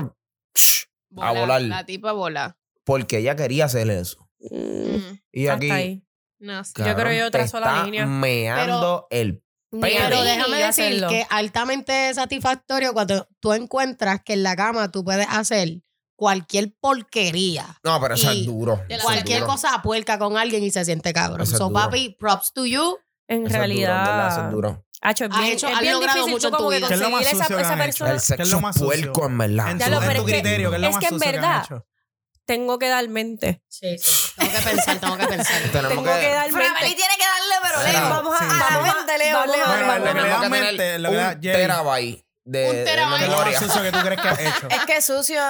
B: A
F: Bola,
B: volar.
F: La tipa bola.
B: porque ella quería hacer eso.
F: Mm,
B: Y
A: Hasta
B: aquí,
A: ahí.
F: No sé.
A: creo
B: cabrón,
A: que yo
B: te
A: trazo la
B: está
A: línea.
B: meando el Pero
G: Pero
B: Sí,
G: déjame decir
A: Yo hacerlo.
G: que altamente satisfactorio cuando tú encuentras que en la cama tú puedes hacer cualquier porquería.
B: No, pero eso
G: Y
B: es duro.
F: de
B: eso
F: la-
B: es
G: Cualquier
B: duro.
G: cosa puerca con alguien y se siente cabrón.
B: Eso es
G: So,
B: duro.
G: papi, props to you.
A: En
B: Eso es duro, en verdad, eso es
A: realidad.
B: duro.
A: Hacho, es
G: Has
A: Ah, bien,
G: hecho-
A: es
G: has
A: bien
G: logrado
A: difícil
G: mucho
A: tú
G: en tu
A: como que
G: vida.
D: ¿Qué es lo
A: conseguir
D: más
A: esa,
D: sucio que
A: esa
D: han hecho?
A: persona.
B: El
D: es
B: sexo
D: lo más sucio?
B: puerco, en verdad.
D: En
A: Ya
D: su-
A: lo-
D: en
A: pero
D: tu
A: es que-
D: criterio, que es lo
A: es
D: más
A: que en
D: sucio que han
A: verdad-
D: hecho.
A: Tengo que dar mente.
G: Sí, Tengo que pensar, tengo que pensar.
B: Tenemos
A: Tengo que dar
E: Frameli
A: 20.
E: tiene que darle, pero
B: Sí,
E: Leo.
A: vamos a-
E: a la
A: vamos a-
E: mente, Leo,
A: vamos a-
E: Leo.
A: Bueno,
E: Leo.
D: lo que le da
B: Tenemos que
D: mente,
B: tener
D: lo que le da
B: un
D: Jerry.
B: terabyte de,
F: Un
B: de
F: terabyte.
D: Lo
B: memoria.
D: más sucio que tú crees que has hecho.
E: Es que sucio.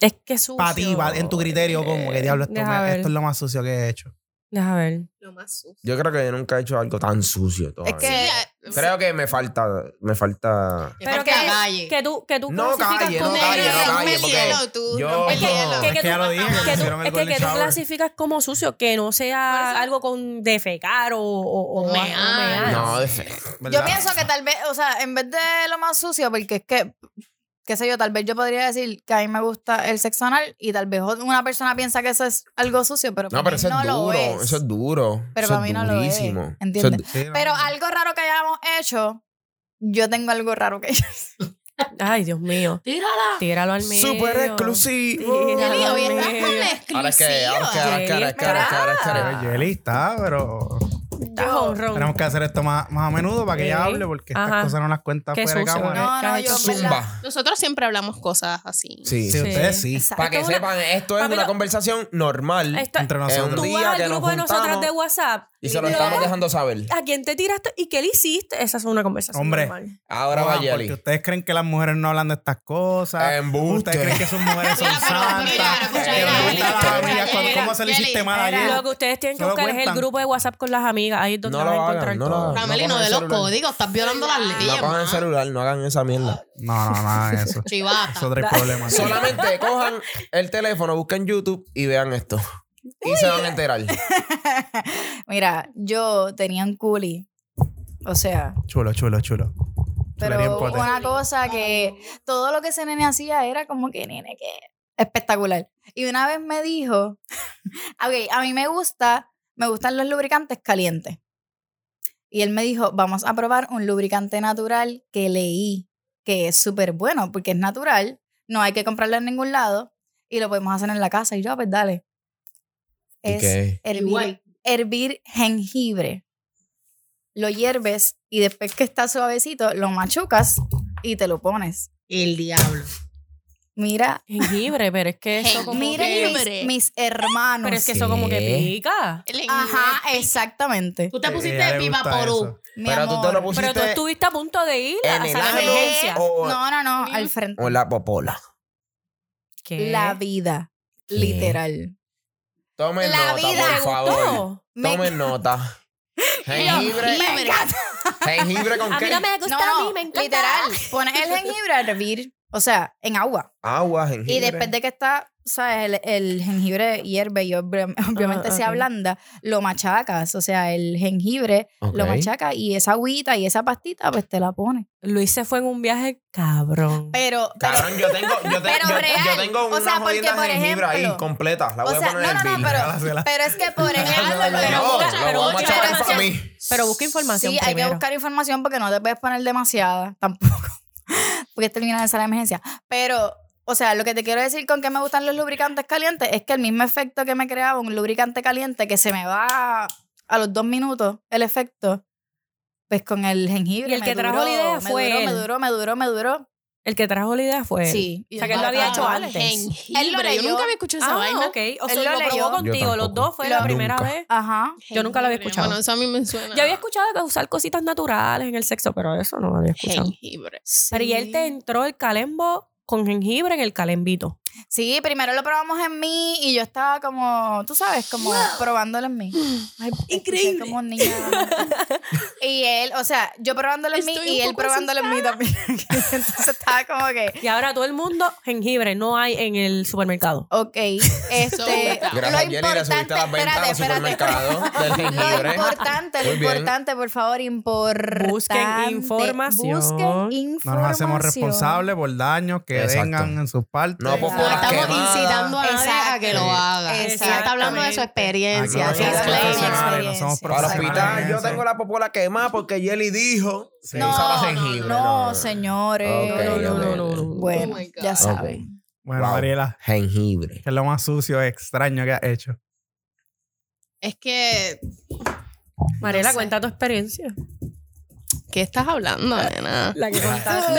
A: Es que sucio.
D: Para ti, pa- en tu criterio, como
G: Eh,
D: que diablo, esto,
A: Deja
D: me-
A: ver.
D: esto es lo más sucio que he hecho.
A: Deja ver.
F: Lo más sucio.
B: Yo creo que yo nunca he hecho algo tan sucio todavía.
E: que-
B: Creo que me falta, me falta...
A: Pero
G: Porque
A: que-
G: a calle.
A: Que tú, que tú
B: No
A: clasificas
B: calle,
A: como-
B: no calle, no calle, porque
F: tú.
B: yo...
F: rompe el hielo.
A: que-
D: es que ya lo dije,
A: que
D: que
A: tú-
D: hicieron el
A: es que,
D: golden
A: que tú
D: shower.
A: clasificas como sucio, que no
F: Por
A: sea
F: eso-
A: algo con defecar o, o, o- o
F: Mear.
A: mear.
B: No, de fe-
D: ¿verdad?
E: Yo pienso que tal vez, o sea, en vez de lo más sucio, porque es que, qué sé yo, tal vez yo podría decir que a mí me gusta el sexo anal y tal vez una persona piensa que eso es algo sucio, pero,
B: No, pero
E: para mí
B: eso es
E: no lo
B: duro, eso es duro.
E: Pero
B: eso
E: para mí
B: es
E: no lo es,
B: durísimo. Eso
E: ¿entiendes?
B: du-
D: Sí, no,
E: Pero
D: no.
E: algo raro que hayamos hecho, yo tengo algo raro que yo.
A: Ay, Dios mío.
G: Tírala.
A: Tíralo al medio.
B: Súper exclusivo.
A: Tíralo
G: Jelly,
A: al
G: hoy estás con
A: medio.
G: la
B: Ahora es que, ahora es que, ahora es que, ahora es que, ahora es que, ahora es que, ahora es
D: Pero Jelly está, pero
A: Estás honrón.
D: tenemos que hacer esto más, más a menudo para que ella
A: Sí.
D: hable, porque estas
A: Ajá.
D: cosas no las cuenta
A: Qué
D: fuera de
A: sucio.
D: cámara.
E: No,
A: ¿Qué has
E: no,
A: hecho?
E: yo,
B: que- Zumba.
F: Nosotros siempre hablamos cosas así.
B: Sí.
D: Sí, ustedes sí.
A: Exacto.
B: Para que
A: Esto es una-
B: sepan, esto
A: para
B: es
A: mí
B: una
A: lo-
B: conversación normal.
A: esto-
D: Entre
B: un
A: Tú
D: nosotros.
B: día
A: vas
B: que
A: al
B: nos
A: grupo de nosotras
B: juntamos
A: de WhatsApp.
B: Y se lo
A: Mira,
B: estamos dejando saber.
A: ¿A quién te tiraste y qué le hiciste? Esa es una conversación.
D: Hombre.
A: normal.
B: Ahora va
D: Oigan, porque
B: Jelly.
D: ustedes creen que las mujeres no hablan de estas cosas.
B: Embuste.
D: Ustedes creen que sus mujeres son
F: Mira, pero- mira,
D: santas.
F: pero escucha,
D: que
F: mira,
D: les
F: mira,
D: gustan las
F: mira,
D: amigas,
F: mira,
D: cuando- ¿Cómo se le
F: Jelly,
D: hiciste mal
F: mira.
D: ayer?
A: Lo que ustedes tienen que
D: Solo
A: buscar es el
D: cuentan.
A: grupo de WhatsApp con las amigas. Ahí es donde
B: No lo
A: van a
B: hagan,
A: encontrar
B: no lo
A: todo.
B: hagan.
G: Rameli, no
B: cojan
G: de
B: el
G: los
B: celular.
G: códigos. Estás violando las leyes.
B: No cojan el
G: ma.
B: celular, no hagan esa mierda.
D: No, no, no, eso.
G: Chivata.
D: Eso trae problemas.
B: Solamente cojan el teléfono, busquen YouTube y vean esto. Y se van a enterar.
E: Mira, yo tenía un culi. O sea,
D: Chulo, chulo, chulo. Chulería en
E: pero
D: pote.
E: una cosa que todo lo que ese nene hacía era como que nene que espectacular. Y una vez me dijo, ah, ok, a mí me gusta, me gustan los lubricantes calientes. Y él me dijo, vamos a probar un lubricante natural que leí, que es súper bueno porque es natural, no hay que comprarlo en ningún lado y lo podemos hacer en la casa. Y yo, "Ah, pues dale.
B: ¿Y
E: Es
B: qué?
E: hervir, hervir jengibre. Lo hierves y después que está suavecito, lo machucas y te lo pones.
G: El diablo.
E: Mira,
A: Jengibre, pero es que eso como
E: mira
A: que...
E: mis, mis hermanos.
A: Pero es que eso como que
B: ¿Qué?
A: pica.
F: El
E: Ajá, exactamente.
G: Tú te
D: Eh,
G: pusiste
D: ella le
G: viva
D: gusta
G: por
D: eso.
E: Mi
B: Pero tú te lo
E: amor.
B: pusiste
A: Pero tú estuviste a punto de ir a
B: en el
A: la
B: ano Oh,
A: emergencia.
B: o,
E: No, no, no, al frente.
B: o la popola.
A: ¿Qué?
E: La vida,
B: ¿Qué?
E: literal.
B: Tomen
E: La
B: nota,
E: vida
B: por
E: gustó.
B: favor.
A: No.
E: Me-
B: Tomen nota. Jengibre.
E: Me encanta.
B: ¿Jengibre con
A: A mí
B: qué?
A: no me
E: No,
A: gusta a mí,
E: no,
A: me encanta.
E: literal. Pones el jengibre a hervir, o sea, en agua.
B: Agua, jengibre.
E: Y después de que está, ¿sabes? El, el jengibre hierve y obvi- obviamente se
A: ok.
E: ablanda, lo machacas. O sea, el jengibre lo
B: Ok.
E: machacas y esa agüita y esa pastita, pues te la pones.
A: Luis se fue en un viaje cabrón.
E: Pero, pero-
B: Cabrón, yo tengo, yo, te-
E: Pero
B: yo- yo
E: real.
B: tengo
E: O
B: una
E: sea, porque,
B: jodida
E: por
B: jengibre ahí
E: ejemplo-
B: completa. La voy
E: o sea,
B: a poner
E: no,
B: en el
E: no, no,
B: bill.
E: pero,
D: Regálasela.
E: pero es que, por ejemplo,
B: No,
A: pero busca-
B: la
A: pero
B: voy a
A: busca
B: machacar pa'
E: información.
B: mí.
A: Pero busca información
E: Sí, hay que
A: primero.
E: buscar información porque no te puedes poner demasiada tampoco. porque termina de la emergencia. Pero, o sea, lo que te quiero decir con que me gustan los lubricantes calientes es que el mismo efecto que me creaba un lubricante caliente que se me va a los dos minutos, el efecto, pues con el jengibre.
A: Y el
E: me
A: que trajo
E: duró,
A: la idea
E: me
A: fue
E: duró,
A: él.
E: Me duró, me duró, me duró.
A: El que trajo la idea fue él.
E: Sí.
A: O sea, que él lo había hecho
F: Ah,
A: antes.
F: jengibre.
E: Él lo
F: Yo
E: leyó.
F: nunca había escuchado esa
A: Ah,
F: vaina.
A: ok. O
E: Él
A: sea,
E: lo
A: lo
E: leyó.
A: probó contigo.
B: Yo
A: Los dos fue la
E: Lo-
A: primera
B: Nunca.
A: vez.
E: Ajá.
A: Yo nunca lo había
F: Jengibre.
A: escuchado.
F: Bueno, eso a mí me suena.
A: Yo había escuchado de usar cositas naturales en el sexo, pero eso no lo había escuchado.
F: jengibre.
A: Pero y él te entró el calembo con jengibre en el calembito.
E: Sí, primero lo probamos en mí y yo estaba como, tú sabes, como probándolo en mí. Ay, escuché
F: Increíble.
E: Como un niño. y él, o sea, yo probándolo en mí
F: Estoy un
E: y él
F: poco
E: probándolo en mí también. Entonces estaba como que,
A: Y ahora todo el mundo, jengibre, no hay en el supermercado.
E: ok, este,
F: Solta.
E: lo
B: Gracias, Jelly, le subiste
E: importante,
B: las ventas
E: espérate,
B: al
E: espérate.
B: supermercado del
E: Lo
B: jengibre.
E: importante, lo
B: Muy bien.
E: importante, por favor, importante.
A: información.
E: Busquen
D: No
E: información.
D: nos hacemos responsables por daños que
B: Exacto.
D: vengan en sus partes.
B: No, por
E: Ah,
G: No
B: las
G: estamos
B: quemadas.
G: incitando a nadie a que lo
B: Exacto.
G: haga. Ella está hablando de su
D: Aquí
G: experiencia.
D: no somos
E: Disclaimer.
D: profesionales, no somos
E: Experiencia.
B: Para el
E: Exacto.
B: hospital, yo
D: profesionales.
B: tengo la popola quemada porque Jelly dijo que
E: No,
B: usaba
E: no,
B: jengibre.
E: No, señores.
B: Ok,
A: No, no, no,
B: ok.
A: no, no.
E: Bueno,
F: Oh my God.
E: ya
F: Ok.
E: saben.
D: Bueno,
B: Wow.
D: Gabriela,
B: Jengibre.
D: ¿qué es lo más sucio y extraño que has hecho?
F: Es que
A: Mariela,
F: sé.
A: cuenta tu experiencia.
F: qué estás hablando, nena?
A: La que contaste.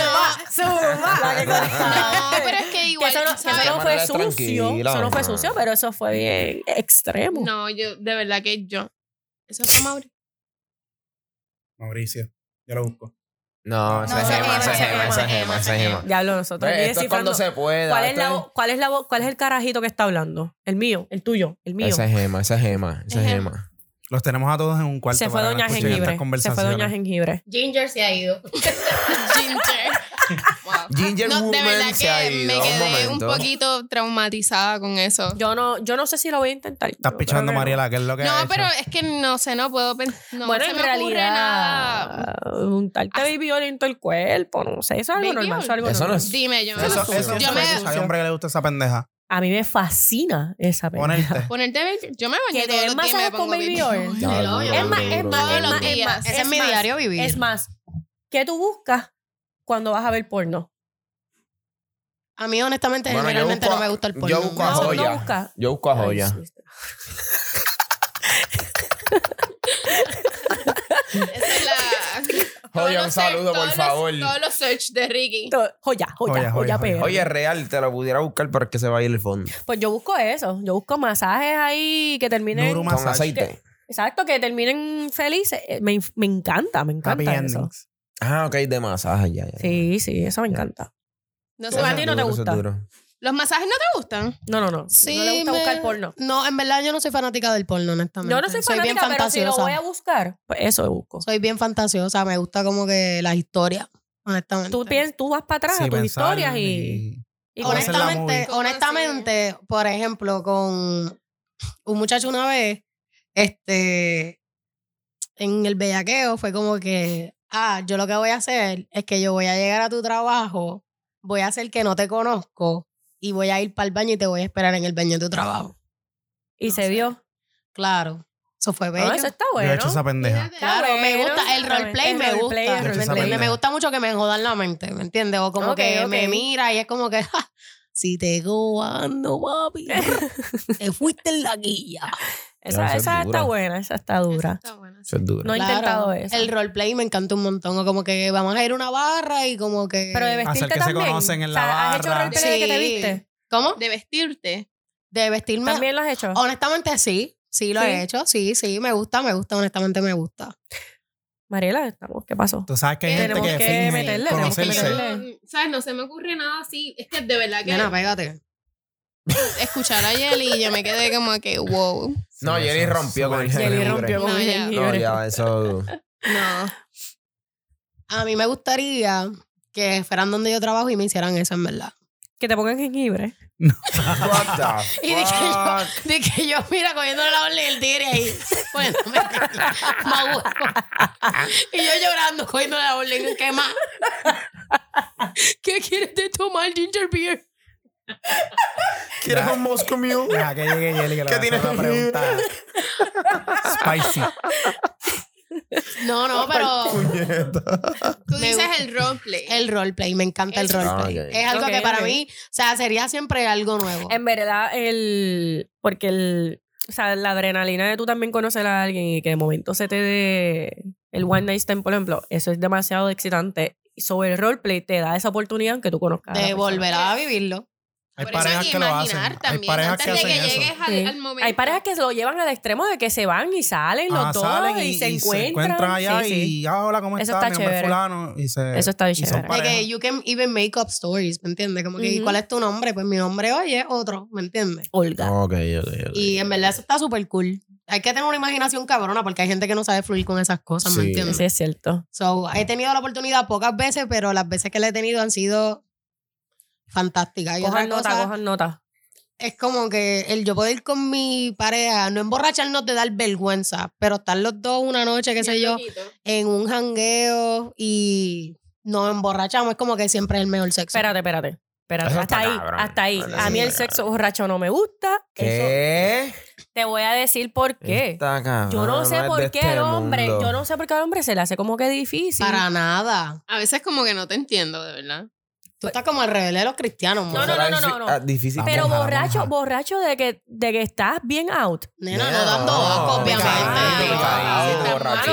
E: Zumba, zumba.
A: La que
F: No,
A: contaste.
F: pero es que
A: Que
F: igual,
A: eso, no, que
F: ¿sabes?
A: eso no fue
B: Manera
A: sucio.
B: tranquila,
A: Eso no fue
B: mamá.
A: sucio, pero eso fue bien extremo.
F: No, yo, de verdad que yo. Eso fue Mauri.
D: Mauricio. Yo lo busco.
B: No, esa
E: No,
B: es
E: esa
B: Gema,
E: es
B: esa es
E: Gema,
B: Gema, esa es Gema, esa es Gema.
A: Diablo, nosotros aquí
B: Ve, Esto es
A: descifrando.
B: cuando se pueda.
A: ¿Cuál es, la,
B: esto
A: vo- cuál, es la, vo- ¿Cuál es el carajito que está hablando? El mío, el tuyo, el mío.
B: Esa es Gema, esa es Gema, esa es
F: Es
B: Gema.
D: Los tenemos a todos en un cuarto.
A: Se fue
D: para que no
A: Doña
D: escuchen estas
A: Jengibre. Se fue
D: conversaciones.
A: Doña Jengibre.
C: Ginger se ha ido.
F: Ginger. Wow.
B: Ginger
F: No, de
B: Woman
F: verdad
B: se ha
F: que me
B: ido. Un
F: quedé un
B: momento.
F: poquito traumatizada con eso.
A: Yo no, yo no sé si lo voy a intentar.
D: Estás
A: Yo
D: pichando,
A: creo que no.
D: Mariela, que es lo que ha
F: No,
D: hecho.
F: pero es que no sé, no puedo pensar. No
A: bueno,
F: se
A: en
F: me ocurre nada.
A: realidad, untarte baby oil en todo el cuerpo, no sé, eso es algo
F: Baby
A: normal, eso es
F: oil.
A: algo
B: Eso no
A: normal.
B: es-
F: Dime, yo.
D: Eso,
A: Yo
D: eso
F: yo
D: hombre,
F: me,
A: sucio.
D: hay hombre que le gusta esa pendeja.
A: A mí me fascina esa pendeja.
D: Ponerte.
F: ponerte baby- Yo me
A: Que
F: bañé
A: te
F: todos
A: den
F: los días y
A: masaje
F: me
A: con
F: pongo
A: baby
F: baby
A: oil.
F: oil.
B: Ya,
F: Del
B: duro,
F: hoyo.
A: Es más,
B: duro,
A: es más,
B: duro,
F: Todos
A: es
F: los
A: más, es
F: días.
A: más.
F: Ese
A: es más,
C: vivir.
A: Es más, ¿qué tú buscas cuando vas a ver porno?
C: A mí, honestamente,
B: Bueno, yo
C: generalmente
B: busco
C: no
B: a-
C: me gusta el
B: yo
C: porno.
B: busco a
A: No,
B: joya.
A: no buscas.
B: Yo busco a
A: Ay,
B: joya.
A: sí.
F: Esa es la. todos
B: Joya, un
F: los
B: saludo,
F: search-
B: por
F: todos los-
B: favor.
F: Todos los search de Ricky.
A: To- Joya, joya, joya,
D: Joya, joya,
A: PR.
D: joya.
B: Oye, es real, te lo pudiera buscar, pero es que se va a ir el fondo.
A: Pues yo busco eso. Yo busco masajes ahí que terminen.
D: Nuru
B: Con
D: Massage.
B: aceite.
A: Exacto, que terminen felices. Eh, Me, me encanta, me encanta
D: Happy
A: eso.
D: endings.
B: Ah, ok, de masaje, ya,
D: Eh,
B: ya.
A: Sí, sí, eso me
B: Ya.
A: encanta.
F: No
A: Tú
F: sé,
A: vas
F: a ti
A: no te gusta.
F: ¿Los masajes no te gustan?
A: No, no, no.
C: Sí,
A: no le gusta
C: me-
A: buscar porno.
C: No, en verdad yo no soy fanática del porno, honestamente.
A: Yo no soy
C: soy bien
A: fanática, pero si
C: fantasiosa.
A: lo voy a buscar, pues eso busco.
C: Soy bien fantasiosa, me gusta como que las historias, honestamente.
A: Tú, piens- tú vas para atrás a
D: Sí,
A: tus
D: pensar
A: historias y... y
D: Voy a hacer la
C: honestamente,
F: movie.
C: honestamente, por ejemplo, con un muchacho una vez, este, en el bellaqueo fue como que, ah, yo lo que voy a hacer es que yo voy a llegar a tu trabajo, voy a hacer que no te conozco y voy a ir para el baño y te voy a esperar en el baño de tu trabajo.
A: e-, y se vio.
C: Claro, eso fue bello.
A: Ah, eso está
D: Yo
A: bueno.
D: he hecho esa pendeja.
F: Fíjate,
C: Claro,
A: Está
C: me
A: bueno,
C: gusta el roleplay,
A: el
C: me gusta.
A: roleplay,
C: El
A: el
D: Yo he hecho esa
C: roleplay,
D: pendeja.
C: me gusta mucho que me jodan la mente, ¿me entiendes? O como
A: Ok,
C: que
A: ok.
C: me mira y es como que, "Ja, si te goando, papi, te fuiste en la guía.
A: Esa,
B: Esa es
A: esa
B: dura.
A: está buena, esa está
F: Esa
A: dura.
F: está buena.
B: Eso es duro.
A: No he
C: Claro,
A: intentado eso.
C: El roleplay me encanta un montón. O como que vamos a ir a una barra y como que...
A: Pero de vestirte
D: Hacer que se
A: también.
D: conocen en
A: O
D: la
A: sea, ¿Has hecho
D: barra.
A: roleplay de que te
C: Sí.
A: viste?
C: ¿Cómo?
F: De vestirte.
C: De vestirme...
A: ¿También lo has hecho?
C: Oh. Honestamente, sí. Sí, lo
A: Sí.
C: he hecho. Sí, sí, me gusta, me gusta. Honestamente, me gusta.
A: Mariela, estamos- ¿qué pasó?
D: Tú sabes que hay gente
A: Tenemos
D: que
A: que
D: finge
A: meterle, tenemos que
D: conocerse.
A: meterle.
F: Yo, mm, ¿Sabes? No se me ocurre nada así. Es que de verdad que
C: Nena, pégate.
A: pues.
F: escuchar a Yeli yo me quedé como que, wow.
B: No,
D: Sí,
B: Jenny
D: eso es
B: rompió con el
D: súper
A: Jenny
B: jengibre.
A: rompió con
F: No,
A: el
F: ya.
B: No,
A: jengibre.
B: ya, eso.
F: No.
C: A mí me gustaría que fueran donde yo trabajo y me hicieran eso, en verdad.
A: Que te pongan jengibre.
B: What the
C: Y dije yo,
B: fuck?
C: de que yo, mira, cogiendo la orden del tigre ahí. Bueno, me, me aburro. Y yo llorando, cogiendo la orden, ¿qué más? ¿Qué quieres de tomar, Ginger Beer?
B: ¿Quieres un Moscow Mule?
D: Deja que llegue Yeli
B: ¿Qué
D: que le va a hacer
B: tienes
D: una pregunta. Spicy.
C: No, no, pero
F: Tú
C: Me
F: dices
C: gusta.
F: el roleplay.
C: el roleplay, me encanta el
F: Eso.
C: roleplay.
B: Ah, ok.
C: Es algo
A: Ok,
C: que para
A: ok.
C: mí, o sea, sería siempre algo nuevo.
A: En verdad, el... Porque el... O sea, la adrenalina de tú también conocer a alguien y que de momento se te dé el one night stand, por ejemplo, eso es demasiado excitante. Y sobre el roleplay te da esa oportunidad que tú conozcas. a la
C: De
A: persona.
C: volver a vivirlo.
D: Hay
F: Por eso
D: parejas
F: que
D: que lo hacen.
F: imaginar
D: Hay
F: también,
D: parejas
F: antes
D: Ah, que
F: de
D: hacen
F: que llegues
D: eso.
F: al,
A: Sí.
F: al momento.
A: Hay parejas que lo llevan al extremo de que se van y salen los
D: Ajá,
A: dos
D: Ah, salen
A: y, se, encuentran.
D: allá
A: Sí, sí.
D: y ah, hola, ¿cómo
A: Eso
D: estás?
A: está
D: Mi nombre es
A: chévere.
D: fulano. Y se,
A: Eso está bien
D: y son
A: chévere.
C: De
D: Pareja.
C: que you can even make up stories, ¿me entiendes? Como que, ¿y
A: Ujú.
C: ¿cuál es tu nombre? Pues mi nombre hoy es otro, ¿me entiendes?
A: Olga.
B: Ok, ok, ok.
C: Y en verdad eso está súper cool. Hay que tener una imaginación cabrona porque hay gente que no sabe fluir con esas cosas, ¿me
B: Sí.
C: entiendes?
A: Sí, es cierto.
C: So, he tenido la oportunidad pocas veces, pero las veces que la he tenido han sido fantásticas. Y otra
A: Cojan nota,
C: cosa
A: cojan nota.
C: es como que el yo poder ir con mi pareja, no emborracharnos de dar vergüenza, pero estar los dos una noche, qué sé yo, en un jangueo y nos emborrachamos, es como que siempre es el mejor sexo.
A: Espérate, espérate. Espérate,
B: Eso
A: hasta
B: está
A: ahí,
B: cabrón.
A: hasta ahí.
B: Eso
A: A mí
B: sí.
A: el sexo borracho no me gusta. Eso
B: ¿Qué?
A: te voy a decir por qué.
B: Esta cabrona
A: Yo no sé
B: es
A: por
B: de
A: qué
B: este
A: al hombre,
B: mundo.
A: yo no sé por qué al hombre se le hace como que difícil.
C: Para nada.
F: A veces como que no te entiendo, de verdad.
C: Tú estás como al rebelde de los cristianos,
A: No,
C: mano.
A: no, no, no, no, no.
B: Ah, difícil.
A: Pero
B: Vamos,
A: borracho,
B: vamos,
A: borracho de que, de que estás bien out.
C: Nena,
B: Yeah,
C: no dando
B: no,
C: asco, obviamente.
B: picadito,
C: no.
B: picadito,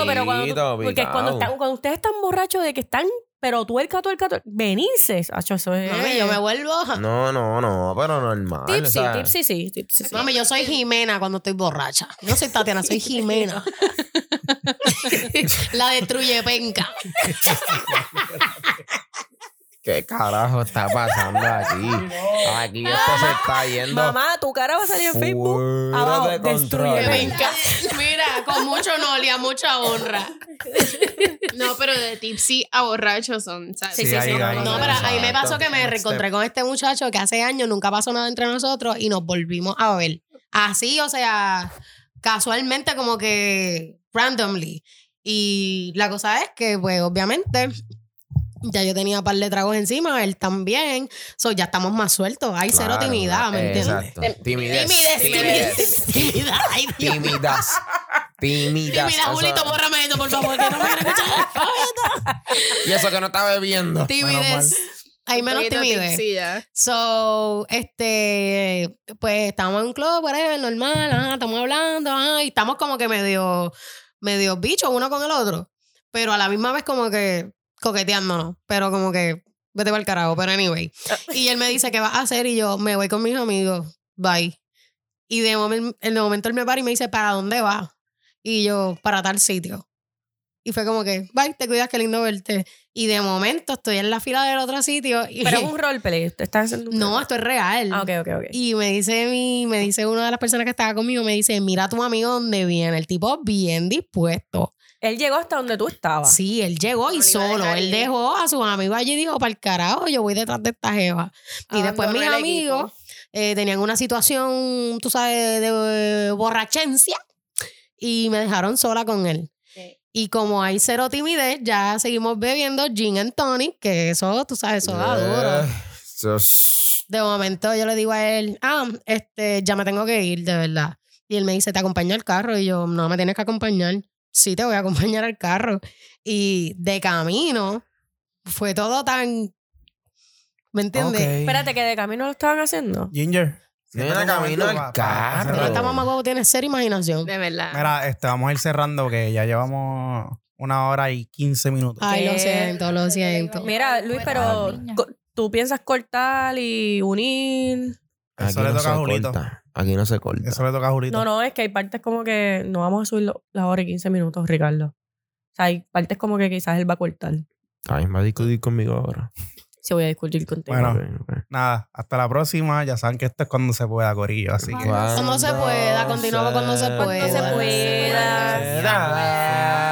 A: Mano, pero cuando tú-
B: borrachito,
A: porque cuando,
B: picado.
A: están- cuando ustedes están borrachos de que están, pero tuerca, tuerca, tuerca, venirse. Acho, eso es-
C: Mami, yo me vuelvo.
B: No, no, no, pero normal. o
A: tipsy,
B: sea,
A: tipsy, sí, tipsy, sí.
C: Mami, yo soy Jimena cuando estoy borracha. Yo no soy Tatiana, soy Jimena. La destruye penca.
B: ¿Qué carajo está pasando aquí? Aquí esto se está yendo.
A: Mamá, tu cara va a salir en
B: fuera
A: Facebook. Abajo,
B: de
A: destruye,
B: control.
A: venga.
F: Mira,
C: Con mucho nolia, mucha honra.
F: no, pero de tipsy a borracho son, ¿sabes?
A: Sí, sí, sí.
C: No, pero ahí me
B: Exacto.
C: pasó que me reencontré con este muchacho que hace años nunca pasó nada entre nosotros y nos volvimos a ver. Así, o sea, casualmente como que randomly. Y la cosa es que, pues, obviamente, ya yo tenía un par de tragos encima, él también. So, ya estamos más sueltos. Hay cero
B: Claro,
C: timidez, ¿me entiendes?
B: Exacto.
A: Em,
B: Timidez.
C: Timidez, timidez, timidez. Ay, Dios.
B: Timidez. Timidez.
C: Timidez,
B: o sea,
C: Julito, bórrame esto, por favor, que no me quiero escuchar.
B: Y eso que no está bebiendo.
C: Timidez. Hay menos timidez.
F: Sí, ya.
C: So, este, pues estamos en un club, whatever, normal, ajá, estamos hablando, ajá, y estamos como que medio, medio bichos uno con el otro, pero a la misma vez como que coqueteándonos, pero como que vete para el carajo, pero anyway. Y él me dice, ¿qué vas a hacer? Y yo, me voy con mis amigos, bye. Y de, momen- en el momento él me para y me dice, ¿para dónde vas? Y yo, para tal sitio. Y fue como que, bye, te cuidas, qué lindo verte. Y de momento estoy en la fila del otro sitio. Y
A: Pero es un roleplay. te Estás haciendo un
C: no,
A: roleplay.
C: esto es real.
A: Ah, ok, ok, ok.
C: Y me dice mi, me dice una de las personas que estaba conmigo, me dice, mira a tu amigo dónde viene. El tipo bien dispuesto.
A: Él llegó hasta donde tú
F: Ah.
A: estabas.
C: Sí, él llegó y
F: No le iba a
C: solo.
F: dejar
C: Él
F: ir.
C: dejó a sus amigos allí y dijo, para el carajo, yo voy detrás de esta jeva. Y después
F: Abandonó
C: mis
F: el equipo.
C: amigos eh, tenían una situación, tú sabes, de, de borrachencia y me dejaron sola con él.
F: Sí.
C: Y como hay cero timidez, ya seguimos bebiendo gin and tonic, que eso, tú sabes, eso da duro.
B: Eh, Eso es-
C: De momento yo le digo a él, ah, este, ya me tengo que ir, de verdad. Y él me dice, te acompaño al carro. Y yo, no, me tienes que acompañar. Sí, te voy a acompañar al carro. Y de camino fue todo tan... ¿Me entiendes?
A: Espérate, que de camino lo estaban haciendo.
D: Ginger.
B: Nena, camino al
C: Pero
B: carro.
C: esta mamá huevo tiene cero imaginación.
F: De verdad.
D: Mira, este, vamos a ir cerrando que ya llevamos una hora y 15 minutos.
C: Ay, lo
A: ¿Qué?
C: siento, lo siento.
A: Mira, Luis, pero
E: niña.
A: co- tú piensas cortar y unir.
D: Eso le
B: no
D: toca a
B: se
D: Julito.
B: corta. Aquí no se corta.
D: Eso le toca a Julito.
A: No, no, es que hay partes como que no vamos a subir lo- la hora y 15 minutos, Ricardo. O sea, hay partes como que quizás él va a cortar.
B: Ay, me va a discutir conmigo ahora.
A: Se voy a discutir contigo.
D: Bueno.
B: Ok, ok.
D: Nada, hasta la próxima. Ya saben que esto es cuando se pueda, Corillo.
B: Ah,
D: Así que.
B: Cuando
C: Cuando se pueda, continuamos cuando se
A: Cuando se pueda.
B: pueda.